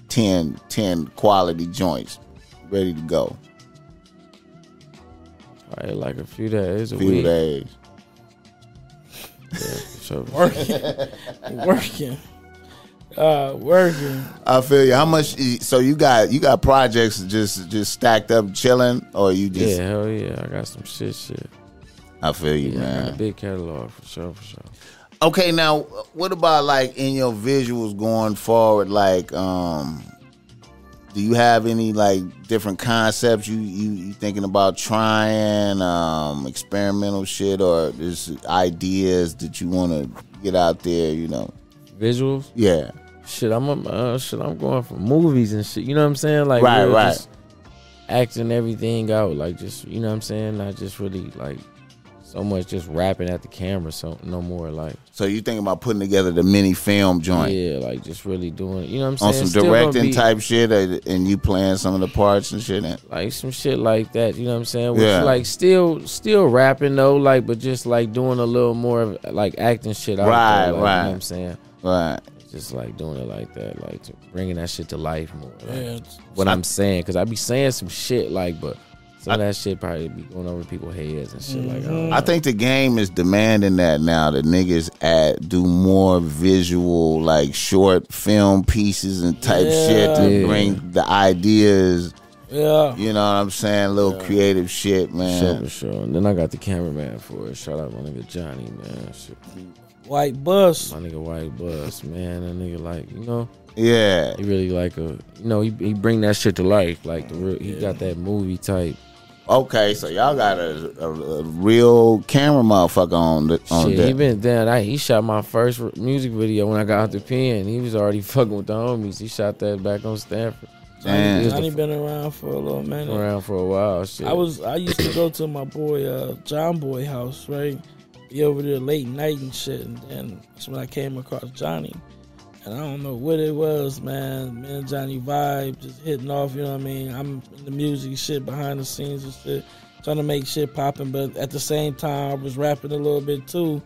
B: 10, 10 quality joints ready to go?
D: Probably like a few days, a
B: Few
D: week.
B: days.
D: So
A: (laughs) Working. working. Uh, working.
B: I feel you. How much? So you got you got projects just just stacked up, chilling, or you just?
D: yeah, hell yeah, I got some shit, shit.
B: I feel you,
D: Yeah, I got a
B: man.
D: big catalog for sure, for sure.
B: Okay, now what about like in your visuals going forward? Like, um, do you have any like different concepts you you, you thinking about trying, um, experimental shit, or just ideas that you want to get out there? You know,
D: Visuals,
B: yeah,
D: shit. I'm um, uh, shit. I'm going for movies and shit. You know what I'm saying? Like
B: Right,
D: real
B: right.
D: just Acting everything out, like just you know what I'm saying. Not just really like so much just rapping at the camera, so no more like
B: So you thinking about putting together the mini film joint?
D: yeah, like just really doing. You know what I'm saying?
B: on some
D: Still gonna
B: directing
D: be-
B: type shit, uh, and you playing some of the parts and shit. and-
D: like some shit like that. You know what I'm saying? Which
B: Yeah.
D: like still still rapping though, like but just like doing a little more of like acting shit. Out
B: Right,
D: there, like, You
B: right.
D: know what I'm saying?
B: Right.
D: Just like doing it like that, like to bringing that shit to life more. Like,
A: Yeah, it's-
D: What I'm saying, because I be saying some shit like, but Some of that shit probably be going over people's heads and shit like that.
B: I think the game is demanding that now. The niggas add do more visual, like short film pieces and type
A: Yeah.
B: shit to
D: Yeah.
B: bring the ideas.
A: Yeah.
B: You know what I'm saying? Little creative shit,
D: Sure,
B: man.
D: for sure. And then I got the cameraman for it. Shout out my nigga Johnny, man. Shit.
A: White bus.
D: My nigga White Bus, man. That nigga like, you know,
B: Yeah,
D: he really like a, you know, he, he bring that shit to life. Like the real, he got that movie type.
B: Okay, so y'all got a, a, a real camera motherfucker on the on
D: Shit,
B: deck.
D: he been down. I, he shot my first r- music video when I got out the pen. He was already (laughs) fucking with the homies. He shot that back on Stanford.
B: Damn.
D: He was
A: Johnny
D: the
A: been around for a little
D: f-
A: minute.
D: around for a while. Shit.
A: I was I used to go to my boy uh, John Boy house, right? Be over there late night and shit, and then that's when I came across Johnny. And I don't know what it was, man. Me and Johnny vibe, just hitting off, you know what I mean? I'm in the music shit behind the scenes and shit, trying to make shit popping, but at the same time I was rapping a little bit too.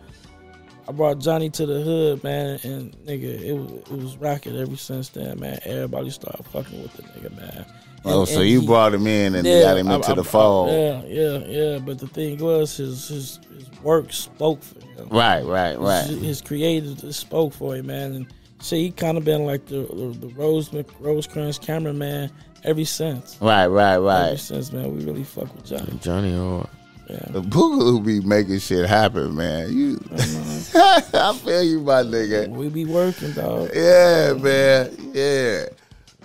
A: I brought Johnny to the hood, man, and nigga, it was, it was rocket ever since then, man. Everybody started fucking with the nigga, man.
B: oh,
A: And-
B: so
A: and
B: you
A: he-
B: brought him in and got him
A: I-
B: into
A: I-
B: the
A: I-
B: fold.
A: Yeah, yeah, yeah. But the thing was, his his, his work spoke for him.
B: Right, right,
A: His,
B: right.
A: his creative just spoke for him, man. And see, he kind of been like the the, the Rose Rosecrans cameraman ever since.
B: Right, right,
A: Ever
B: right.
A: since, man, we really fuck with Johnny.
D: Johnny Hard.
A: Yeah.
B: The Boogaloo be making shit happen, man. You, (laughs) I feel you, my nigga.
A: We be working, dog.
B: Yeah, man. Yeah.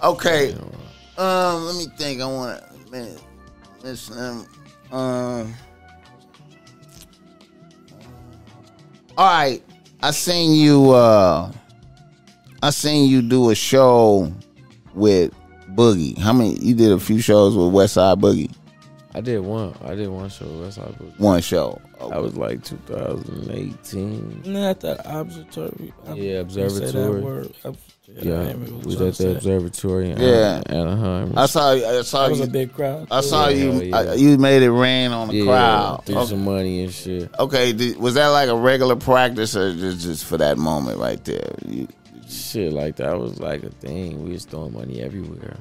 B: Okay. Um, let me think. I want to man, miss um, um. All right, I seen you. uh I seen you do a show with Boogie. How many? You did a few shows with Westside Boogie.
D: I did one. I did one show. That's how I put
B: One show.
D: That was like 2018.
A: Not at the observatory. I- I
D: Yeah,
A: say that
D: observatory.
A: word. I-
D: Yeah,
A: I remember what
D: we
A: Johnny
D: at the
A: said.
D: observatory in
B: Yeah.
D: Anaheim.
B: I saw. I saw
A: That was
B: you.
A: a big crowd.
B: I saw
D: Yeah,
B: you.
D: yeah.
B: I- you made it rain on the
D: yeah,
B: crowd.
D: threw
B: Okay.
D: some money and shit.
B: Okay, did, was that like a regular practice or just, just for that moment right there? You,
D: Shit like that was like a thing. We was throwing money everywhere.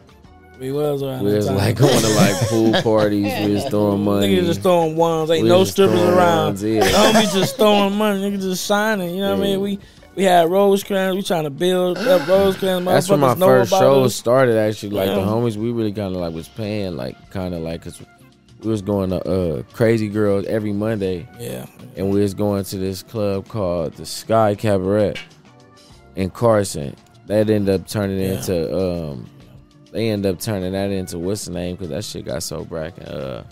A: We was around.
D: We
A: that
D: was
A: time.
D: like going to like
A: (laughs)
D: pool parties. We was throwing money.
A: Niggas just throwing ones. Ain't
D: We
A: no
D: just
A: strippers
D: throwing
A: around.
D: ones, yeah.
A: The homies just throwing money. Niggas just signing. You know what I
D: Yeah.
A: mean? We we had Rosecrans. We trying to build up Rosecrans.
D: (gasps) That's when my
A: Motherfuckers know
D: first
A: about
D: show
A: us.
D: started. Actually, like the
A: Yeah.
D: homies, we really kind of like was paying like kind of like because we was going to uh, Crazy Girls every Monday.
A: Yeah.
D: and we was going to this club called the Sky Cabaret in Carson. That ended up turning
A: Yeah.
D: into um, they ended up turning that into what's the name? Because that shit got so brack. Uh,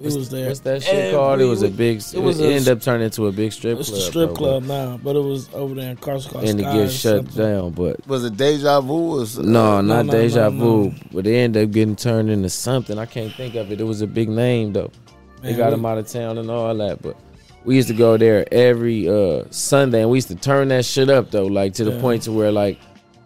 A: We was there.
D: what's that shit called? It
A: Every
D: was a
A: week.
D: big.
A: It was
D: it
A: a-
D: ended up turning into a big strip
A: It's
D: club.
A: the strip
D: bro,
A: club now, but it was over there in Carson.
D: And it gets shut down, but.
B: was it deja vu? Or something?
D: No, not
A: uh, no, no,
D: deja
A: no.
D: vu, but they ended up getting turned into something. I can't think of it. It was a big name though. they
A: Man,
D: got
A: we-
D: him out of town and all that, but we used to go there every uh, Sunday, and we used to turn that shit up though, like to the
A: Yeah.
D: point to where like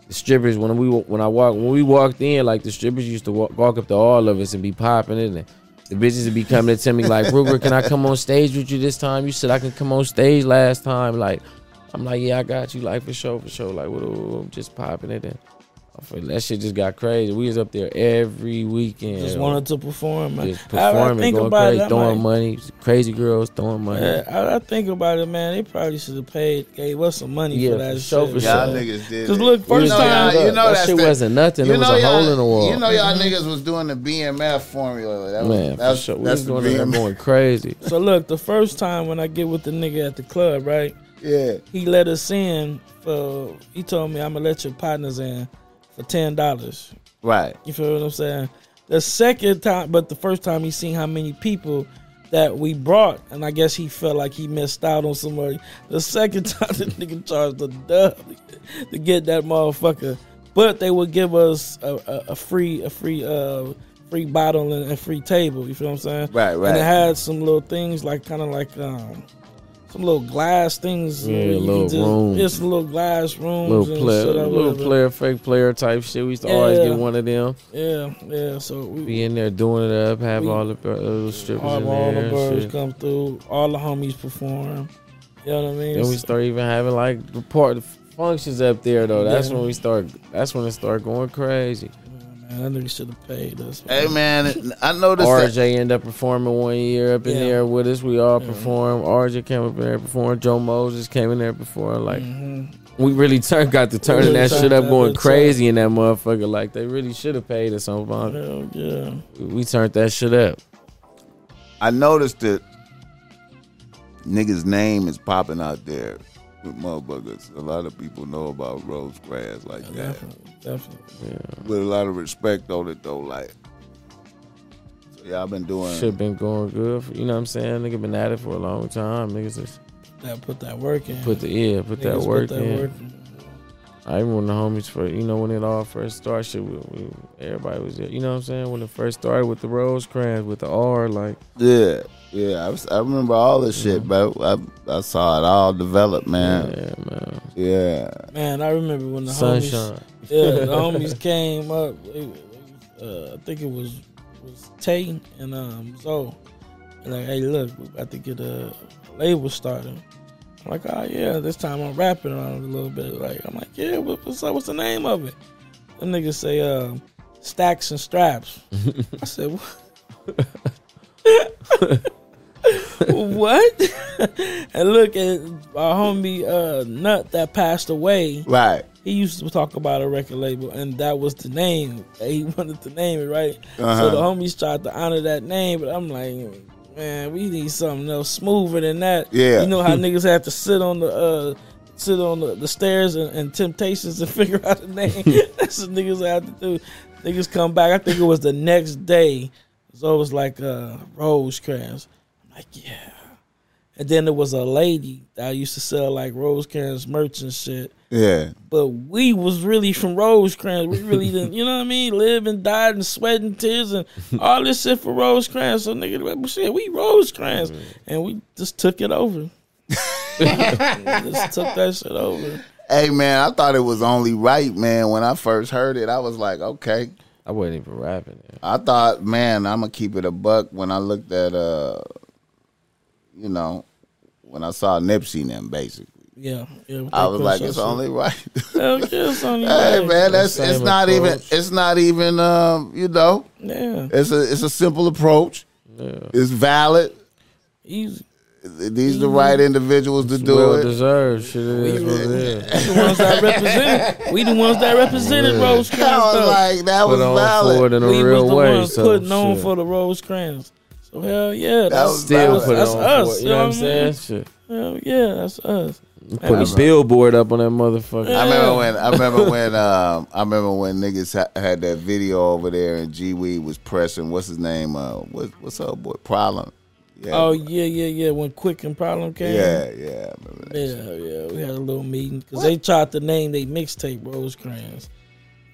D: the strippers when we when I walk when we walked in, like the strippers used to walk, walk up to all of us and be popping it. And the bitches would be coming to me like, Ruger, can I come on stage with you this time? You said I can come on stage last time. Like, I'm like, yeah, I got you. Like for sure, for sure. Like, what? I'm just popping it. And I feel- that shit just got crazy. We was up there every weekend.
A: Just
D: like,
A: wanted to perform. Man. (laughs)
D: just
A: I- I,
D: performing,
A: think
D: going
A: about
D: crazy,
A: it. I'm
D: throwing
A: like,
D: money, crazy girls throwing money.
A: yeah, I, I think about it, man. They probably should have paid, gave us some money
D: Yeah,
A: for that
D: for sure,
A: shit.
D: for
B: y'all
D: sure.
B: niggas did.
A: Cause
B: it.
A: look, first
B: you know,
A: time-
B: y'all, you know
D: That
B: that's
D: shit
B: the-
D: wasn't nothing. It
B: You
D: was
B: know
D: a
B: y'all-
D: hole in the wall.
B: You know y'all niggas was doing the BMF formula. That was,
D: Man,
B: that's,
D: for sure. We
B: That's
D: was
B: the
D: going, there
B: BMF.
D: going crazy.
A: So look, the first time when I get with the nigga at the club, right?
B: Yeah.
A: he let us in for he told me I'm gonna let your partners in for ten dollars.
B: Right.
A: You feel what I'm saying? The second time but the first time he seen how many people that we brought and I guess he felt like he missed out on somebody. The second (laughs) time the nigga charged the dub to get that motherfucker. But they would give us a, a, a free a free uh free bottle and a free table, you feel what I'm saying?
B: Right, right.
A: And it had some little things like kinda like um some little glass things.
D: Yeah,
A: where you
D: little
A: could just-
D: rooms.
A: Yeah, some little glass rooms.
D: Little
A: and
D: player,
A: shit, or
D: little
A: whatever.
D: player, fake player type shit. We used to always
A: Yeah.
D: get one of them.
A: Yeah, yeah. So we
D: Be in there doing it up, have
A: We-
D: all the uh, little strippers
A: all,
D: in
A: all the
D: there. and
A: birds
D: shit.
A: come through. All the homies perform. You know what I mean?
D: Then we start even having like the part functions up there though. That's
A: Yeah.
D: when we start. That's when it start going crazy.
A: Man, that nigga should have paid us.
B: Hey man, I noticed
D: RJ
B: that.
D: ended up performing one year up in
A: Yeah.
D: there with us. We all performed. RJ came up in there performed. Joe Moses came in there before. Like we really turned got to turning
A: Mm-hmm. really
D: that
A: turned
D: shit up,
A: that
D: going
A: bitch up.
D: crazy in that motherfucker. Like they really should have paid us on bond.
A: Hell yeah.
D: We turned that shit up.
B: I noticed that niggas' name is popping out there with motherfuckers. A lot of people know about rose grass like that.
A: Definitely. Definitely.
B: With a lot of respect on it though, like so yeah, I've been doing
D: Shit been going good. For, you know what I'm saying? Nigga been at it for a long time. Niggas just
A: Gotta put that work in.
D: put the yeah, put that
A: Niggas
D: work
A: put that
D: in.
A: work in.
D: I even when the homies for you know when it all first started, shit, we, we, everybody was there. You know what I'm saying? When it first started with the Rosecrans, with the R, like
B: Yeah, yeah. I, was- I remember all this shit, bro. I, I saw it all develop, man.
D: yeah, man,
B: Yeah.
A: Man, I remember when the homies.
D: sunshine.
A: Yeah,
D: (laughs)
A: the homies came up. it- uh, I think it was was Tate and um Zoe. And like, hey, look, we about to get a label started. I'm like, oh yeah, this time I'm rapping on it a little bit. Like, I'm like, yeah, what, what's up? What's the name of it? Them niggas say uh, stacks and straps. I said, what? (laughs) what? (laughs) and look at our homie uh, Nut that passed away
B: Right.
A: he used to talk about a record label, and that was the name. (laughs) He wanted to name it, right?
B: Uh-huh.
A: So the homies tried to honor that name, but I'm like, man, we need something else smoother than that.
B: Yeah. Hmm.
A: You know how niggas had to sit on the uh, sit on the, the stairs and, and temptations to (laughs) figure out a
B: (laughs)
A: name. That's what niggas had to do. Niggas come back. I think it was the next day. So it was like uh, Rosecrans. I'm like, yeah. And then there was a lady that used to sell like Rosecrans merch and shit
B: Yeah.
A: but we was really from Rosecrans. We really didn't, you know what I mean? Live and died and sweat and tears and all this shit for Rosecrans. So nigga, well, shit, we Rosecrans, and we just took it
B: (laughs)
A: over. just took that shit over.
B: Hey, man, I thought it was only right, man. When I first heard it, I was like, okay.
D: I wasn't even rapping. It.
B: I thought, man, I'm going to keep it a buck when I looked at, uh, you know, when I saw Nipsey and them, basically.
A: Yeah, yeah.
B: I was like,
A: Shit.
B: it's only right. (laughs)
A: Hell yeah, it's only
B: hey,
A: right.
B: man, that's, it's
D: Same
B: not even,
D: approach.
B: it's not even, um, you know,
A: Yeah,
B: it's a, it's a simple approach.
D: Yeah.
B: It's valid.
A: easy.
B: These the right
A: Mm-hmm.
B: individuals to do
D: well
B: it.
D: deserved. Shit it is what
B: (laughs)
D: it
A: We
D: is.
A: the ones that represented. We the ones that represented
D: Yeah.
A: Rosecrans.
B: I was
A: though.
B: like, that was
D: Put on for it
B: valid.
D: in a
A: we
D: real
A: was the
D: way.
A: ones
D: So
A: putting on
D: shit.
A: for the Rosecrans. So hell yeah, that's,
D: still
B: That was-
D: put it
A: that's
D: on
A: us.
D: for it. You know what I'm saying? Shit.
A: Hell yeah, that's us.
D: Put a billboard up on that motherfucker.
B: I remember when I remember when um I remember when niggas ha- had that video over there and G Wee was pressing what's his name uh what what's up boy problem yeah
A: Oh yeah, yeah, yeah. When Quick and Problem came,
B: yeah yeah I remember that.
A: yeah, yeah. We had a little meeting because they tried to name they mixtape Rosecrans.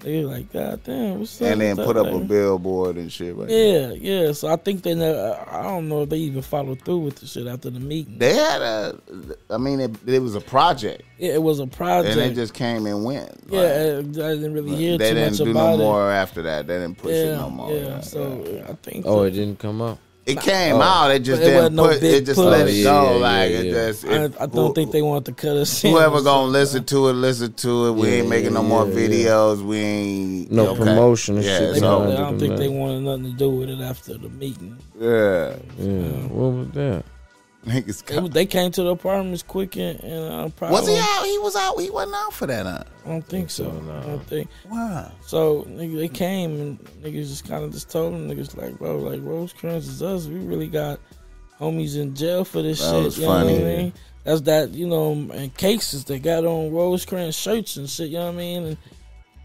A: They were like, God damn, what's up?
B: and then
A: with
B: put
A: that
B: up a
A: name?"
B: billboard and shit right there.
A: Yeah, yeah. So I think they, never, I don't know if they even followed through with the shit after the meeting.
B: they had a I mean it, it was a project
A: Yeah, it was a (laughs) project.
B: and they just came and went
A: yeah, I I didn't really
B: Like,
A: hear
B: they
A: too
B: didn't
A: much
B: do
A: about
B: no
A: it.
B: more after that they didn't push
A: yeah,
B: it no more
A: yeah. So I think.
D: Oh,
A: that-
D: it didn't come up.
B: it came out it just
A: But it
B: didn't
A: wasn't no
B: put it
A: big
B: just let it
D: push.
B: go
D: Yeah, yeah,
B: like it
D: yeah.
B: just
A: I,
B: it-
A: I don't think they wanted to cut us. in.
B: Whoever gonna listen to it, listen to it. We
D: Yeah,
B: ain't making no
D: yeah,
B: more
D: yeah.
B: videos. We ain't
D: No promotion and
B: Yeah,
D: shit.
A: They,
B: so-
A: I don't think they
D: Yeah.
A: wanted nothing to do with it after the meeting.
B: Yeah, (laughs)
D: What was that?
B: niggas.
A: They,
B: Come.
A: they came to the apartments quick and, and uh, probably.
B: Was he out? He was out. He wasn't out for that. Huh?
A: I don't think so.
D: no.
A: I don't think
B: Wow.
A: so. Nigga, they came and niggas just kind of just told them niggas like, bro, like Rosecrans is us. We really got homies in jail for this
B: That
A: shit.
B: was
A: you know
B: funny.
A: what I mean? That's that you know and cases they got on Rosecrans shirts and shit. You know what I mean? And,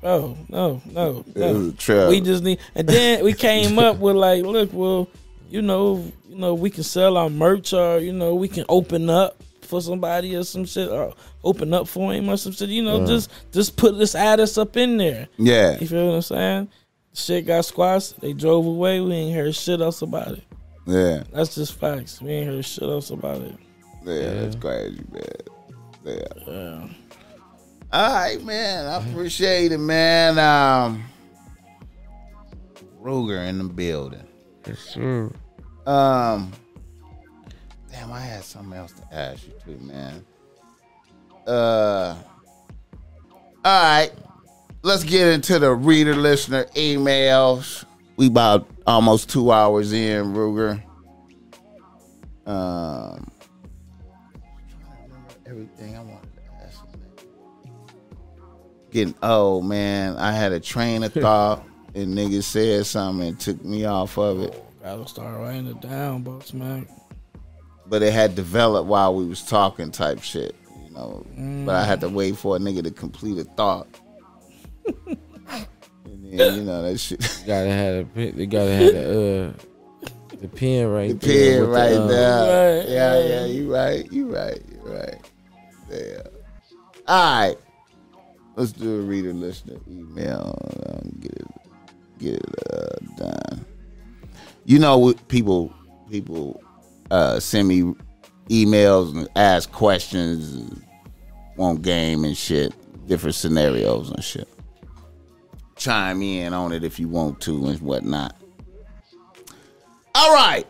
A: oh no, no,
B: It was
A: no.
B: a trip.
A: We just need, and then we came up with like, look, well, you know, you know, we can sell our merch, or you know, we can open up for somebody or some shit, or open up for him or some shit. You know, just just put this address up in there.
B: yeah,
A: You feel what I'm saying? Shit got squashed. They drove away. We ain't heard shit else about it.
B: yeah,
A: That's just facts. We ain't heard shit else about it.
B: yeah. That's crazy, man. Yeah. All right, man. I appreciate it, man. Um, Ruger in the building.
D: Yes, sir.
B: Um, damn, I had something else to ask you too, man. Uh, all right. let's get into the reader listener emails. We about almost two hours in, Ruger. Um, everything I wanted to ask. Getting old, man. I had a train of thought, and niggas said something and took me off of it.
A: Gotta start writing it down, boss man.
B: but it had developed while we was talking type shit, you know. But I had to wait for a nigga to complete a thought. (laughs) and then, you know, that shit. (laughs)
D: Gotta have a pen. They gotta have the uh, the pen right
B: the
D: there
B: pin
D: with
B: right
D: the, um,
B: there.
A: Right,
B: yeah,
A: right.
B: yeah, you right, you right, you right. Yeah. All right. Let's do a reader listener email. Um, get it, get it uh, done. You know, what people people uh, send me emails and ask questions and want game and shit, different scenarios and shit. Chime in on it if you want to and whatnot. All right.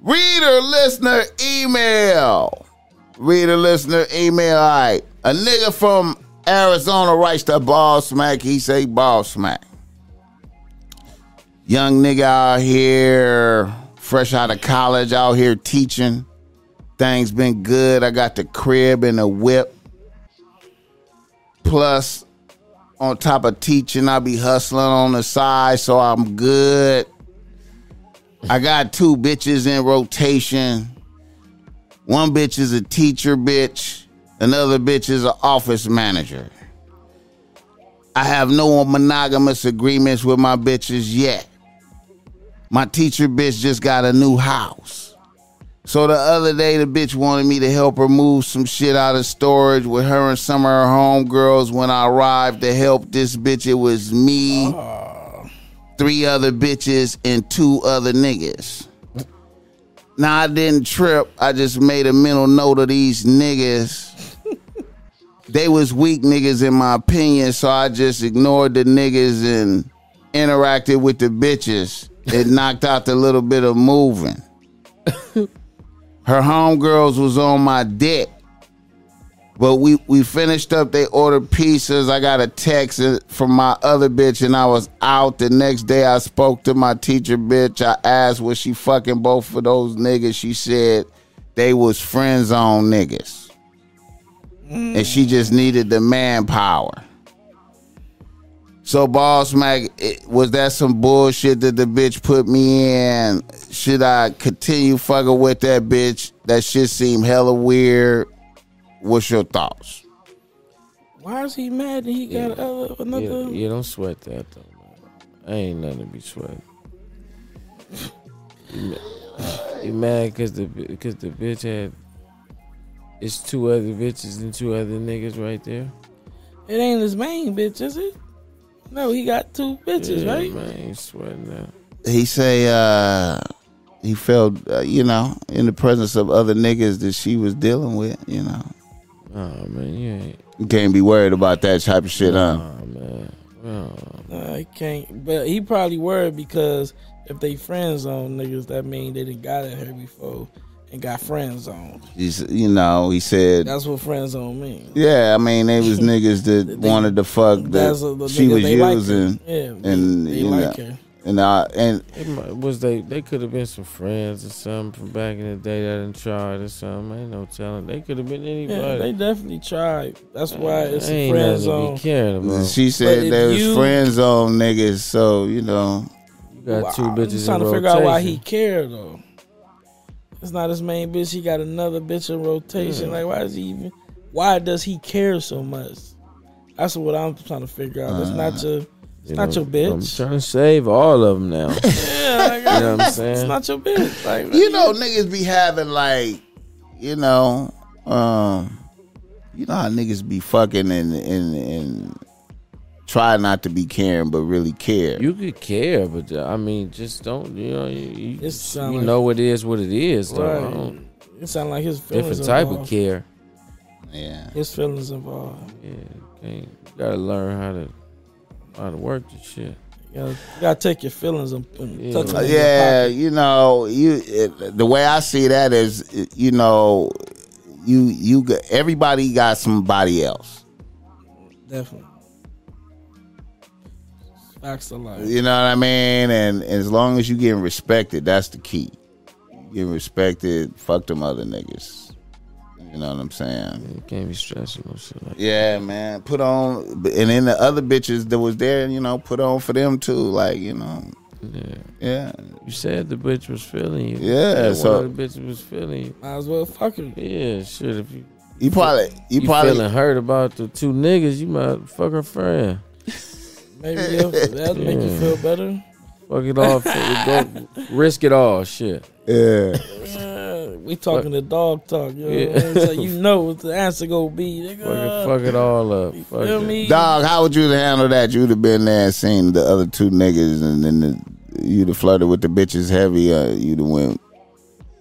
B: Reader listener email. Reader listener email. All right. A nigga from Arizona writes to Ball Smack. He say Ball Smack. Young nigga out here, fresh out of college, out here teaching. Things been good. I got the crib and the whip. Plus, on top of teaching, I be hustling on the side, so I'm good. I got two bitches in rotation. One bitch is a teacher bitch. Another bitch is an office manager. I have no monogamous agreements with my bitches yet. My teacher bitch just got a new house. So the other day, the bitch wanted me to help her move some shit out of storage with her and some of her homegirls. When I arrived to help this bitch, it was me three other bitches and two other niggas. Now I didn't trip. I just made a mental note of these niggas. they was weak niggas in my opinion, so I just ignored the niggas and interacted with the bitches. It knocked out the little bit of moving. Her homegirls was on my dick. But we we finished up. They ordered pizzas. I got a text from my other bitch, and I was out the next day. I spoke to my teacher bitch. I asked, "Was she fucking both of those niggas?" She said, "They was friend zone niggas, and she just needed the manpower." So, ball smack, it- was that some bullshit that the bitch put me in? Should I continue fucking with that bitch? That shit seemed hella weird. What's your thoughts?
A: Why is he mad that he got other, another?
D: Yeah, yeah, don't sweat that though. Man. I ain't nothing to be sweating. (sighs) you mad because the because the bitch had it's two other bitches and two other niggas right there.
A: It ain't his main bitch, is it? No, he got two bitches,
D: yeah,
A: right?
D: man, I ain't sweating that.
B: he say uh he felt uh, you know in the presence of other niggas that she was dealing with you know
D: Oh man, you ain't.
B: you can't be worried about that type of shit huh
D: Oh man. Oh,
A: Nah, he can't. But he probably worried because if they friend zone niggas, that mean they done got in here before and got friend zoned.
B: He's, you know he said
A: That's what friend zone means.
B: yeah i mean they was niggas
A: (laughs)
B: that
A: They-
B: wanted to fuck that
A: That's what the
B: she
A: niggas
B: was
A: they like her.
B: using
A: yeah, they-
B: and
A: they
B: you
A: like
B: know
A: her.
B: and I, and
D: it might, was they? They could have been some friends or something from back in the day that done tried or something. Ain't no telling. They could have been anybody.
A: Yeah, they definitely tried. That's why it's a
D: ain't
A: friend
D: nothing to
A: zone.
D: be caring about.
B: she
A: But
B: said
A: if
B: they was
A: you-
B: friend zone niggas so you know
D: You got two
A: Wow,
D: bitches
A: I'm trying
D: in
A: to figure out why he
D: rotation.
A: cared though. It's not his main bitch. He got another bitch in rotation. Like, why is he even? Why does he care so much? That's what I'm trying to figure out. It's not your. It's
D: Uh, You
A: not
D: know,
A: your bitch.
D: I'm trying to save all of them now. you
A: (laughs) yeah, like,
D: know what I'm saying?
A: (laughs) it's not your bitch. Like,
B: you know niggas be having like you know um you know how niggas be fucking and and and try not to be caring but really care
D: you could care, but uh, I mean, just don't. You know, you, you,
A: It sound
D: you
A: like-
D: know it is what it is. Though. I
A: right.
D: don't-
A: It sounds like his feelings
D: different type
A: involved.
D: of care.
B: yeah
A: His feelings involved.
D: Yeah, you can't, you gotta learn how to how to work this shit.
A: You, gotta, you gotta take your feelings and, and
D: Yeah.
A: tuck them in your
B: Uh, yeah
A: pocket.
B: you know you it, the way i see that is it- you know you you got, everybody got somebody else
A: Definitely. Facts a lot.
B: You know what I mean? And, and as long as you getting respected, that's the key. Getting respected, fuck them other niggas. You know what I'm saying?
D: You can't be stressing no shit like
B: Yeah, man. Put on, and then the other bitches that was there, you know, put on for them too. Like, you know,
D: that.
B: yeah,
D: You said the bitch was feeling you.
B: Yeah,
D: one
B: so-
D: of the bitch was feeling you.
A: Might as well fuck her.
D: Yeah, shit. If you
B: you probably, you,
D: you
B: probably,
D: feeling hurt about the two niggas, you might fuck her friend.
A: Maybe
D: (laughs)
A: yeah, that'll make you
D: Yeah.
A: feel better.
D: Fuck it
B: (laughs)
D: all. go, risk it all. Shit.
B: yeah,
A: Yeah, Uh, we talking the dog talk, you know.
D: Yeah.
A: what I'm saying? So
D: (laughs)
A: you know what the answer gonna be. Nigga. Uh,
D: Fuck it, fuck it all up.
A: You
D: Fuck
A: feel
D: it.
A: me?
B: dog. How would you handle that? You'd have been there, and seen the other two niggas, and then the, you'd have flirted with the bitches heavy. Uh, you'd have went,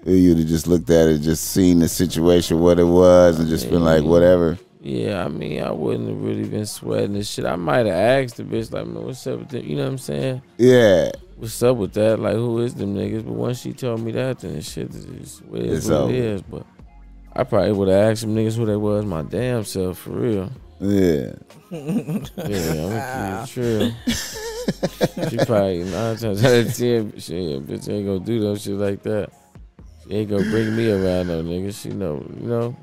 B: you'd have just looked at it, just seen the situation, what it was, and just been like, whatever.
D: Yeah, I mean, I wouldn't have really been sweating this shit. I might have asked the bitch, like, man, what's up with that? You know what I'm saying?
B: Yeah,
D: What's up with that? Like, who is them niggas? But once she told me that, then shit is is what it is.
B: It's
D: what
B: over.
D: it is. But I probably would have asked them niggas who they was, my damn self,
A: (laughs)
D: for real.
B: yeah.
D: Yeah, I'm true. she probably nine times out of ten, shit, bitch ain't gonna do no shit like that. She ain't gonna bring me around no nigga. She know, you know.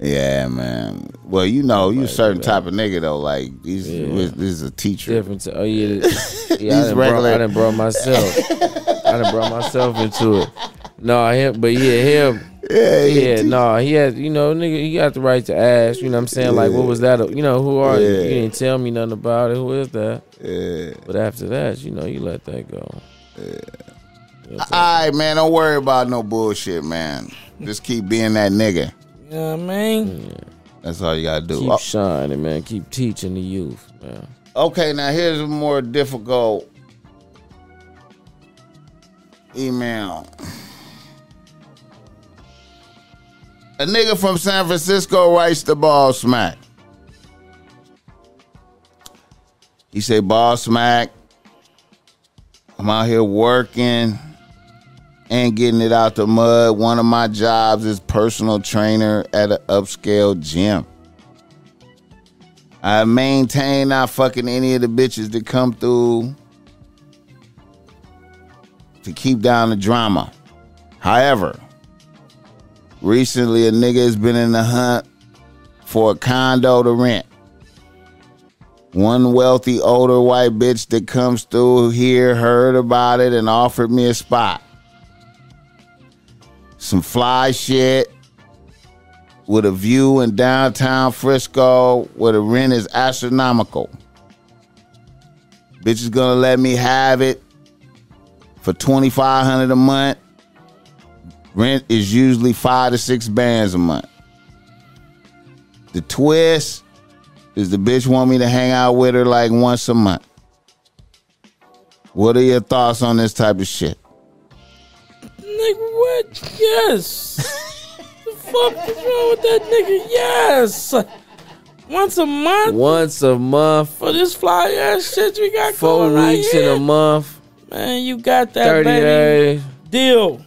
B: Yeah, man. Well, you know, you a certain type of nigga though. Like he's
D: Yeah.
B: this is a teacher.
D: Different. t-
B: (laughs)
D: oh yeah, th- yeah. I
B: He's
D: done
B: regular.
D: Brought, I done brought myself. I done brought myself into it. No, him, but yeah, him.
B: Yeah, he
D: Yeah,
B: a teacher.
D: no, he had, you know, nigga, he got the right to ask. You know what I'm saying? Like, what was that? You know, who are you?
B: Yeah.
D: You didn't tell me nothing about it. Who is that?
B: Yeah.
D: But after that, you know, you let that go.
B: All right, man. Don't worry about no bullshit, man. Just keep being that nigga.
A: You know what I mean?
B: That's all you gotta do. Uh,
D: Keep shining, man. Keep teaching the youth, man.
B: O- Okay, now here's a more difficult email. A nigga from San Francisco writes the ball smack. He say, "Ball smack, I'm out here working and getting it out the mud. One of my jobs is personal trainer at an upscale gym. I maintain not fucking any of the bitches that come through to keep down the drama. However, recently a nigga has been in the hunt for a condo to rent. One wealthy older white bitch that comes through here heard about it and offered me a spot. Some fly shit with a view in downtown Frisco where the rent is astronomical. Bitch is gonna let me have it for twenty five hundred a month. Rent is usually five to six bands a month. The twist is the bitch want me to hang out with her like once a month. What are your thoughts on this type of shit?
D: Mm.
A: Nigga, what?
D: (laughs)
A: Yes. the fuck is wrong with that nigga? Yes. Once a month
D: Once a month,
A: for this fly ass shit we got
D: four
A: going right
D: weeks
A: here.
D: in a month,
A: Man, you got that
D: 30
A: baby
D: days,
A: deal.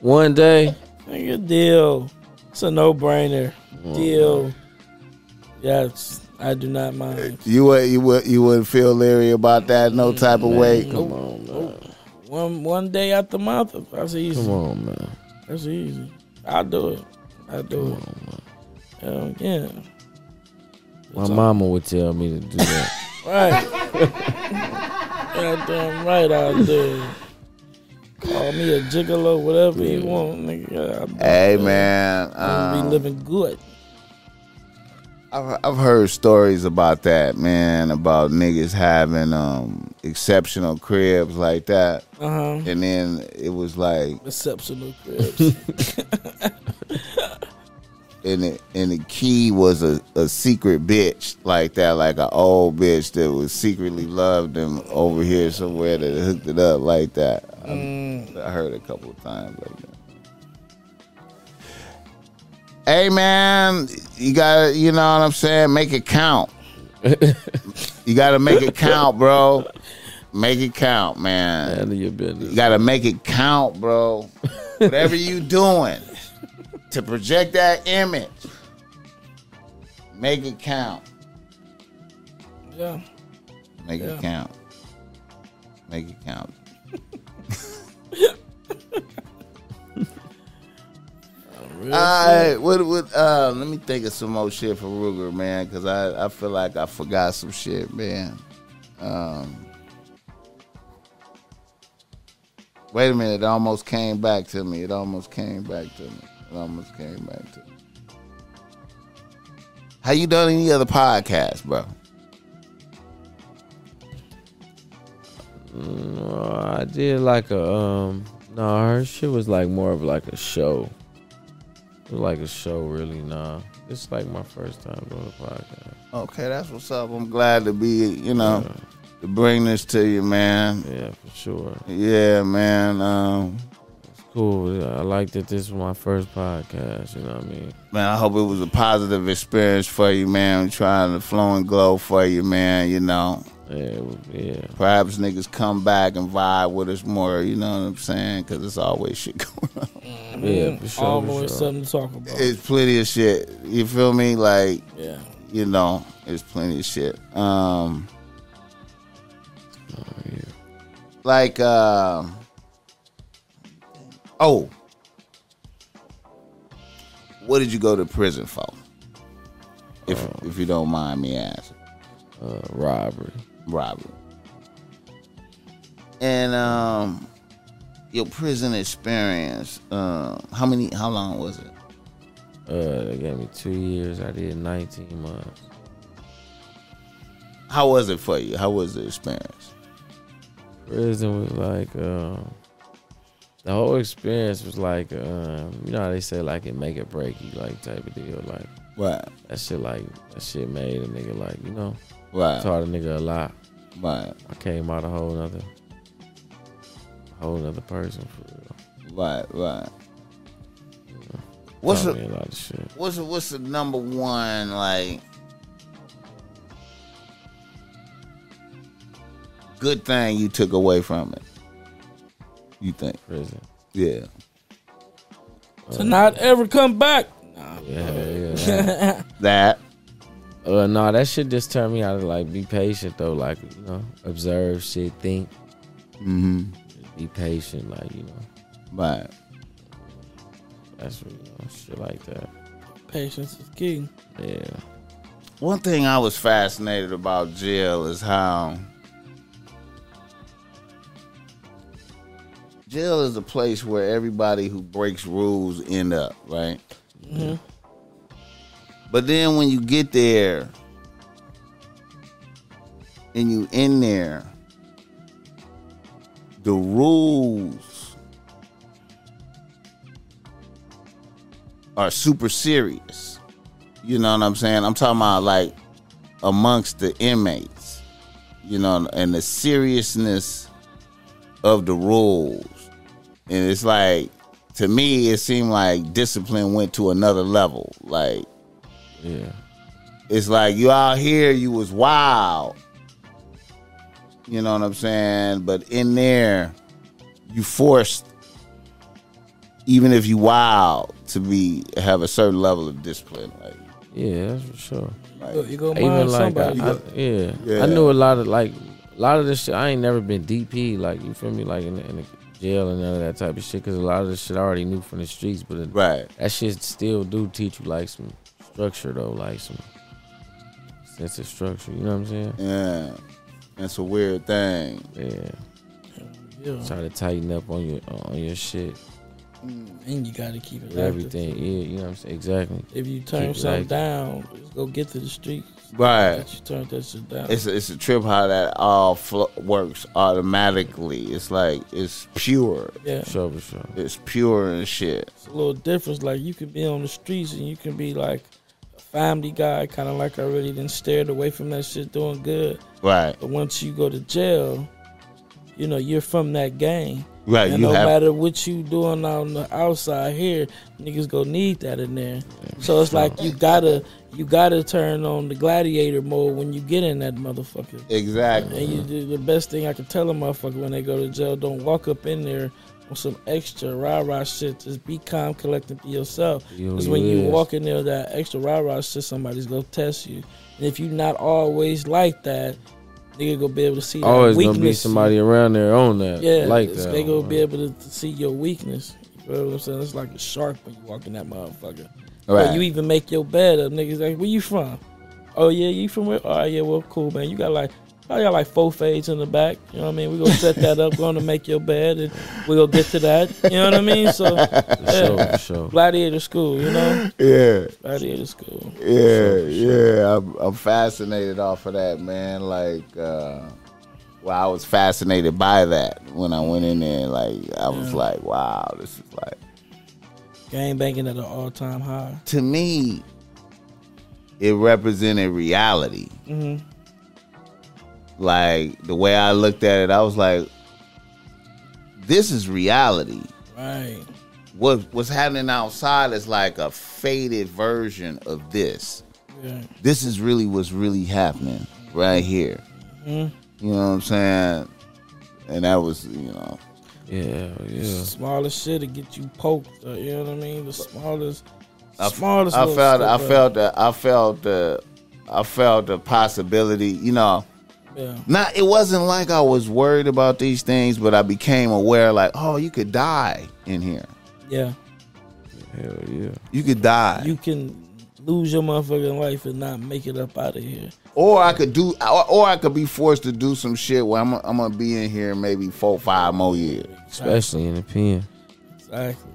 D: one day.
A: Nigga, deal. It's a no brainer.
D: Oh,
A: Deal. Yes, I do not mind.
B: You would you would you wouldn't feel leery about that no type of way.
D: Come on, man.
A: One one day out the month, that's easy.
D: Come on, man.
A: That's easy. I'll do it. I'll do it. Hell yeah.
D: My mama would tell me to do that.
A: Right. Goddamn right I'll do it. Call me a gigolo, whatever you want, nigga. I-
B: Hey man,
A: I'm
B: um,
A: be living good.
B: I've, I've heard stories about that, man, about niggas having um, exceptional cribs like that.
A: Uh huh.
B: And then it was like,
A: Exceptional cribs.
D: (laughs)
B: and the, and the key was a, a secret bitch like that, like an old bitch that was secretly loved him over here somewhere that hooked it up like that. I, I heard a couple of times like that. Hey man, you gotta, you know what I'm saying? Make it count. you gotta make it count, bro. Make it count, man.
D: Handle your
B: You
D: business.
B: gotta make it count, bro. Whatever you doing to project that image, make it count.
A: yeah.
B: Make
A: Yeah.
B: it count. Make it count. All right, what, what, uh, let me think of some more shit for Ruger, man, because I, I feel like I forgot some shit, man. Um, wait a minute, it almost came back to me. It almost came back to me. It almost came back to me. How you done any other podcast, bro?
D: Uh, I did like a um no, her shit was like more of like a show. It was like a show really, nah. It's like my first time doing a podcast.
B: Okay, that's what's up. I'm glad to be, you know, to bring this to you, man.
D: Yeah, for sure.
B: Yeah, man. Um,
D: It's cool. I like that this was my first podcast, you know what I mean?
B: Man, I hope it was a positive experience for you, man. I'm trying to flow and glow for you, man. You know,
D: Yeah, it was, yeah.
B: perhaps niggas come back and vibe with us more. You know what I'm saying? Because it's always shit (laughs) going on.
D: Yeah, for sure.
A: Always
D: for sure.
A: something to talk about.
B: It's plenty of shit. You feel me? Like,
A: yeah.
B: you know, it's plenty of shit. Um,
D: Yeah.
B: like, um, oh, what did you go to prison for? If if you don't mind me asking.
D: Uh, robbery.
B: robbery. And um, your prison experience. Uh, how many? How long was it?
D: Uh, they gave me two years. I did 19 months.
B: How was it for you? How was the experience?
D: prison was like um, the whole experience was like um, you know how they say like it make it break you like type of deal like
B: Right,
D: that shit like that shit made a nigga like you know
B: right,
D: taught a nigga a lot.
B: right,
D: I came out a whole nother whole nother person for real.
B: right, right. What's
D: taught
B: the
D: me a lot of shit.
B: what's the, what's the number one like good thing you took away from it? You think?
D: Prison.
B: Yeah.
A: To not ever come back. Nah.
D: Yeah, yeah. (laughs) nah.
B: That.
D: uh, nah, that shit just turned me out to like be patient though, like you know, observe shit, think,
B: Mm-hmm.
D: be patient, like you know,
B: Right.
D: that's what, you know, shit like that.
A: Patience is key.
D: Yeah.
B: One thing I was fascinated about jail is how jail is a place where everybody who breaks rules end up, right? But then when you get there and you in there, the rules are super serious. You know what I'm saying? I'm talking about like amongst the inmates, you know, and the seriousness of the rules. And it's like, to me, it seemed like discipline went to another level. Like,
D: Yeah.
B: it's like you out here, you was wild. You know what I'm saying? But in there, you forced, even if you wild, to be have a certain level of discipline. Like,
D: Yeah, that's for sure.
A: Look, you go
D: Even
A: mind
D: like, I,
A: somebody.
D: I- yeah.
B: Yeah.
D: I knew a lot of like, a lot of this shit. I ain't never been DP, like you feel me, like in, in the jail and none of that type of shit. Because a lot of this shit I already knew from the streets, but it,
B: right,
D: that shit still do teach you like some structure though, like some sense of structure. You know what I'm saying?
B: yeah, that's a weird thing.
D: Yeah.
A: yeah.
D: Try to tighten up on your on your shit,
A: And you gotta keep it active.
D: with everything. Yeah, you know what I'm saying? Exactly.
A: If you turn
D: Keep it
A: something
D: active.
A: down, it's gonna get to the streets.
B: Right.
A: That you turn that shit down.
B: It's a, it's a trip how that all flo- works automatically. It's like it's pure.
A: yeah.
D: Sure, for sure.
B: It's pure and shit.
A: It's a little difference. Like you could be on the streets and you can be like a family guy, kinda like I really didn't steered away from that shit doing good.
B: Right,
A: But once you go to jail, you know, you're from that gang.
B: right.
A: And
B: Uh, you
A: no
B: have
A: matter what you doing on the outside here, niggas gonna need that in there. So it's like you gotta you gotta turn on the gladiator mode when you get in that motherfucker.
B: exactly.
A: And you do the best thing I can tell a motherfucker when they go to jail, don't walk up in there on some extra rah rah shit. Just be calm, collected to yourself.
D: You
A: Because when you
D: is.
A: walk in there, with that extra rah rah shit, somebody's gonna test you. And if you're not always like that, Nigga gonna be able to see that
D: Always
A: weakness.
D: gonna be somebody around there on that.
A: yeah,
D: like
A: it's-
D: that.
A: They gonna
D: man.
A: be able to, to see your weakness. You know what I'm saying? It's like a shark when you walk in that motherfucker.
B: Right.
A: Or you even make your bed up, niggas. Like, where you from? Oh yeah, you from where? Oh yeah, well cool, man. You got like. I got like four fades in the back. You know what I mean? We're gonna set that up, going to make your bed and we're gonna get to that. You know what I mean? So
D: For sure,
A: yeah. (laughs)
D: for sure.
A: Gladiator School, you know?
B: Yeah.
A: Gladiator School.
B: Yeah, yeah, I'm, I'm fascinated off of that, man. Like, uh, well, I was fascinated by that when I went in there. Like, I was like, wow, this is like
A: Game banking at an all time high.
B: to me. It represented reality.
A: Mhm.
B: Like the way I looked at it, I was like, this is reality.
A: Right.
B: What what's happening outside is like a faded version of this.
A: Yeah.
B: this is really what's really happening right here. You know what I'm saying? And that was, you know,
D: Yeah, yeah.
A: smallest shit to get you poked. uh, you know what I mean? The smallest,
B: I,
A: smallest.
B: I
A: little
B: felt,
A: step
B: I
A: up.
B: felt the, I felt the, I felt the possibility. You know,
A: Yeah.
B: not it wasn't like I was worried about these things, but I became aware, like, oh, you could die in here.
A: Yeah.
D: Hell yeah.
B: You could die,
A: You can lose your motherfucking life and not make it up out of here.
B: or I could do, or, or I could be forced to do some shit where I'm, I'm gonna be in here maybe four, five more years.
D: Especially in the pen.
A: Exactly.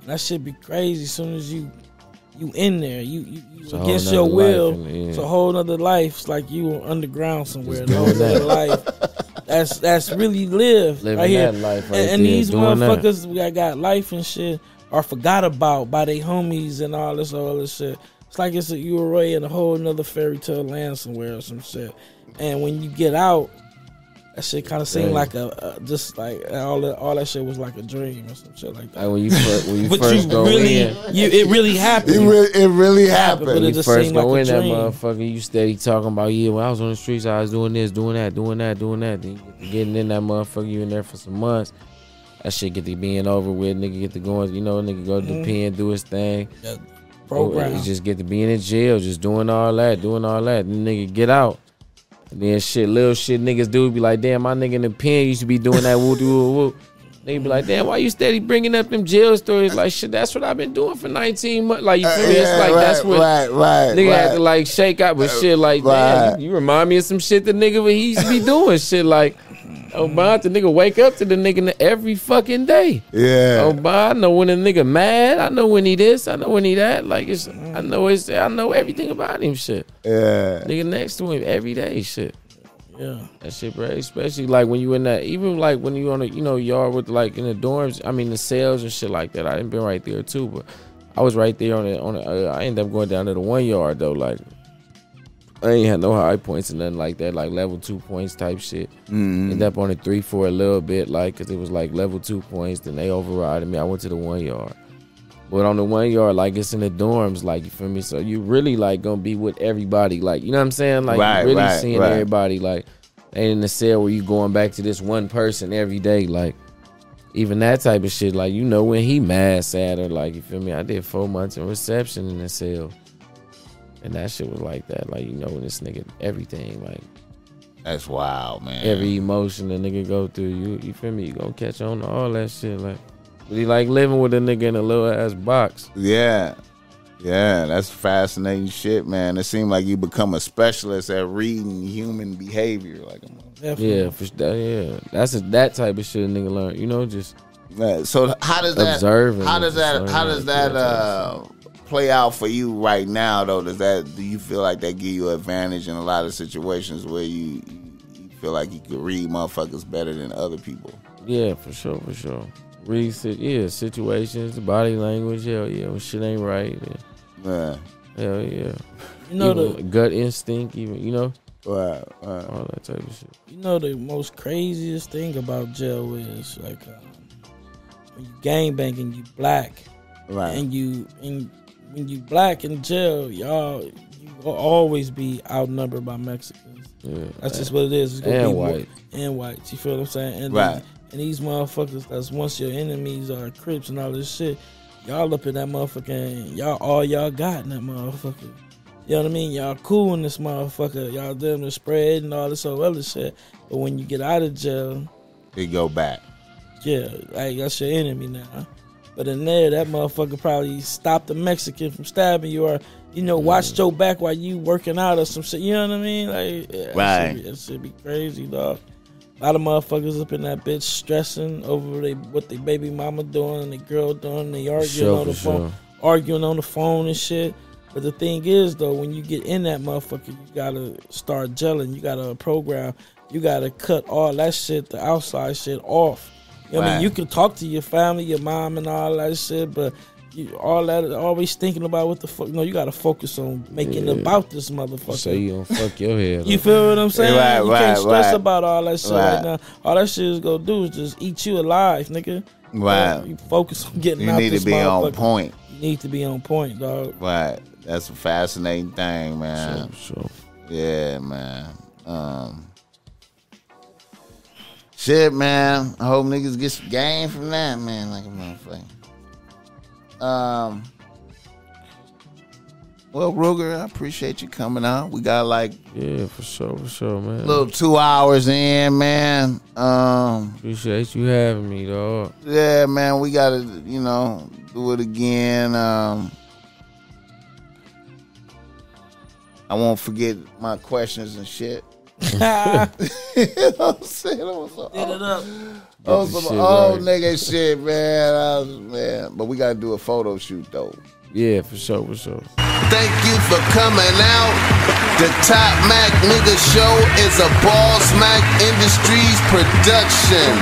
A: And that shit be crazy. As soon as you you in there, you you,
D: It's
A: you
D: a
A: against
D: whole
A: your
D: nother
A: will.
D: life in the end.
A: It's a whole nother life. It's like you were underground somewhere.
D: Just
A: A whole
D: doing
A: nother
D: that.
A: life. That's that's really lived
D: Living
A: right here.
D: that life right
A: and, and
D: there,
A: these
D: doing that.
A: motherfuckers that got life and shit are forgot about by they homies and all this all this shit. It's like it's a, you were away in a whole nother fairy tale land somewhere or some shit. And when you get out, that shit kind of seemed
D: Right.
A: like a, a uh, just like all that, all that shit was like a dream or some shit like that
D: Like when you first when
A: (laughs)
D: you
A: but
D: first
A: you
D: go
A: really,
D: in.
A: you it really happened.
B: It really, it really happened.
A: But it
D: You
A: just
D: first
A: seemed
D: go
A: like
D: in
A: a
D: that
A: dream.
D: motherfucker, you steady talking about yeah. When I was on the streets, I was doing this, doing that, doing that, doing that. Then you get to getting in that motherfucker, you in there for some months. That shit get to being over with. Nigga get to going, you know, nigga go to
A: Mm.
D: the pen, do his thing.
A: That
D: Or
A: program.
D: Oh, it Just get to being in jail, just doing all that, doing all that. Then nigga get out. And then shit, little shit niggas do be like, damn, my nigga in the pen used to be doing that woo doo woo. woo. Nigga be like, damn, why you steady bringing up them jail stories? Like, shit, that's what I've been doing for 19 months. Like, you feel me? It's
B: Uh, Yeah,
D: like, that's
B: right,
D: what
B: right, right,
D: nigga
B: right.
D: had to like shake out with shit like
B: right.
D: that. You, you remind me of some shit the nigga what he used to be doing. shit like, oh, Bond, the nigga wake up to the nigga every fucking day.
B: Yeah.
D: Oh, Bond, I know when a nigga mad. I know when he this. I know when he that. Like it's, I know it's, I know everything about him. Shit,
B: Yeah.
D: nigga next to him every day. Shit.
A: yeah,
D: That shit, bro. Especially like when you in that, even like when you on the, you know, yard with like in the dorms. I mean, the cells and shit like that. I didn't been right there too, but I was right there on the on. The, uh, I ended up going down to the one yard though. Like I ain't had no high points and nothing like that. Like level two points type shit.
B: Mm.
D: Ended up on the three for a little bit, like because it was like level two points. Then they overrided me. I went to the one yard. But on the one yard, like it's in the dorms, like you feel me. So you really like gonna be with everybody, like you know what I'm saying, like
B: Right,
D: you really
B: right,
D: seeing
B: right.
D: everybody, like ain't in the cell where you going back to this one person every day, like even that type of shit. Like you know when he mad, sad, or like you feel me. I did four months in reception in the cell, and that shit was like that. Like you know when this nigga everything, like
B: That's wild, man.
D: every emotion a nigga go through. You you feel me? You gonna catch on to all that shit. Like but he like living with a nigga in a little ass box.
B: yeah. Yeah, that's fascinating shit, man. It seemed like you become a specialist at reading human behavior. Like,
A: definitely.
D: Yeah, for s- that, yeah. That's a, that type of shit a nigga learn. You know, just
B: uh, so how does that?
D: Observing
B: How does
D: is just
B: that?
D: learning
B: How
D: how to
B: does
D: do
B: that
D: that type
B: uh,
D: of
B: play out for you right now? Though, does that? Do you feel like that give you advantage in a lot of situations where you, you feel like you could read motherfuckers better than other people?
D: yeah, for sure, for sure. Read sit, yeah, situations, body language, hell yeah, when shit ain't right. Yeah,
B: Yeah.
D: hell yeah.
A: You know
D: Even
A: the
D: gut instinct, even you know,
B: Right. Right.
D: all that type of shit.
A: you know the most craziest thing about jail is like um, when you gang banging, you black,
B: Right.
A: and you and when you black in jail, y'all you will always be outnumbered by Mexicans.
D: Yeah.
A: That's just what it is. It's gonna
D: And
A: be more-
D: white.
A: and whites. You feel what I'm saying? And
B: Right.
A: these- and these motherfuckers that's once your enemies are Crips and all this shit, y'all up in that motherfucker and y'all all y'all got in that motherfucker. You know what I mean? Y'all cool in this motherfucker. Y'all damn the spread and all this whole other shit. But when you get out of jail,
B: It go back.
A: yeah, like that's your enemy now. But in there, that motherfucker probably stopped the Mexican from stabbing you, or you
D: Mm.
A: know, watched your back while you working out or some shit. You know what I mean? Like, yeah, That
B: Right.
A: should, be, that shit be crazy, dog. A lot of motherfuckers up in that bitch stressing over they, what their baby mama doing and the girl doing. They arguing
D: Sure,
A: on the
D: for
A: phone,
D: sure.
A: arguing on the phone and shit. But the thing is, though, when you get in that motherfucker, you gotta start gelling. You gotta program. You gotta cut all that shit, the outside shit, off. You know what I
B: Right.
A: mean, you can talk to your family, your mom, and all that shit, but you all that always thinking about what the fuck. No, you gotta focus on making it about this motherfucker.
D: So you don't fuck
A: (laughs)
D: your head.
A: You
D: up.
A: feel what I'm saying?
B: Right,
A: you
B: right,
A: can't stress
B: right.
A: about all that shit
B: Right.
A: right. now. All that shit is gonna do is just eat you alive, nigga.
B: Right.
A: You focus on getting
B: You
A: out
B: need
A: this
B: to be on
A: motherfucker.
B: point.
A: You need to be on point, dog.
B: Right. That's a fascinating thing, man.
D: Sure.
B: Yeah, man. Um, shit, man. I hope niggas get some game from that, man. Like a motherfucker. Um. Well, Ruger, I appreciate you coming out. We got like
D: Yeah, for sure, for sure, man.
B: a little two hours in, man. Um,
D: Appreciate you having me, dog.
B: yeah, man, we gotta, you know, do it again. Um, I won't forget my questions and shit.
A: Get
B: (laughs) you know what I'm saying? I was so
A: it up.
B: Oh,
D: Get
B: some
D: the shit
B: old
D: right. (laughs)
B: nigga shit, man. I was- man. But we gotta do a photo shoot though.
D: Yeah, for sure, for sure.
B: Thank you for coming out. The Top Mac Nigga Show is a Ball Smack Industries production.